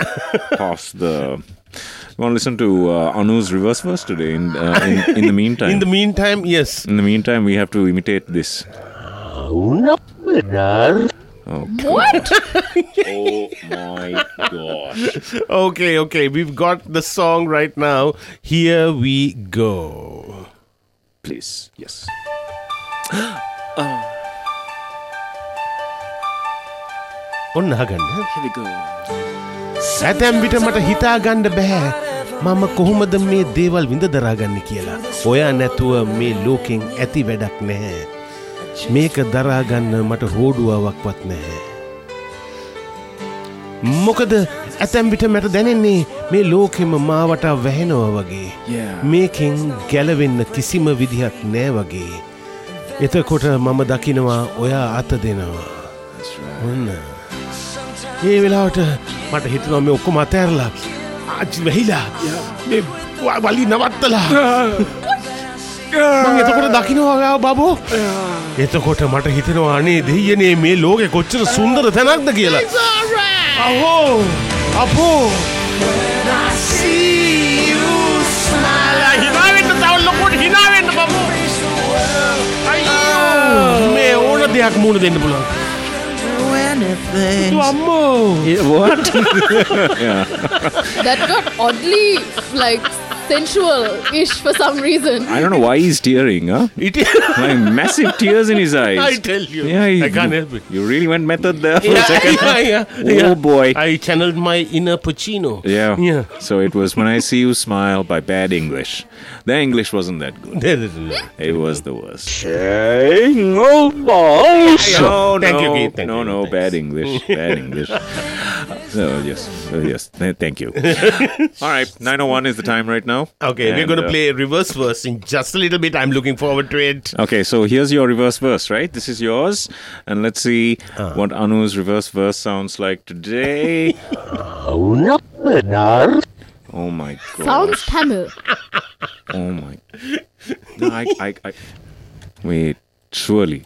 [SPEAKER 3] past the. You want to listen to uh, Anu's reverse verse today? In uh, in, in the meantime,
[SPEAKER 2] In the meantime, yes.
[SPEAKER 3] In the meantime, we have to imitate this.
[SPEAKER 4] What?
[SPEAKER 3] Oh my gosh!
[SPEAKER 2] Okay, okay. We've got the song right now. Here we go.
[SPEAKER 3] Please, yes.
[SPEAKER 2] ඔන්න අහගන්න.
[SPEAKER 10] Here we go.
[SPEAKER 2] ඇතැම් විට මට හිතාගණ්ඩ බැහැ මම කොහොමද මේ දේවල් විඳ දරාගන්න කියලා. ඔයා නැතුව මේ ලෝකෙන් ඇති වැඩක් නැහැ. මේක දරාගන්න මට හෝඩුවාවක්වත් නැහැ. මොකද ඇතැම් විට මැට දැනෙන්නේ මේ ලෝකෙම මාවට වැහෙනවා වගේ.
[SPEAKER 10] Yeah.
[SPEAKER 2] මේකෙන් ගැලවෙන්න කිසිම විදිහක් නෑ වගේ. එතකොට මම දකිනවා ඔයා අත දෙනවා. ඔන්න. ඒ වෙලාවට මට හිතනවා මේ ඔක්කොම අතෑරලා ආජි වෙහිලා මේ ව- වලි නවත්තලා මං එතකොට දකිනවා ඔයා බබෝ එතකොට මට හිතෙනවා අනේ දෙයනේ මේ ලෝකෙ කොච්චර සුන්දර තැනක්ද කියලා අහෝ අපෝ හිනාවෙන්න තව ලොකුට හිනාවෙන්න බබෝ අයියෝ මේ ඕන දෙයක් මුණ දෙන්න පුළුවන් තු අම්මෝ
[SPEAKER 3] what?
[SPEAKER 4] That got oddly like sensual-ish for some reason.
[SPEAKER 3] I don't know why he's tearing, huh?
[SPEAKER 2] It
[SPEAKER 3] Like massive tears in his eyes.
[SPEAKER 2] I tell you.
[SPEAKER 3] Yeah,
[SPEAKER 2] I
[SPEAKER 3] you,
[SPEAKER 2] can't help it.
[SPEAKER 3] You really went method there for a
[SPEAKER 2] yeah,
[SPEAKER 3] second.
[SPEAKER 2] yeah, yeah,
[SPEAKER 3] Oh boy.
[SPEAKER 2] I channeled my inner Pacino.
[SPEAKER 3] Yeah.
[SPEAKER 2] Yeah.
[SPEAKER 3] So it was When I See You Smile by Bad English. Their English wasn't that good. It was the worst. No, no,
[SPEAKER 2] Thank you, Keith. Thank
[SPEAKER 3] no,
[SPEAKER 2] you.
[SPEAKER 3] no,
[SPEAKER 2] Thanks.
[SPEAKER 3] bad English, bad English. so yes, so, yes. Th- Thank you. All right, nine oh one is the time right now.
[SPEAKER 2] Okay, we're
[SPEAKER 3] And,
[SPEAKER 2] going to
[SPEAKER 3] uh,
[SPEAKER 2] play reverse verse in just a little bit. I'm looking forward to it.
[SPEAKER 3] Okay, so here's your reverse verse, right? This is yours, and let's see
[SPEAKER 2] Uh.
[SPEAKER 3] what Anu's reverse verse sounds like today. oh my god!
[SPEAKER 4] Sounds Tamil.
[SPEAKER 3] Oh my. No, I, I, I. Wait, surely.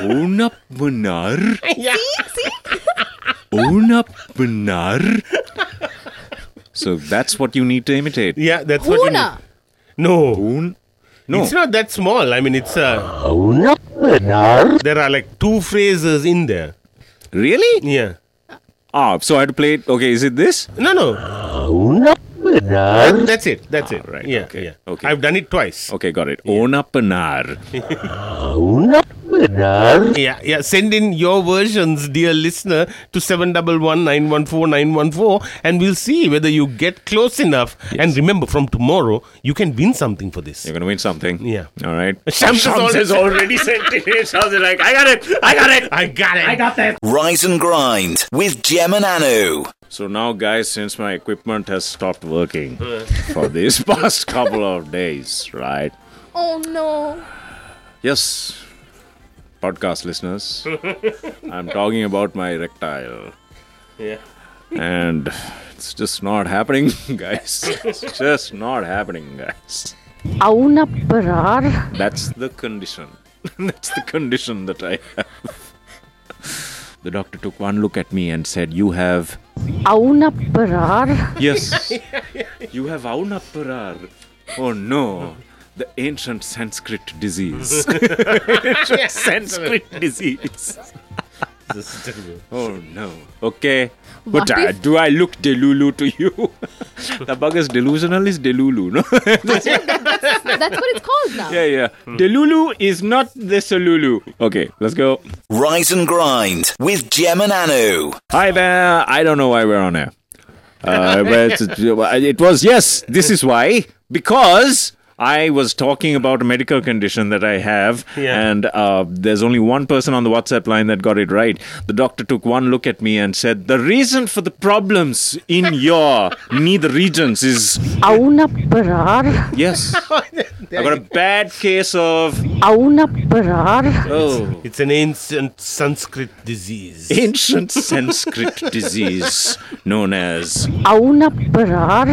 [SPEAKER 3] Una benar. Una benar. So that's what you need to imitate.
[SPEAKER 2] Yeah, that's what. you need.
[SPEAKER 4] Puna.
[SPEAKER 2] No,
[SPEAKER 3] Un. No.
[SPEAKER 2] it's not that small. I mean, it's uh, there are like two phrases in there.
[SPEAKER 3] Really?
[SPEAKER 2] Yeah.
[SPEAKER 3] Ah, so I had to play it. Okay, is it this?
[SPEAKER 2] No, no. That- That's it. That's it.
[SPEAKER 3] right,
[SPEAKER 2] Yeah.
[SPEAKER 3] okay,
[SPEAKER 2] Yeah.
[SPEAKER 3] okay.
[SPEAKER 2] I've done it twice.
[SPEAKER 3] Okay, got it. Una benar.
[SPEAKER 2] Yeah, yeah. Send in your versions, dear listener, to 711-914-914 and we'll see whether you get close enough. And remember, from tomorrow, you can win something for this.
[SPEAKER 3] You're going to win something.
[SPEAKER 2] Yeah.
[SPEAKER 3] All right.
[SPEAKER 2] Shams
[SPEAKER 10] has already sent it in. Shams is like, I got it. I got it.
[SPEAKER 2] I got it.
[SPEAKER 10] I got this.
[SPEAKER 5] Rise and Grind with Gem and Anu.
[SPEAKER 3] So now, guys, since my equipment has stopped working for these past couple of days, right?
[SPEAKER 4] Oh no.
[SPEAKER 3] Yes, podcast listeners, I'm talking about my erectile.
[SPEAKER 2] Yeah.
[SPEAKER 3] And it's just not happening, guys. It's just not happening, guys.
[SPEAKER 9] Auna Parar.
[SPEAKER 3] That's the condition. That's the condition that I have. The doctor took one look at me and said, You have.
[SPEAKER 9] Auna Parar.
[SPEAKER 3] Yes. You have Aunaparar. Oh no. The ancient Sanskrit disease. ancient Sanskrit disease. Oh no. Okay. But
[SPEAKER 4] What
[SPEAKER 3] I,
[SPEAKER 4] if-
[SPEAKER 3] do I look Delulu to you? the bug is delusional is Delulu, no?
[SPEAKER 4] That's what it's called now.
[SPEAKER 3] yeah, yeah. Delulu is not the Solulu. Okay, let's go.
[SPEAKER 5] Rise and Grind with Gem and Anu.
[SPEAKER 3] Hi there. I don't know why we're on air. Uh, but it was, yes, this is why. Because I was talking about a medical condition that I have.
[SPEAKER 2] Yeah.
[SPEAKER 3] And uh, there's only one person on the WhatsApp line that got it right. The doctor took one look at me and said, The reason for the problems in your neither regions is,
[SPEAKER 9] Auna Parar.
[SPEAKER 3] yes, I got a bad case of,
[SPEAKER 9] Auna Parar.
[SPEAKER 3] oh.
[SPEAKER 2] It's an ancient Sanskrit disease.
[SPEAKER 3] Ancient Sanskrit disease known as.
[SPEAKER 9] Auna Parar.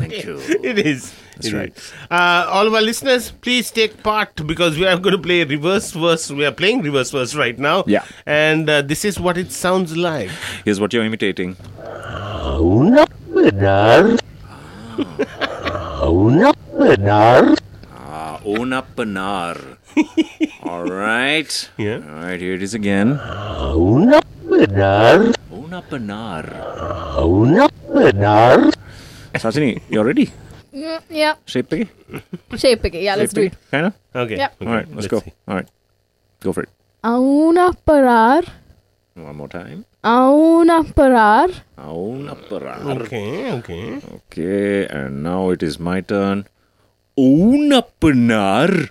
[SPEAKER 3] Thank you.
[SPEAKER 2] It is. That's right. Uh, all of our listeners, please take part because we are going to play reverse verse. We are playing reverse verse right now.
[SPEAKER 3] Yeah.
[SPEAKER 2] And uh, this is what it sounds like.
[SPEAKER 3] Here's what you're imitating. Ah, Onapanar. All right.
[SPEAKER 2] Yeah.
[SPEAKER 3] All right, here it is again. Onapanar. Sachini, you're ready?
[SPEAKER 4] Mm, yeah.
[SPEAKER 3] Shape piggy?
[SPEAKER 4] Shape again. Yeah, let's do it.
[SPEAKER 3] Kind of?
[SPEAKER 2] Okay.
[SPEAKER 4] Yep.
[SPEAKER 2] okay,
[SPEAKER 3] All right, let's go.
[SPEAKER 2] see.
[SPEAKER 3] All right. Go for it.
[SPEAKER 4] Auna parar.
[SPEAKER 3] One more time.
[SPEAKER 4] Auna parar.
[SPEAKER 3] Onapanar.
[SPEAKER 2] Okay. Okay.
[SPEAKER 3] Okay, and now it is my turn. Onapanar.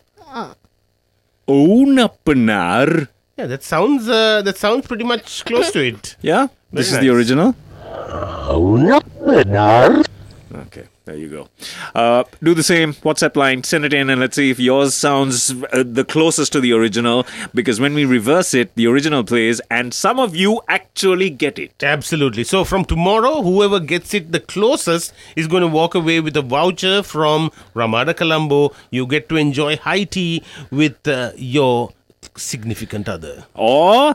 [SPEAKER 3] Onapanar.
[SPEAKER 2] Yeah, that sounds uh, that sounds pretty much close to it.
[SPEAKER 3] Yeah? This is
[SPEAKER 2] Very
[SPEAKER 3] the
[SPEAKER 2] nice.
[SPEAKER 3] original? Okay, there you go. Uh, do the same WhatsApp line, send it in, and let's see if yours sounds uh, the closest to the original. Because when we reverse it, the original plays, and some of you actually get it.
[SPEAKER 2] Absolutely. So from tomorrow, whoever gets it the closest is going to walk away with a voucher from Ramada Colombo. You get to enjoy high tea with uh, your significant other.
[SPEAKER 3] Or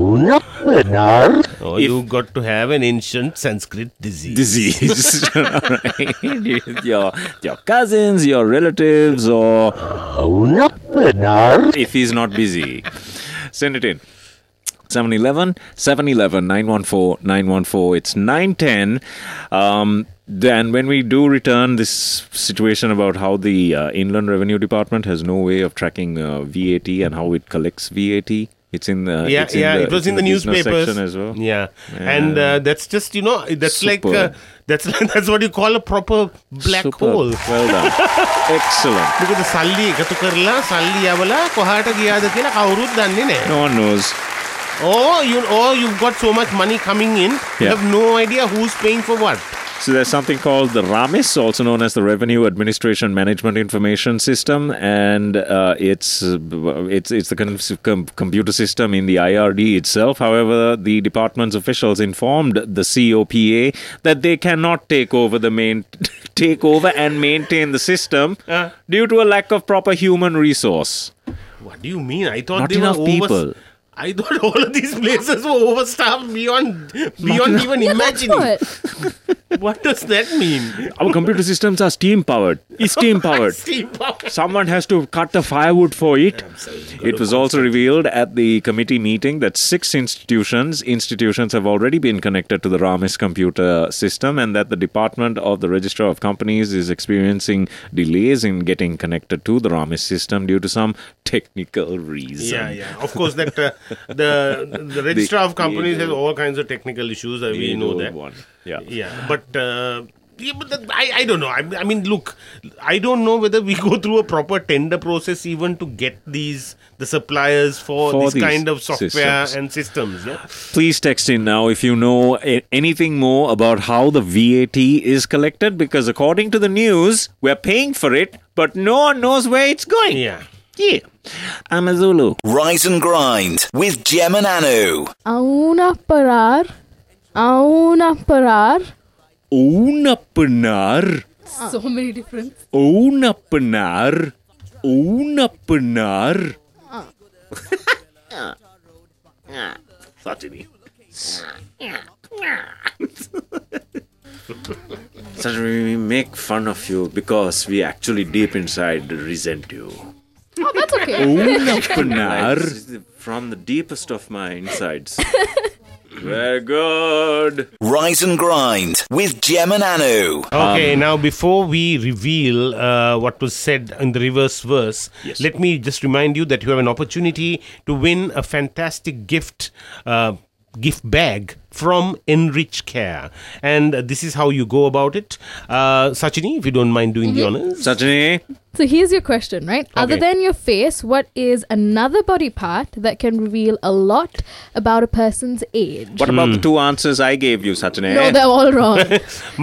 [SPEAKER 3] Oh,
[SPEAKER 2] Or you got to have an ancient Sanskrit disease.
[SPEAKER 3] disease. Alright. your, your cousins, your relatives, or if he's not busy. Send it in. 711 711 914 914 it's 910 um then when we do return this situation about how the uh, inland revenue department has no way of tracking uh, VAT and how it collects VAT it's in the
[SPEAKER 2] yeah,
[SPEAKER 3] it's in
[SPEAKER 2] yeah,
[SPEAKER 3] the,
[SPEAKER 2] it
[SPEAKER 3] it's
[SPEAKER 2] was in the,
[SPEAKER 3] business
[SPEAKER 2] newspapers
[SPEAKER 3] section as well
[SPEAKER 2] Yeah, and uh, that's just you know that's like
[SPEAKER 3] Superb.
[SPEAKER 2] uh, that's that's what you call a proper black
[SPEAKER 3] Superb.
[SPEAKER 2] hole.
[SPEAKER 3] well done excellent
[SPEAKER 2] මොකද සල්ලි එකතු කරලා සල්ලි යවලා කොහාට ගියාද කියලා කවුරුත් දන්නේ නැහැ.
[SPEAKER 3] no one knows
[SPEAKER 2] Or you or you've got so much money coming in, you
[SPEAKER 3] Yeah.
[SPEAKER 2] have no idea who's paying for what.
[SPEAKER 3] So there's something called the RAMIS, also known as the Revenue Administration Management Information System, and uh, it's uh, it's it's the con- com- computer system in the IRD itself. However, the department's officials informed the COPA that they cannot take over the main take over and maintain the system due to a lack of proper human resource.
[SPEAKER 2] What do you mean? I thought
[SPEAKER 3] Not
[SPEAKER 2] they
[SPEAKER 3] enough
[SPEAKER 2] were
[SPEAKER 3] people.
[SPEAKER 2] Over- I thought all of these places were overstaffed beyond beyond even
[SPEAKER 4] Yeah, that's
[SPEAKER 2] imagining.
[SPEAKER 4] what.
[SPEAKER 2] What does that mean?
[SPEAKER 3] Our computer systems are steam powered. It's steam powered.
[SPEAKER 2] Steam powered.
[SPEAKER 3] Someone has to cut the firewood for it. It was also revealed at the committee meeting that six institutions institutions have already been connected to the Ramis computer system, and that the Department of the Register of Companies is experiencing delays in getting connected to the Ramis system due to some technical reason.
[SPEAKER 2] Yeah, yeah. Of course, that uh, the the register of companies has all kinds of technical issues. Uh, we
[SPEAKER 3] You
[SPEAKER 2] know
[SPEAKER 3] don't
[SPEAKER 2] that.
[SPEAKER 3] want- Yeah.
[SPEAKER 2] Yeah, but. Uh, yeah, but that, I, I don't know. I, I mean, look, I don't know whether we go through a proper tender process even to get these the suppliers for,
[SPEAKER 3] For
[SPEAKER 2] this
[SPEAKER 3] these
[SPEAKER 2] kind of software
[SPEAKER 3] systems.
[SPEAKER 2] and systems. no?
[SPEAKER 3] Please text in now if you know a- anything more about how the VAT is collected because according to the news, we're paying for it, but no one knows where it's going.
[SPEAKER 2] Yeah.
[SPEAKER 3] Yeah. I'm a Zulu.
[SPEAKER 5] Rise and Grind with Jem and Anu.
[SPEAKER 4] Auna parar. Auna parar.
[SPEAKER 3] Oonapnar.
[SPEAKER 4] Ah. So many different.
[SPEAKER 3] Oonapnar. Oonapnar.
[SPEAKER 2] Satini.
[SPEAKER 3] Sir, we make fun of you because we actually deep inside resent you.
[SPEAKER 4] Oh, that's okay.
[SPEAKER 3] Oonapnar. From the deepest of my insides. Very good.
[SPEAKER 5] Rise and Grind with Jem and Anu.
[SPEAKER 2] Okay,
[SPEAKER 3] Um,
[SPEAKER 2] now before we reveal uh, what was said in the reverse verse, let me just remind you that you have an opportunity to win a fantastic gift. Uh, gift bag from enrich care and uh, this is how you go about it uh, sachini if you don't mind doing the honors
[SPEAKER 3] Sajani,
[SPEAKER 4] So here's your question, right? Other
[SPEAKER 2] Okay.
[SPEAKER 4] than your face, what is another body part that can reveal a lot about a person's age?
[SPEAKER 3] what about the two answers I gave you, Sajani?
[SPEAKER 4] No, they're all wrong.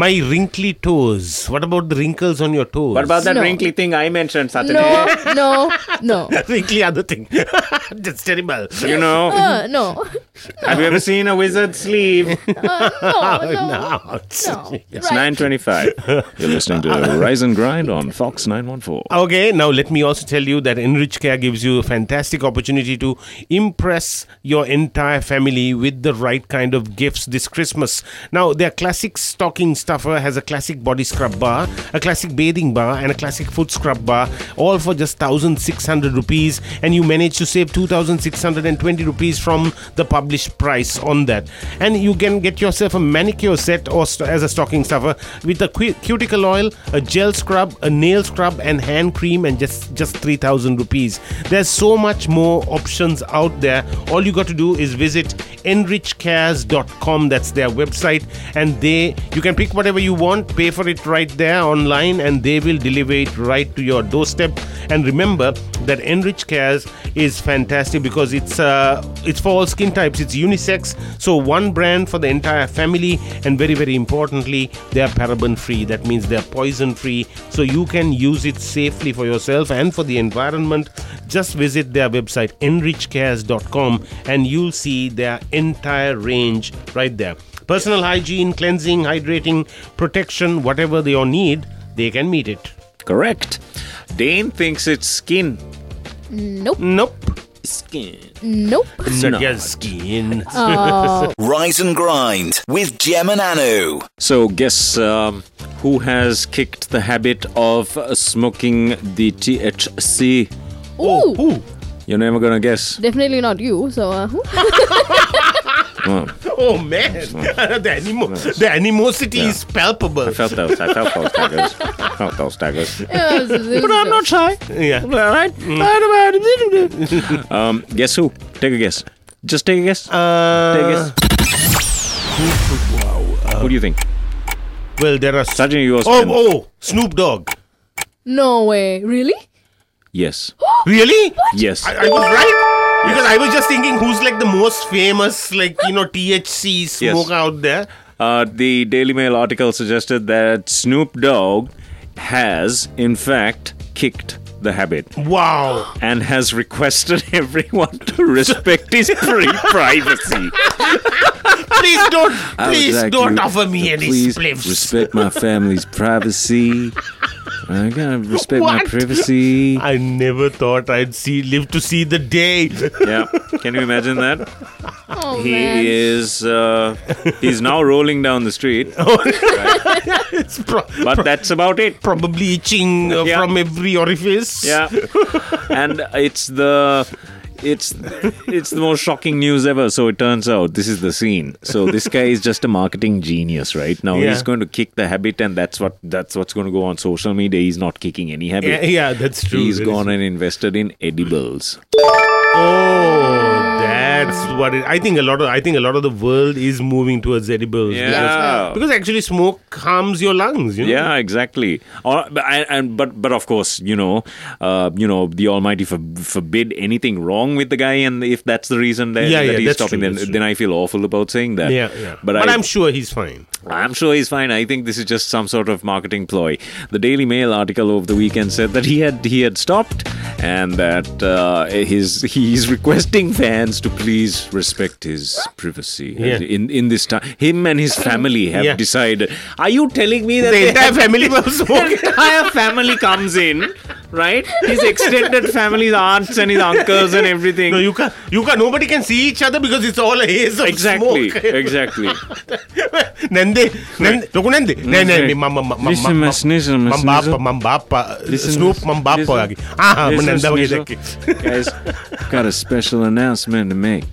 [SPEAKER 2] my wrinkly toes what about the wrinkles on your toes
[SPEAKER 3] what about that
[SPEAKER 4] No.
[SPEAKER 3] wrinkly thing I mentioned, Sajani?
[SPEAKER 4] no, no, no.
[SPEAKER 2] wrinkly other thing that's terrible
[SPEAKER 3] You know,
[SPEAKER 4] Uh, no.
[SPEAKER 3] have you ever seen a wizard sleeve?
[SPEAKER 4] Uh, no, no.
[SPEAKER 2] Now,
[SPEAKER 4] No.
[SPEAKER 3] It's 9.25. You're listening to Rise and Grind on Fox 914.
[SPEAKER 2] Oh, Okay, now let me also tell you that Enrich Care gives you a fantastic opportunity to impress your entire family with the right kind of gifts this Christmas. Now, their classic stocking stuffer has a classic body scrub bar, a classic bathing bar, and a classic foot scrub bar, all for just 1,600 rupees, and you manage to save 2,620 rupees from the published price on that. And you can get yourself a manicure set or st- as a stocking stuffer with a cu- cuticle oil, a gel scrub, a nail scrub, and hand cream, and just just three thousand rupees. There's so much more options out there. All you got to do is visit enrichcares.com. That's their website, and they you can pick whatever you want, pay for it right there online, and they will deliver it right to your doorstep. And remember that Enrich Cares is fantastic because it's uh, it's for all skin types. It's unisex, so one brand for the entire family, and very very importantly, they are paraben free. That means they are poison free, so you can use it safely for yourself and for the environment. Just visit their website enrichcares.com and you'll see their entire range right there. Personal hygiene, cleansing, hydrating, protection, whatever they all need, they can meet it.
[SPEAKER 3] Correct. Dane thinks it's skin.
[SPEAKER 2] Nope.
[SPEAKER 3] Skin.
[SPEAKER 4] Nope.
[SPEAKER 2] Not your skin.
[SPEAKER 5] Rise and Grind with Jem and Anu.
[SPEAKER 3] So, guess um, who has kicked the habit of uh, smoking the THC?
[SPEAKER 2] Oh,
[SPEAKER 4] Ooh.
[SPEAKER 2] Ooh.
[SPEAKER 3] You're never gonna guess.
[SPEAKER 4] Definitely not you. So, uh, who?
[SPEAKER 2] Oh man, the, animo- the animosity is palpable.
[SPEAKER 3] I felt those. I felt those daggers. I felt those daggers.
[SPEAKER 4] but I'm not
[SPEAKER 3] shy.
[SPEAKER 2] Yeah.
[SPEAKER 3] All right. um, guess who? Take a guess. Just take a guess. take a guess. Who do you think?
[SPEAKER 2] Well, there are.
[SPEAKER 3] Sajin, you also.
[SPEAKER 2] oh, oh, Snoop Dogg.
[SPEAKER 4] No way. Really?
[SPEAKER 3] Yes.
[SPEAKER 2] Really?
[SPEAKER 3] Yes.
[SPEAKER 2] I, I was right because I was just thinking who's like the most famous, like you know, THC smoke out there.
[SPEAKER 3] Uh, the Daily Mail article suggested that Snoop Dogg has, in fact, kicked the habit
[SPEAKER 2] Wow.
[SPEAKER 3] and has requested everyone to respect his free privacy.
[SPEAKER 2] Please don't,
[SPEAKER 3] I would
[SPEAKER 2] please
[SPEAKER 3] like
[SPEAKER 2] don't
[SPEAKER 3] you
[SPEAKER 2] offer me
[SPEAKER 3] to
[SPEAKER 2] any
[SPEAKER 3] please
[SPEAKER 2] spliffs.
[SPEAKER 3] Respect my family's privacy. I gotta respect my
[SPEAKER 2] What?
[SPEAKER 3] privacy.
[SPEAKER 2] I never thought I'd see live to see the day.
[SPEAKER 3] yeah, can you imagine that? Ah,
[SPEAKER 4] Oh,
[SPEAKER 3] he
[SPEAKER 4] man.
[SPEAKER 3] is uh, he's now rolling down the street. but that's about it.
[SPEAKER 2] Probably itching uh,
[SPEAKER 3] Yeah.
[SPEAKER 2] from every orifice.
[SPEAKER 3] Yeah, and it's the. It's it's the most shocking news ever. So it turns out this is the scene. So this guy is just a marketing genius, right? Now
[SPEAKER 2] Yeah.
[SPEAKER 3] he's going to kick the habit, and that's what that's what's going to go on social media. He's not kicking any habit.
[SPEAKER 2] Yeah, yeah, that's true.
[SPEAKER 3] He's
[SPEAKER 2] That is
[SPEAKER 3] gone and invested in edibles.
[SPEAKER 2] Oh, that's what it, I think. A lot of I think a lot of the world is moving towards edibles.
[SPEAKER 3] Yeah.
[SPEAKER 2] Because, because actually smoke harms your lungs. You know?
[SPEAKER 3] Yeah, exactly. Or, but- and, and but but of course, you know, uh, you know, the Almighty for, forbid anything wrong with the guy, and if that's the reason that,
[SPEAKER 2] Yeah,
[SPEAKER 3] that
[SPEAKER 2] yeah,
[SPEAKER 3] he's
[SPEAKER 2] that's
[SPEAKER 3] stopping,
[SPEAKER 2] true, that's
[SPEAKER 3] then
[SPEAKER 2] true.
[SPEAKER 3] then I feel awful about saying that.
[SPEAKER 2] Yeah, yeah.
[SPEAKER 3] But,
[SPEAKER 2] But,
[SPEAKER 3] I,
[SPEAKER 2] I'm sure he's fine.
[SPEAKER 3] I'm sure he's fine. I think this is just some sort of marketing ploy. The Daily Mail article over the weekend said that he had he had stopped, and that uh, his he's requesting fans to please respect his privacy
[SPEAKER 2] Yeah.
[SPEAKER 3] in in this time. Him and his family have
[SPEAKER 2] Yeah.
[SPEAKER 3] decided. Are you telling me that
[SPEAKER 2] The
[SPEAKER 3] they
[SPEAKER 2] entire
[SPEAKER 3] have-
[SPEAKER 2] family was smoking.
[SPEAKER 3] the entire family comes in, right? His extended family, his aunts and his uncles and everything.
[SPEAKER 2] No, you can You can Nobody can see each other because it's all a haze of
[SPEAKER 3] exactly,
[SPEAKER 2] smoke.
[SPEAKER 3] exactly.
[SPEAKER 2] Nande, nande, look nande. Ne ne,
[SPEAKER 3] Right.
[SPEAKER 2] mam mam mam
[SPEAKER 3] Listen,
[SPEAKER 2] mam.
[SPEAKER 3] miss, listen, miss,
[SPEAKER 2] Mambapa,
[SPEAKER 3] listen.
[SPEAKER 2] mambapa.
[SPEAKER 3] Listen,
[SPEAKER 2] Snoop,
[SPEAKER 3] miss,
[SPEAKER 2] mambapa
[SPEAKER 3] listen.
[SPEAKER 2] lagi. Ah,
[SPEAKER 3] Listen,
[SPEAKER 2] menanda wagi
[SPEAKER 3] Sneasel.
[SPEAKER 2] lagi.
[SPEAKER 3] Guys, I've got a special announcement to make.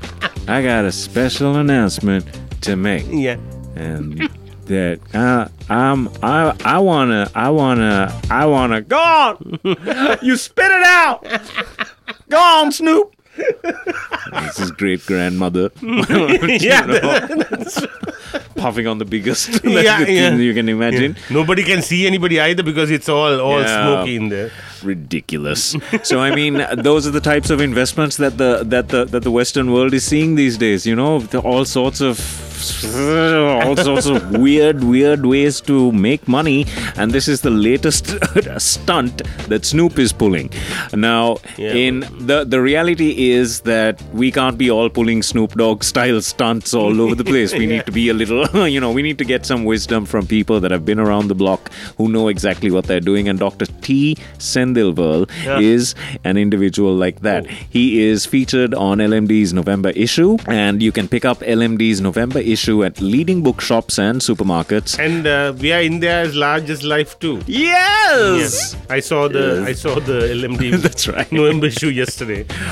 [SPEAKER 3] I got a special announcement to make.
[SPEAKER 2] Yeah.
[SPEAKER 3] and that uh, I'm I I wanna I wanna I wanna go on. you spit it out. Go on, Snoop. This is great grandmother.
[SPEAKER 2] Yeah.
[SPEAKER 3] puffing on the biggest
[SPEAKER 2] Yeah,
[SPEAKER 3] thing
[SPEAKER 2] yeah.
[SPEAKER 3] you can imagine.
[SPEAKER 2] Nobody can see anybody either because it's all all
[SPEAKER 3] Yeah.
[SPEAKER 2] smoky in there.
[SPEAKER 3] Ridiculous. so I mean, those are the types of investments that the that the that the Western world is seeing these days. You know, the- all sorts of all sorts of weird, weird ways to make money, and this is the latest stunt that Snoop is pulling. Now,
[SPEAKER 2] Yeah.
[SPEAKER 3] in the the reality is that we can't be all pulling Snoop Dogg style stunts all over the place. We need to be a little, you know, we need to get some wisdom from people that have been around the block who know exactly what they're doing. And Dr. T. Sendilval is an individual like that. He is featured on LMD's November issue, and you can pick up LMD's November issue at leading bookshops and supermarkets.
[SPEAKER 2] And uh, we are India's largest life too.
[SPEAKER 3] Yes!
[SPEAKER 2] I saw the I saw the LMD.
[SPEAKER 3] That's right.
[SPEAKER 2] November issue yesterday.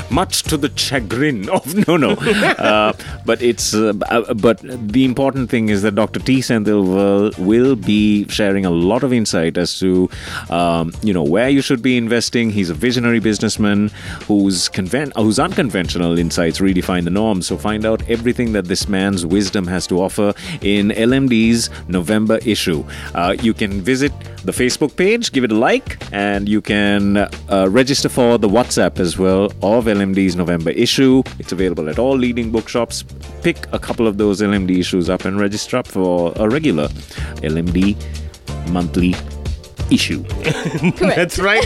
[SPEAKER 3] much to the chagrin of no no uh, but it's uh, b- uh, but the important thing is that dr t sendil will, will be sharing a lot of insight as to um, you know where you should be investing he's a visionary businessman whose conven- uh, whose unconventional insights redefine the norm so find out everything that this man's wisdom has to offer in lmd's november issue uh, you can visit the facebook page give it a like and you can uh, register for the whatsapp as well of lmd's november issue it's available at all leading bookshops pick a couple of those lmd issues up and register up for a regular lmd monthly issue
[SPEAKER 2] That's right.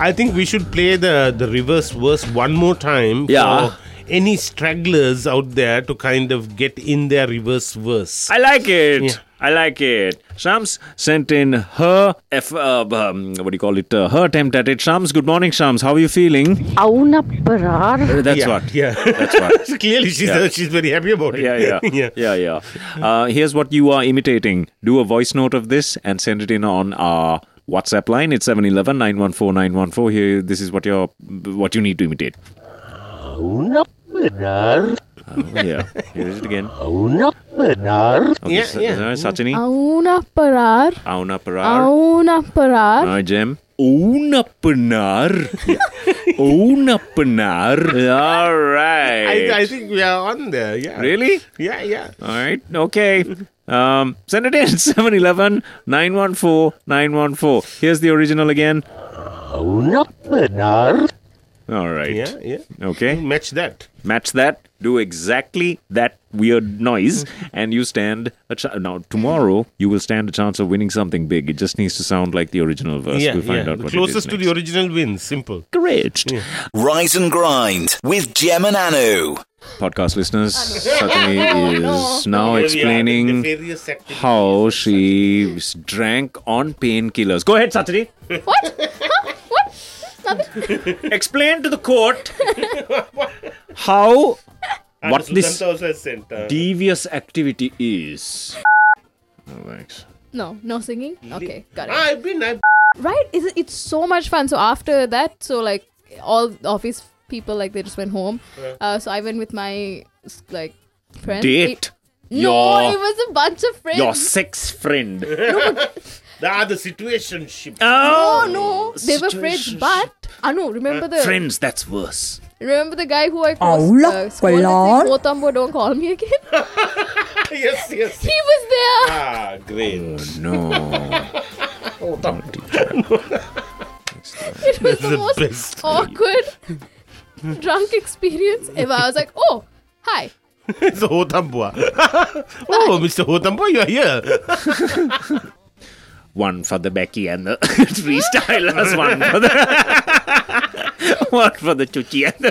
[SPEAKER 2] I think we should play the the reverse verse one more time.
[SPEAKER 3] Yeah.
[SPEAKER 2] For any stragglers out there to kind of get in their reverse verse.
[SPEAKER 3] i like it
[SPEAKER 2] Yeah.
[SPEAKER 3] I like it. Shams sent in her, F, uh, um, what do you call it? Uh, her attempt at it. Shams, good morning, Shams. How are you feeling?
[SPEAKER 9] Auna Parar.
[SPEAKER 3] Uh, That's
[SPEAKER 2] yeah,
[SPEAKER 3] what.
[SPEAKER 2] Yeah.
[SPEAKER 3] That's what.
[SPEAKER 2] Clearly, she's
[SPEAKER 3] Yeah.
[SPEAKER 2] she's very happy about it.
[SPEAKER 3] yeah, yeah,
[SPEAKER 2] yeah.
[SPEAKER 3] yeah, yeah, Uh, here's what you are imitating. Do a voice note of this and send it in on our WhatsApp line. It's 711-914-914. Here, this is what you're, what you need to imitate. Oh, yeah, here's it again. Okay,
[SPEAKER 2] Yeah,
[SPEAKER 3] so-
[SPEAKER 2] yeah.
[SPEAKER 3] uh, Sachini,
[SPEAKER 4] Auna parar.
[SPEAKER 3] Auna Parar,
[SPEAKER 4] Auna parar.
[SPEAKER 3] uh, Jem. Ounapanar. Ounapanar. All right.
[SPEAKER 2] I, I think we are on there. Yeah.
[SPEAKER 3] really?
[SPEAKER 2] Yeah, yeah.
[SPEAKER 3] All right. Okay. Um, send it in 711 914 914. Here's the original again. All right.
[SPEAKER 2] Yeah, yeah.
[SPEAKER 3] Okay.
[SPEAKER 2] Match that.
[SPEAKER 3] Match that. Do exactly that weird noise, and you stand a chance. Now, tomorrow, you will stand a chance of winning something big. It just needs to sound like the original verse.
[SPEAKER 2] yeah,
[SPEAKER 3] we'll find
[SPEAKER 2] yeah.
[SPEAKER 3] out
[SPEAKER 2] The
[SPEAKER 3] what
[SPEAKER 2] closest
[SPEAKER 3] it
[SPEAKER 2] to
[SPEAKER 3] is.
[SPEAKER 2] the original wins. Simple.
[SPEAKER 3] Encouraged.
[SPEAKER 5] Rise and Grind with Gem and Anu.
[SPEAKER 3] Podcast listeners, Satani is now explaining
[SPEAKER 2] Nefarious activity.
[SPEAKER 3] how she s- drank on painkillers. Go ahead, Satani.
[SPEAKER 4] What? Huh? What?
[SPEAKER 3] Explain to the court how
[SPEAKER 2] And
[SPEAKER 3] what this
[SPEAKER 2] Sudhanta also has sent. Uh,
[SPEAKER 3] devious activity is. Oh, thanks.
[SPEAKER 4] No, no singing. Okay, got it.
[SPEAKER 2] Ah, I've been. I've
[SPEAKER 4] Right? Is it? It's so much fun. So after that, so like all the office people, like they just went home. Uh, so I went with my s- like friend.
[SPEAKER 3] Date.
[SPEAKER 4] It- no,
[SPEAKER 3] Your-
[SPEAKER 4] it was a bunch of friends.
[SPEAKER 3] Your sex friend.
[SPEAKER 2] ah, the situation ship.
[SPEAKER 3] Ah.
[SPEAKER 4] Oh no, they were friends. But Anu,
[SPEAKER 3] Uh,
[SPEAKER 4] remember the
[SPEAKER 3] Friends, that's worse.
[SPEAKER 4] remember the guy who I uh, called.
[SPEAKER 6] look, Kalan.
[SPEAKER 4] Kotambo, don't call me again.
[SPEAKER 2] yes, yes.
[SPEAKER 4] he was there.
[SPEAKER 2] Ah, great.
[SPEAKER 3] No.
[SPEAKER 4] It was the
[SPEAKER 2] the
[SPEAKER 4] most
[SPEAKER 2] best.
[SPEAKER 4] awkward drunk experience ever. I was like, oh, hi.
[SPEAKER 2] it's Hotambua. oh, Mr. Hotambua, you are here.
[SPEAKER 3] one for the Becky and the freestylers, one for the one for the Chuchi and the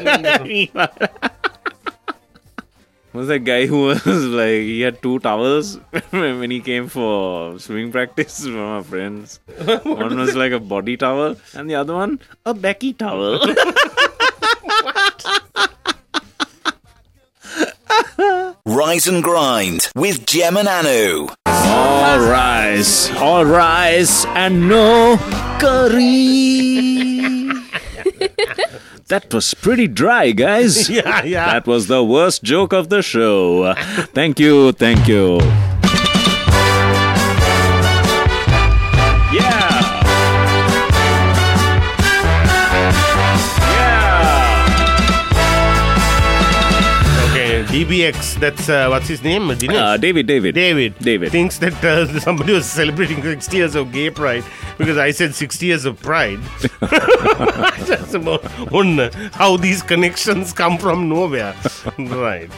[SPEAKER 3] Was that guy who was like he had two towels when he came for swimming practice from our friends. one was like a body towel and the other one a Becky towel.
[SPEAKER 5] Rise and Grind with Gem and Anu.
[SPEAKER 3] all rise, all rise, and no curry. that was pretty dry, guys.
[SPEAKER 2] yeah, yeah.
[SPEAKER 3] That was the worst joke of the show. Thank you, thank you. Yeah. Yeah.
[SPEAKER 2] Okay, DBX, that's uh, what's his name? Dinesh?
[SPEAKER 3] Uh, David, David.
[SPEAKER 2] David.
[SPEAKER 3] David.
[SPEAKER 2] Thinks that uh, somebody was celebrating 60 years of gay pride because I said 60 years of pride. Just about on how these connections come from nowhere. right.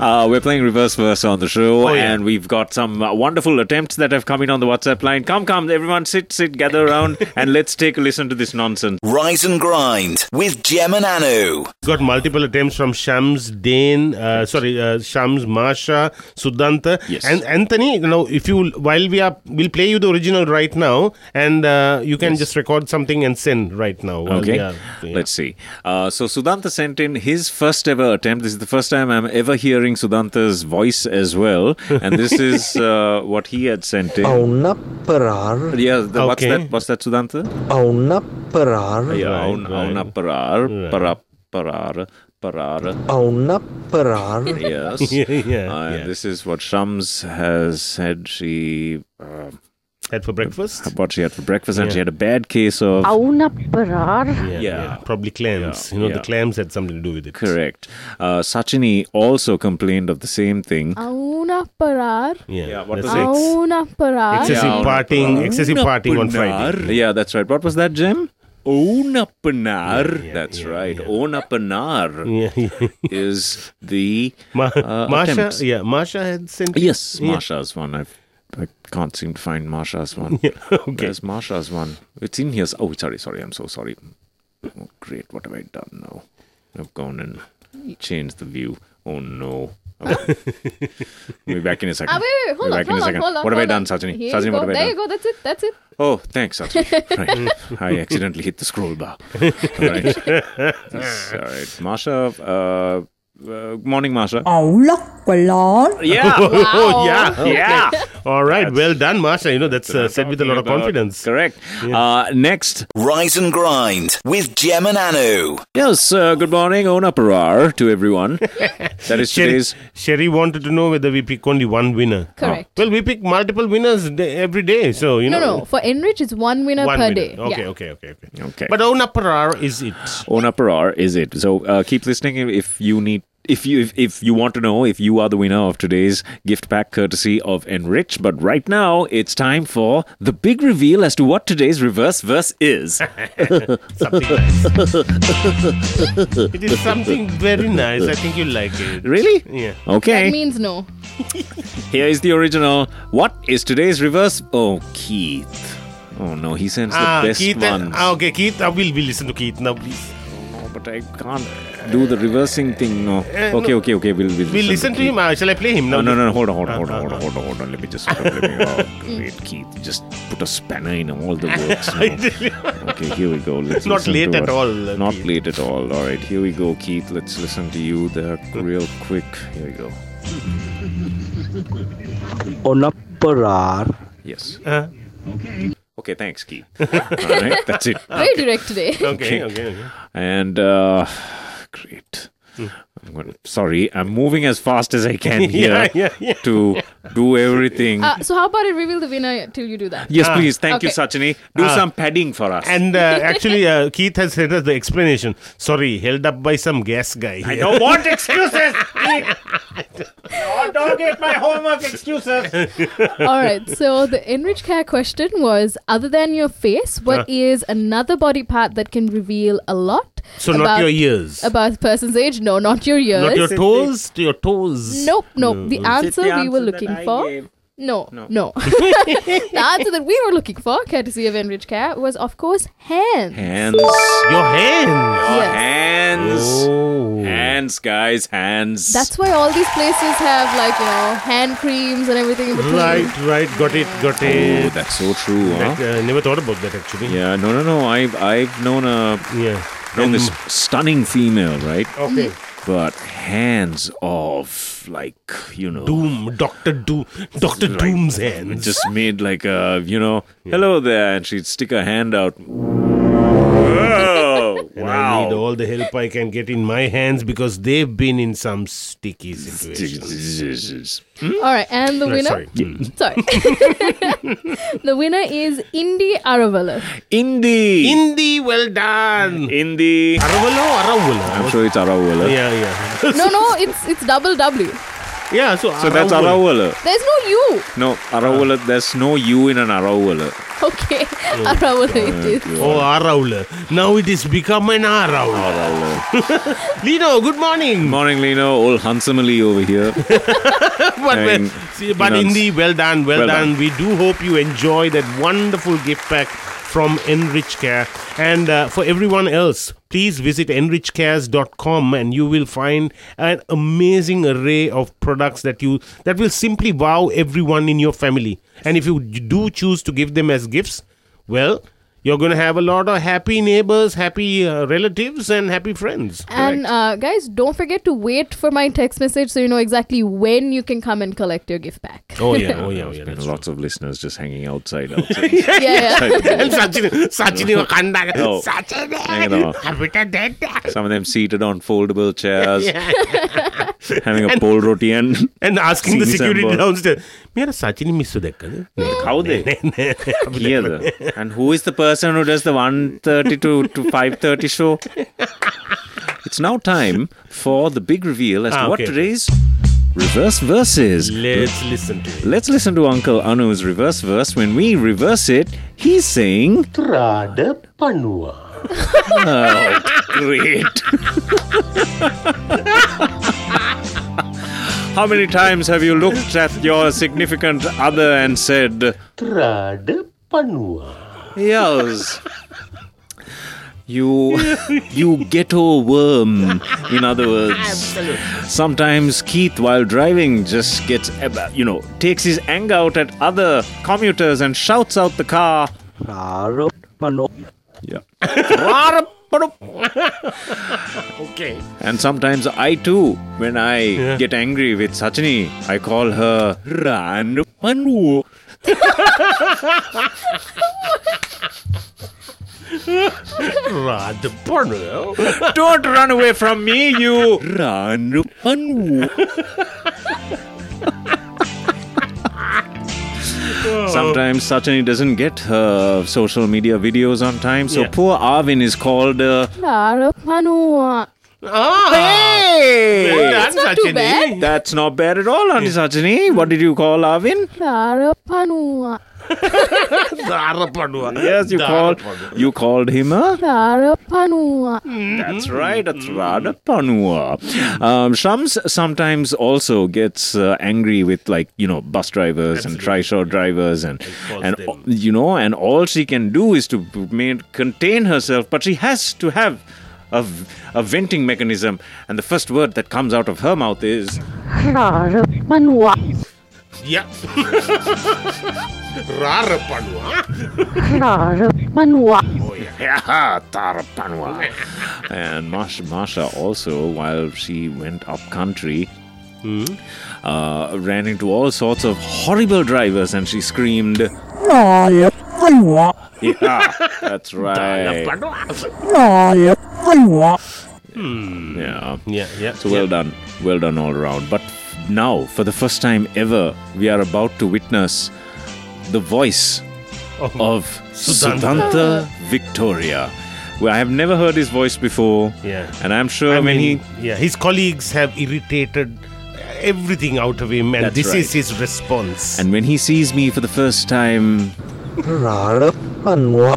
[SPEAKER 3] Uh, we're playing reverse verse on the show,
[SPEAKER 2] Oh, yeah.
[SPEAKER 3] and we've got some uh, wonderful attempts that have come in on the WhatsApp line. Come, come, everyone, sit, sit, gather around, and let's take a listen to this nonsense.
[SPEAKER 5] Rise and Grind with Gem and Anu.
[SPEAKER 2] Got multiple attempts from Shams Dane, uh, sorry, uh, Shams Masha, Sudanta,
[SPEAKER 3] Yes.
[SPEAKER 2] and Anthony. You know, if you while we are, we'll play you the original right now, and uh, you can just record something and send right now. while
[SPEAKER 3] Okay,
[SPEAKER 2] we are- yeah.
[SPEAKER 3] let's see. Uh, so Sudanta sent in his first ever attempt. This is the first time I'm ever hearing Sudanta's voice as well, and this is uh, what he had sent in.
[SPEAKER 11] Aunapparar,
[SPEAKER 3] Yeah, the, what's
[SPEAKER 2] Okay.
[SPEAKER 3] that? What's that, Sudanta?
[SPEAKER 11] aunapparar,
[SPEAKER 3] Yeah,
[SPEAKER 2] Right,
[SPEAKER 3] aun-
[SPEAKER 2] right.
[SPEAKER 3] aunaparar, para- parar, parar.
[SPEAKER 11] aunapparar,
[SPEAKER 3] Yes.
[SPEAKER 2] Yeah, yeah,
[SPEAKER 3] Uh,
[SPEAKER 2] yeah.
[SPEAKER 3] This is what Shams has said. She uh,
[SPEAKER 2] Had for breakfast.
[SPEAKER 3] what she had for breakfast, and she had a bad case of
[SPEAKER 9] Aunapparar.
[SPEAKER 2] Yeah,
[SPEAKER 3] Yeah.
[SPEAKER 2] probably clams. you know, the
[SPEAKER 3] yeah.
[SPEAKER 2] clams had something to do with it.
[SPEAKER 3] correct. Uh, Sachini also complained of the same thing.
[SPEAKER 4] Auna parar.
[SPEAKER 2] Yeah,
[SPEAKER 3] Yeah, what
[SPEAKER 2] that's
[SPEAKER 3] was
[SPEAKER 2] it.
[SPEAKER 3] Six.
[SPEAKER 4] Auna parar.
[SPEAKER 2] Excessive
[SPEAKER 3] Yeah,
[SPEAKER 2] partying, excessive partying on Friday.
[SPEAKER 3] Unapanar. Yeah, that's right. What was that, Jim? Onapanar.
[SPEAKER 2] yeah,
[SPEAKER 3] that's
[SPEAKER 2] yeah,
[SPEAKER 3] right.
[SPEAKER 2] yeah.
[SPEAKER 3] Onapanar
[SPEAKER 2] Yeah, yeah.
[SPEAKER 3] is the
[SPEAKER 2] Ma-
[SPEAKER 3] uh,
[SPEAKER 2] Masha,
[SPEAKER 3] attempts.
[SPEAKER 2] yeah, Masha had sent.
[SPEAKER 3] Yes,
[SPEAKER 2] Yeah.
[SPEAKER 3] Marsha's one. I've, I can't seem to find Marsha's one.
[SPEAKER 2] Yeah, okay.
[SPEAKER 3] There's Marsha's one. It's in here. s- Oh, sorry, sorry. I'm so sorry. Oh, great. What have I done now? I've gone and changed the view. Oh, no. Okay. we'll be back in a second.
[SPEAKER 4] Ah, wait, wait,
[SPEAKER 3] We'll
[SPEAKER 4] hold
[SPEAKER 3] be
[SPEAKER 4] on,
[SPEAKER 3] back in a
[SPEAKER 4] hold on,
[SPEAKER 3] second.
[SPEAKER 4] hold on.
[SPEAKER 3] What have I
[SPEAKER 4] hold
[SPEAKER 3] done,
[SPEAKER 4] on.
[SPEAKER 3] Sajini?
[SPEAKER 4] Here
[SPEAKER 3] Sajini,
[SPEAKER 4] you
[SPEAKER 3] what have
[SPEAKER 4] go.
[SPEAKER 3] I
[SPEAKER 4] There
[SPEAKER 3] done?
[SPEAKER 4] you go, that's it, that's it.
[SPEAKER 3] Oh, thanks, Sajini. Right. I accidentally hit the scroll bar. Right. That's- all right. Marsha, uh, uh, morning, Marsha. Yeah.
[SPEAKER 2] Oh, yeah, okay.
[SPEAKER 3] Yeah.
[SPEAKER 2] All right, well done, Masha. You know, that's uh, said with a lot of
[SPEAKER 3] About-
[SPEAKER 2] confidence.
[SPEAKER 3] Correct. Uh, next,
[SPEAKER 5] Rise and Grind with Gem and Anu.
[SPEAKER 3] Yes, uh, good morning, Onaparar, to everyone. that is
[SPEAKER 2] Sherry,
[SPEAKER 3] today's.
[SPEAKER 2] Sherry wanted to know whether we pick only one winner. Ah.
[SPEAKER 4] Correct.
[SPEAKER 2] Well, we pick multiple winners d- every day, so you
[SPEAKER 4] No,
[SPEAKER 2] know.
[SPEAKER 4] no, for Enrich, it's one winner
[SPEAKER 2] One
[SPEAKER 4] per
[SPEAKER 2] winner.
[SPEAKER 4] day.
[SPEAKER 2] Okay,
[SPEAKER 4] yeah.
[SPEAKER 2] okay, okay, okay.
[SPEAKER 3] Okay.
[SPEAKER 2] But Onaparar is it?
[SPEAKER 3] Onaparar is it. So uh, keep listening if you need. If you if, if you want to know if you are the winner of today's gift pack courtesy of Enrich, but right now it's time for the big reveal as to what today's reverse verse is.
[SPEAKER 2] Something nice. it is something very nice. I think you like it.
[SPEAKER 3] really?
[SPEAKER 2] Yeah.
[SPEAKER 3] Okay.
[SPEAKER 4] That means no.
[SPEAKER 3] Here is the original. What is today's reverse? Oh, Keith. Oh no, he sends the best
[SPEAKER 2] Ah, Keith,
[SPEAKER 3] ones.
[SPEAKER 2] uh, ah, okay, Keith. Uh, we'll, we'll listen to Keith now, please.
[SPEAKER 3] Oh, but but I can't do the reversing thing. No.
[SPEAKER 2] Uh,
[SPEAKER 3] okay,
[SPEAKER 2] no.
[SPEAKER 3] okay, okay. We'll, we'll
[SPEAKER 2] We'll listen to him. Uh, shall I play him now?
[SPEAKER 3] No, no, no. Hold on, hold on,
[SPEAKER 2] Uh,
[SPEAKER 3] hold on, hold on, hold on, hold on. Let me just let me, oh, wait, Keith. Just put a spanner in all the works. now. okay, here we go. Let's
[SPEAKER 2] It's not
[SPEAKER 3] listen
[SPEAKER 2] late
[SPEAKER 3] to
[SPEAKER 2] at
[SPEAKER 3] us.
[SPEAKER 2] all,
[SPEAKER 3] Not late at all. All right, here we go, Keith. Let's listen to you there,
[SPEAKER 2] Mm.
[SPEAKER 3] real quick. Here we go.
[SPEAKER 11] on a per hour.
[SPEAKER 3] Yes.
[SPEAKER 2] Uh,
[SPEAKER 3] Okay, thanks, Keith. All right, that's it.
[SPEAKER 4] Very direct today.
[SPEAKER 2] Okay, okay, okay.
[SPEAKER 3] And uh, great.
[SPEAKER 2] Hmm.
[SPEAKER 3] I'm going to, sorry, I'm moving as fast as I can here
[SPEAKER 2] Yeah, yeah, yeah.
[SPEAKER 3] to do everything.
[SPEAKER 4] Uh, so how about I reveal the winner till you do that?
[SPEAKER 3] yes, please. Thank you,
[SPEAKER 4] Okay.
[SPEAKER 3] Sachini. Do
[SPEAKER 2] Ah.
[SPEAKER 3] some padding for us.
[SPEAKER 2] uh, And uh, actually, uh, Keith has sent us the explanation. Sorry, held up by some gas guy.
[SPEAKER 3] I don't want Oh,
[SPEAKER 2] excuses. don't get my homework excuses.
[SPEAKER 4] All right. So the enrich care question was: other than your face, what is another body part that can reveal a lot?
[SPEAKER 2] So not your ears.
[SPEAKER 4] About a person's age? No, not your ears.
[SPEAKER 2] Not your toes, to your toes.
[SPEAKER 4] Nope, nope. The
[SPEAKER 2] No.
[SPEAKER 4] answer we were looking for. No, no. the answer that we were looking for, courtesy of Enrich Care, was of course hands.
[SPEAKER 3] Hands.
[SPEAKER 2] Your hands.
[SPEAKER 4] Yes.
[SPEAKER 3] Hands.
[SPEAKER 2] Oh.
[SPEAKER 3] Hands, guys. Hands.
[SPEAKER 4] That's why all these places have like, you know, hand creams and everything in between.
[SPEAKER 2] Right, right. Got it, got
[SPEAKER 3] Oh,
[SPEAKER 2] it.
[SPEAKER 3] that's so true, huh?
[SPEAKER 2] Like, uh, never thought about that actually.
[SPEAKER 3] Yeah, no, no, no. I've I've known a
[SPEAKER 2] Yeah.
[SPEAKER 3] known this
[SPEAKER 2] Um.
[SPEAKER 3] stunning female, right?
[SPEAKER 2] Okay.
[SPEAKER 3] But hands off, like you know,
[SPEAKER 2] Doom, Doctor Doom, Doctor Doom's hands.
[SPEAKER 3] just made like a you know, hello there, and she'd stick her hand out. Whoa!
[SPEAKER 2] And I need
[SPEAKER 3] wow!
[SPEAKER 2] all the help I can get in my hands because they've been in some sticky situations.
[SPEAKER 4] All right, and the
[SPEAKER 2] Right,
[SPEAKER 4] winner?
[SPEAKER 2] sorry. Mm.
[SPEAKER 4] Sorry. the winner is Indi Aravala.
[SPEAKER 3] Indie,
[SPEAKER 2] Hindi, well done.
[SPEAKER 3] Indie.
[SPEAKER 2] Aravalo, Aravalo.
[SPEAKER 3] I'm sure it's Arawala.
[SPEAKER 2] Yeah, yeah.
[SPEAKER 4] No, no, it's it's double W.
[SPEAKER 2] Yeah, so,
[SPEAKER 3] So that's Arawala.
[SPEAKER 4] There's no U.
[SPEAKER 3] No,
[SPEAKER 2] Ah.
[SPEAKER 3] Arawala. There's no U in an Arawala.
[SPEAKER 4] Okay, Aravala it is.
[SPEAKER 2] Oh, Aravula. Now it is become an Aravula.
[SPEAKER 3] Arawala.
[SPEAKER 2] Lino, good morning.
[SPEAKER 3] Morning, Lino. Old handsome Ali over here.
[SPEAKER 2] But, well,
[SPEAKER 3] And,
[SPEAKER 2] see, but
[SPEAKER 3] you know,
[SPEAKER 2] Indi, well done, well,
[SPEAKER 3] well
[SPEAKER 2] done.
[SPEAKER 3] done.
[SPEAKER 2] We do hope you enjoy that wonderful gift pack from Enrich Care. And uh, for everyone else, please visit enrichcares.com and you will find an amazing array of products that you that will simply wow everyone in your family. And if you do choose to give them as gifts, well, you're going to have a lot of happy neighbors, happy uh, relatives, and happy friends.
[SPEAKER 4] And uh, guys, don't forget to wait for my text message so you know exactly when you can come and collect your gift back.
[SPEAKER 2] Oh yeah, oh yeah, oh, yeah.
[SPEAKER 3] There's been
[SPEAKER 2] that's
[SPEAKER 3] lots of listeners just hanging outside. outside.
[SPEAKER 4] Yeah, yeah.
[SPEAKER 2] and Sachin, Sachin Wakanda.
[SPEAKER 3] Oh.
[SPEAKER 2] Sachin,
[SPEAKER 3] Hang on.
[SPEAKER 2] Habitat dead.
[SPEAKER 3] Some of them seated on foldable chairs,
[SPEAKER 2] Yeah.
[SPEAKER 3] having a pole roti and
[SPEAKER 2] And asking the
[SPEAKER 3] Singh
[SPEAKER 2] security
[SPEAKER 3] Sambor.
[SPEAKER 2] downstairs, Mera Sachin miss ho dekha de."
[SPEAKER 3] how they here. the- And who is the person who does the 1.30 to, to 5.30 show? It's now time for the big reveal as
[SPEAKER 2] Ah,
[SPEAKER 3] to what
[SPEAKER 2] okay, okay.
[SPEAKER 3] today's reverse verse is.
[SPEAKER 2] Let's listen to it.
[SPEAKER 3] Let's listen to Uncle Anu's reverse verse. When we reverse it, he's saying...
[SPEAKER 10] Trada Panua.
[SPEAKER 3] Oh, great. How many times have you looked at your significant other and said,
[SPEAKER 10] Trada Panua.
[SPEAKER 3] Yes. You, you ghetto worm. In other words, sometimes Keith, while driving, just gets, ab- you know, takes his anger out at other commuters and shouts out the car.
[SPEAKER 11] Rar- Pano-
[SPEAKER 3] Yeah.
[SPEAKER 2] Okay.
[SPEAKER 3] And sometimes I too, when I get angry with Sachini, I call her Ran Panu.
[SPEAKER 2] Rad Porno.
[SPEAKER 3] Don't run away from me, you Ran Panu. Sometimes Sachini doesn't get her social media videos on time, so
[SPEAKER 2] Yeah.
[SPEAKER 3] poor Arvin is called. Uh,
[SPEAKER 4] Larapanua.
[SPEAKER 3] Oh,
[SPEAKER 2] Ah. Well done,
[SPEAKER 4] not too
[SPEAKER 2] Sachin.
[SPEAKER 4] bad.
[SPEAKER 3] That's not bad at all, Auntie Sachini. What did you call Arvin?
[SPEAKER 4] Larapanua.
[SPEAKER 2] Dara Panua.
[SPEAKER 3] Yes, you called you called him a.
[SPEAKER 4] Larapanua.
[SPEAKER 3] That's right, a Thradapanua. Um, Shams sometimes also gets uh, angry with like you know bus drivers and trishaw drivers and
[SPEAKER 2] calls
[SPEAKER 3] and
[SPEAKER 2] them.
[SPEAKER 3] you know and all she can do is to b- main, contain herself, but she has to have a, v- a venting mechanism, and the first word that comes out of her mouth is
[SPEAKER 9] Rarumanwa.
[SPEAKER 2] Yeah. Rarapanwa. Oh,
[SPEAKER 9] Rarumanwa.
[SPEAKER 3] and Masha, Masha also, while she went up country,
[SPEAKER 2] Hmm?
[SPEAKER 3] uh, ran into all sorts of horrible drivers and she screamed, Yeah, that's right. Yeah.
[SPEAKER 2] Yeah, yeah.
[SPEAKER 3] So well done. Well done all around. But now, for the first time ever, we are about to witness the voice of
[SPEAKER 2] Sudanta.
[SPEAKER 3] Sudanta Victoria. Well, I have never heard his voice before.
[SPEAKER 2] Yeah.
[SPEAKER 3] And I'm sure
[SPEAKER 2] I
[SPEAKER 3] many.
[SPEAKER 2] mean, yeah, his colleagues have irritated everything out of him, and
[SPEAKER 3] That's
[SPEAKER 2] this is
[SPEAKER 3] right.
[SPEAKER 2] his response.
[SPEAKER 3] And when he sees me for the first time. Yeah. Radha Anwar.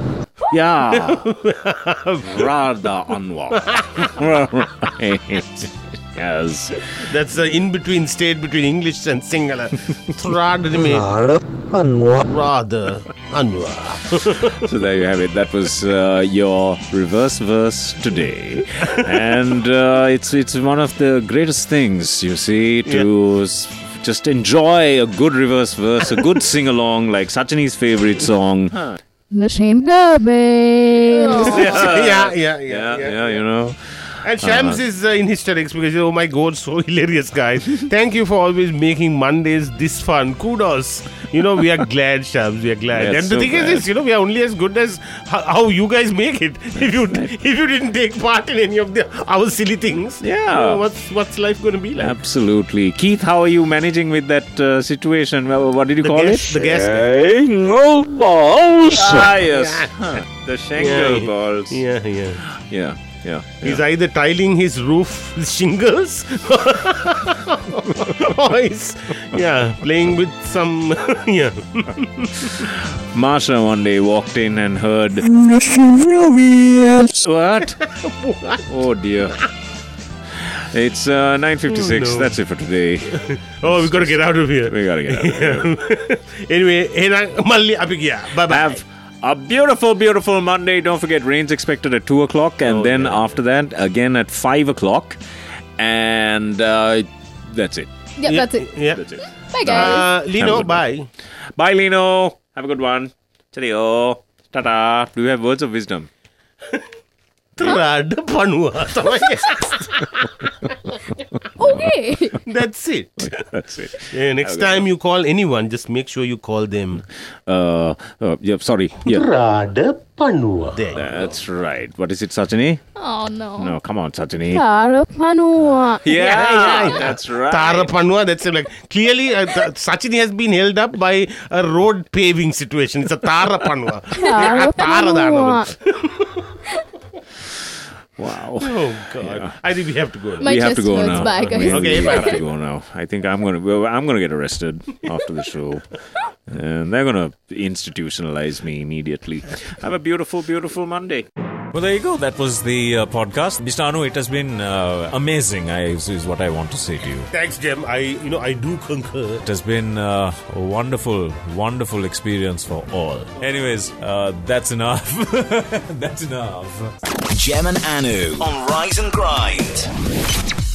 [SPEAKER 3] right. Yes.
[SPEAKER 2] That's the in-between state between English and Singala. Thradme. Rather, Anwar.
[SPEAKER 3] So there you have it. That was uh, your reverse verse today, and uh, it's it's one of the greatest things you see to s- just enjoy a good reverse verse, a good sing along, like Sachini's favorite song.
[SPEAKER 4] Lashane Gabe.
[SPEAKER 2] yeah, yeah, yeah,
[SPEAKER 3] Yeah,
[SPEAKER 2] yeah,
[SPEAKER 3] yeah, you know.
[SPEAKER 2] And Shams
[SPEAKER 3] Uh-huh.
[SPEAKER 2] is uh, in hysterics because oh my god, so hilarious, guys! Thank you for always making Mondays this fun. Kudos, you know we are glad, Shams, we are glad.
[SPEAKER 3] We are
[SPEAKER 2] and the
[SPEAKER 3] so
[SPEAKER 2] thing
[SPEAKER 3] glad.
[SPEAKER 2] is, this, you know, we are only as good as how, how you guys make it. if you if you didn't take part in any of the our silly things,
[SPEAKER 3] Yeah.
[SPEAKER 2] you know, what's what's life going to be like?
[SPEAKER 3] Absolutely, Keith. How are you managing with that uh, situation? Well, what did you
[SPEAKER 2] The
[SPEAKER 3] call
[SPEAKER 2] guest,
[SPEAKER 3] it?
[SPEAKER 2] the guest.
[SPEAKER 3] Ah, yes. Huh. The shingle
[SPEAKER 2] Yeah.
[SPEAKER 3] balls. Yeah,
[SPEAKER 2] Yeah, yeah.
[SPEAKER 3] yeah, yeah.
[SPEAKER 2] He's either tiling his roof with shingles or he's, yeah, playing with some, yeah.
[SPEAKER 3] Marsha one day walked in and heard. what? Oh dear. It's uh, 9.56.
[SPEAKER 2] Oh, no.
[SPEAKER 3] That's it for today.
[SPEAKER 2] Oh, we got to get out of here.
[SPEAKER 3] We gotta get out of here.
[SPEAKER 2] anyway, henang malli apigya. Bye bye.
[SPEAKER 3] Have a beautiful, beautiful Monday. Don't forget, rain's expected at 2 o'clock.
[SPEAKER 2] Oh,
[SPEAKER 3] And then after that, again at 5 o'clock. And uh, that's it.
[SPEAKER 4] Yep, that's it.
[SPEAKER 2] Yeah.
[SPEAKER 3] That's it.
[SPEAKER 4] Bye, guys.
[SPEAKER 2] Uh, Lino,
[SPEAKER 3] Have a good
[SPEAKER 2] bye.
[SPEAKER 3] Bye, Lino. Have a good one. Cheerio. Ta-ta. Do you have words of wisdom?
[SPEAKER 2] Trad panua.
[SPEAKER 4] Okay.
[SPEAKER 2] That's it.
[SPEAKER 3] That's it.
[SPEAKER 2] Yeah, next time you call anyone, just make sure you call them.
[SPEAKER 3] Uh, uh, yeah, sorry. Yeah,
[SPEAKER 2] There.
[SPEAKER 3] that's right. What is it, Sachini?
[SPEAKER 4] Oh, no.
[SPEAKER 3] No, come on, Sachini.
[SPEAKER 4] Rarumanwa.
[SPEAKER 3] Yeah,
[SPEAKER 2] yeah, yeah.
[SPEAKER 3] that's right.
[SPEAKER 2] Tara Panwa, that's it. Like clearly, uh, th- Sachin has been held up by a road paving situation. It's a Tara Panwa. Yeah, Tara Dhanavad.
[SPEAKER 3] Wow.
[SPEAKER 2] Oh God! I think we have to go. now.
[SPEAKER 4] My
[SPEAKER 3] we have
[SPEAKER 4] chest
[SPEAKER 3] to go
[SPEAKER 4] hurts.
[SPEAKER 3] now.
[SPEAKER 4] Bye,
[SPEAKER 3] We-
[SPEAKER 4] guys.
[SPEAKER 2] Okay,
[SPEAKER 3] we
[SPEAKER 2] bye.
[SPEAKER 3] have to go now. I think I'm gonna well, I'm gonna get arrested after the show, and they're gonna institutionalize me immediately. Have a beautiful, beautiful Monday.
[SPEAKER 1] Well, there you go. That was the uh, podcast. Mr. Anu, it has been uh, amazing, I, is, is what I want to say to you.
[SPEAKER 2] Thanks, Jem. I, you know, I do concur.
[SPEAKER 1] It has been uh, a wonderful, wonderful experience for all. Anyways, uh, that's enough. that's enough.
[SPEAKER 5] Gem and Anu on Rise and Grind.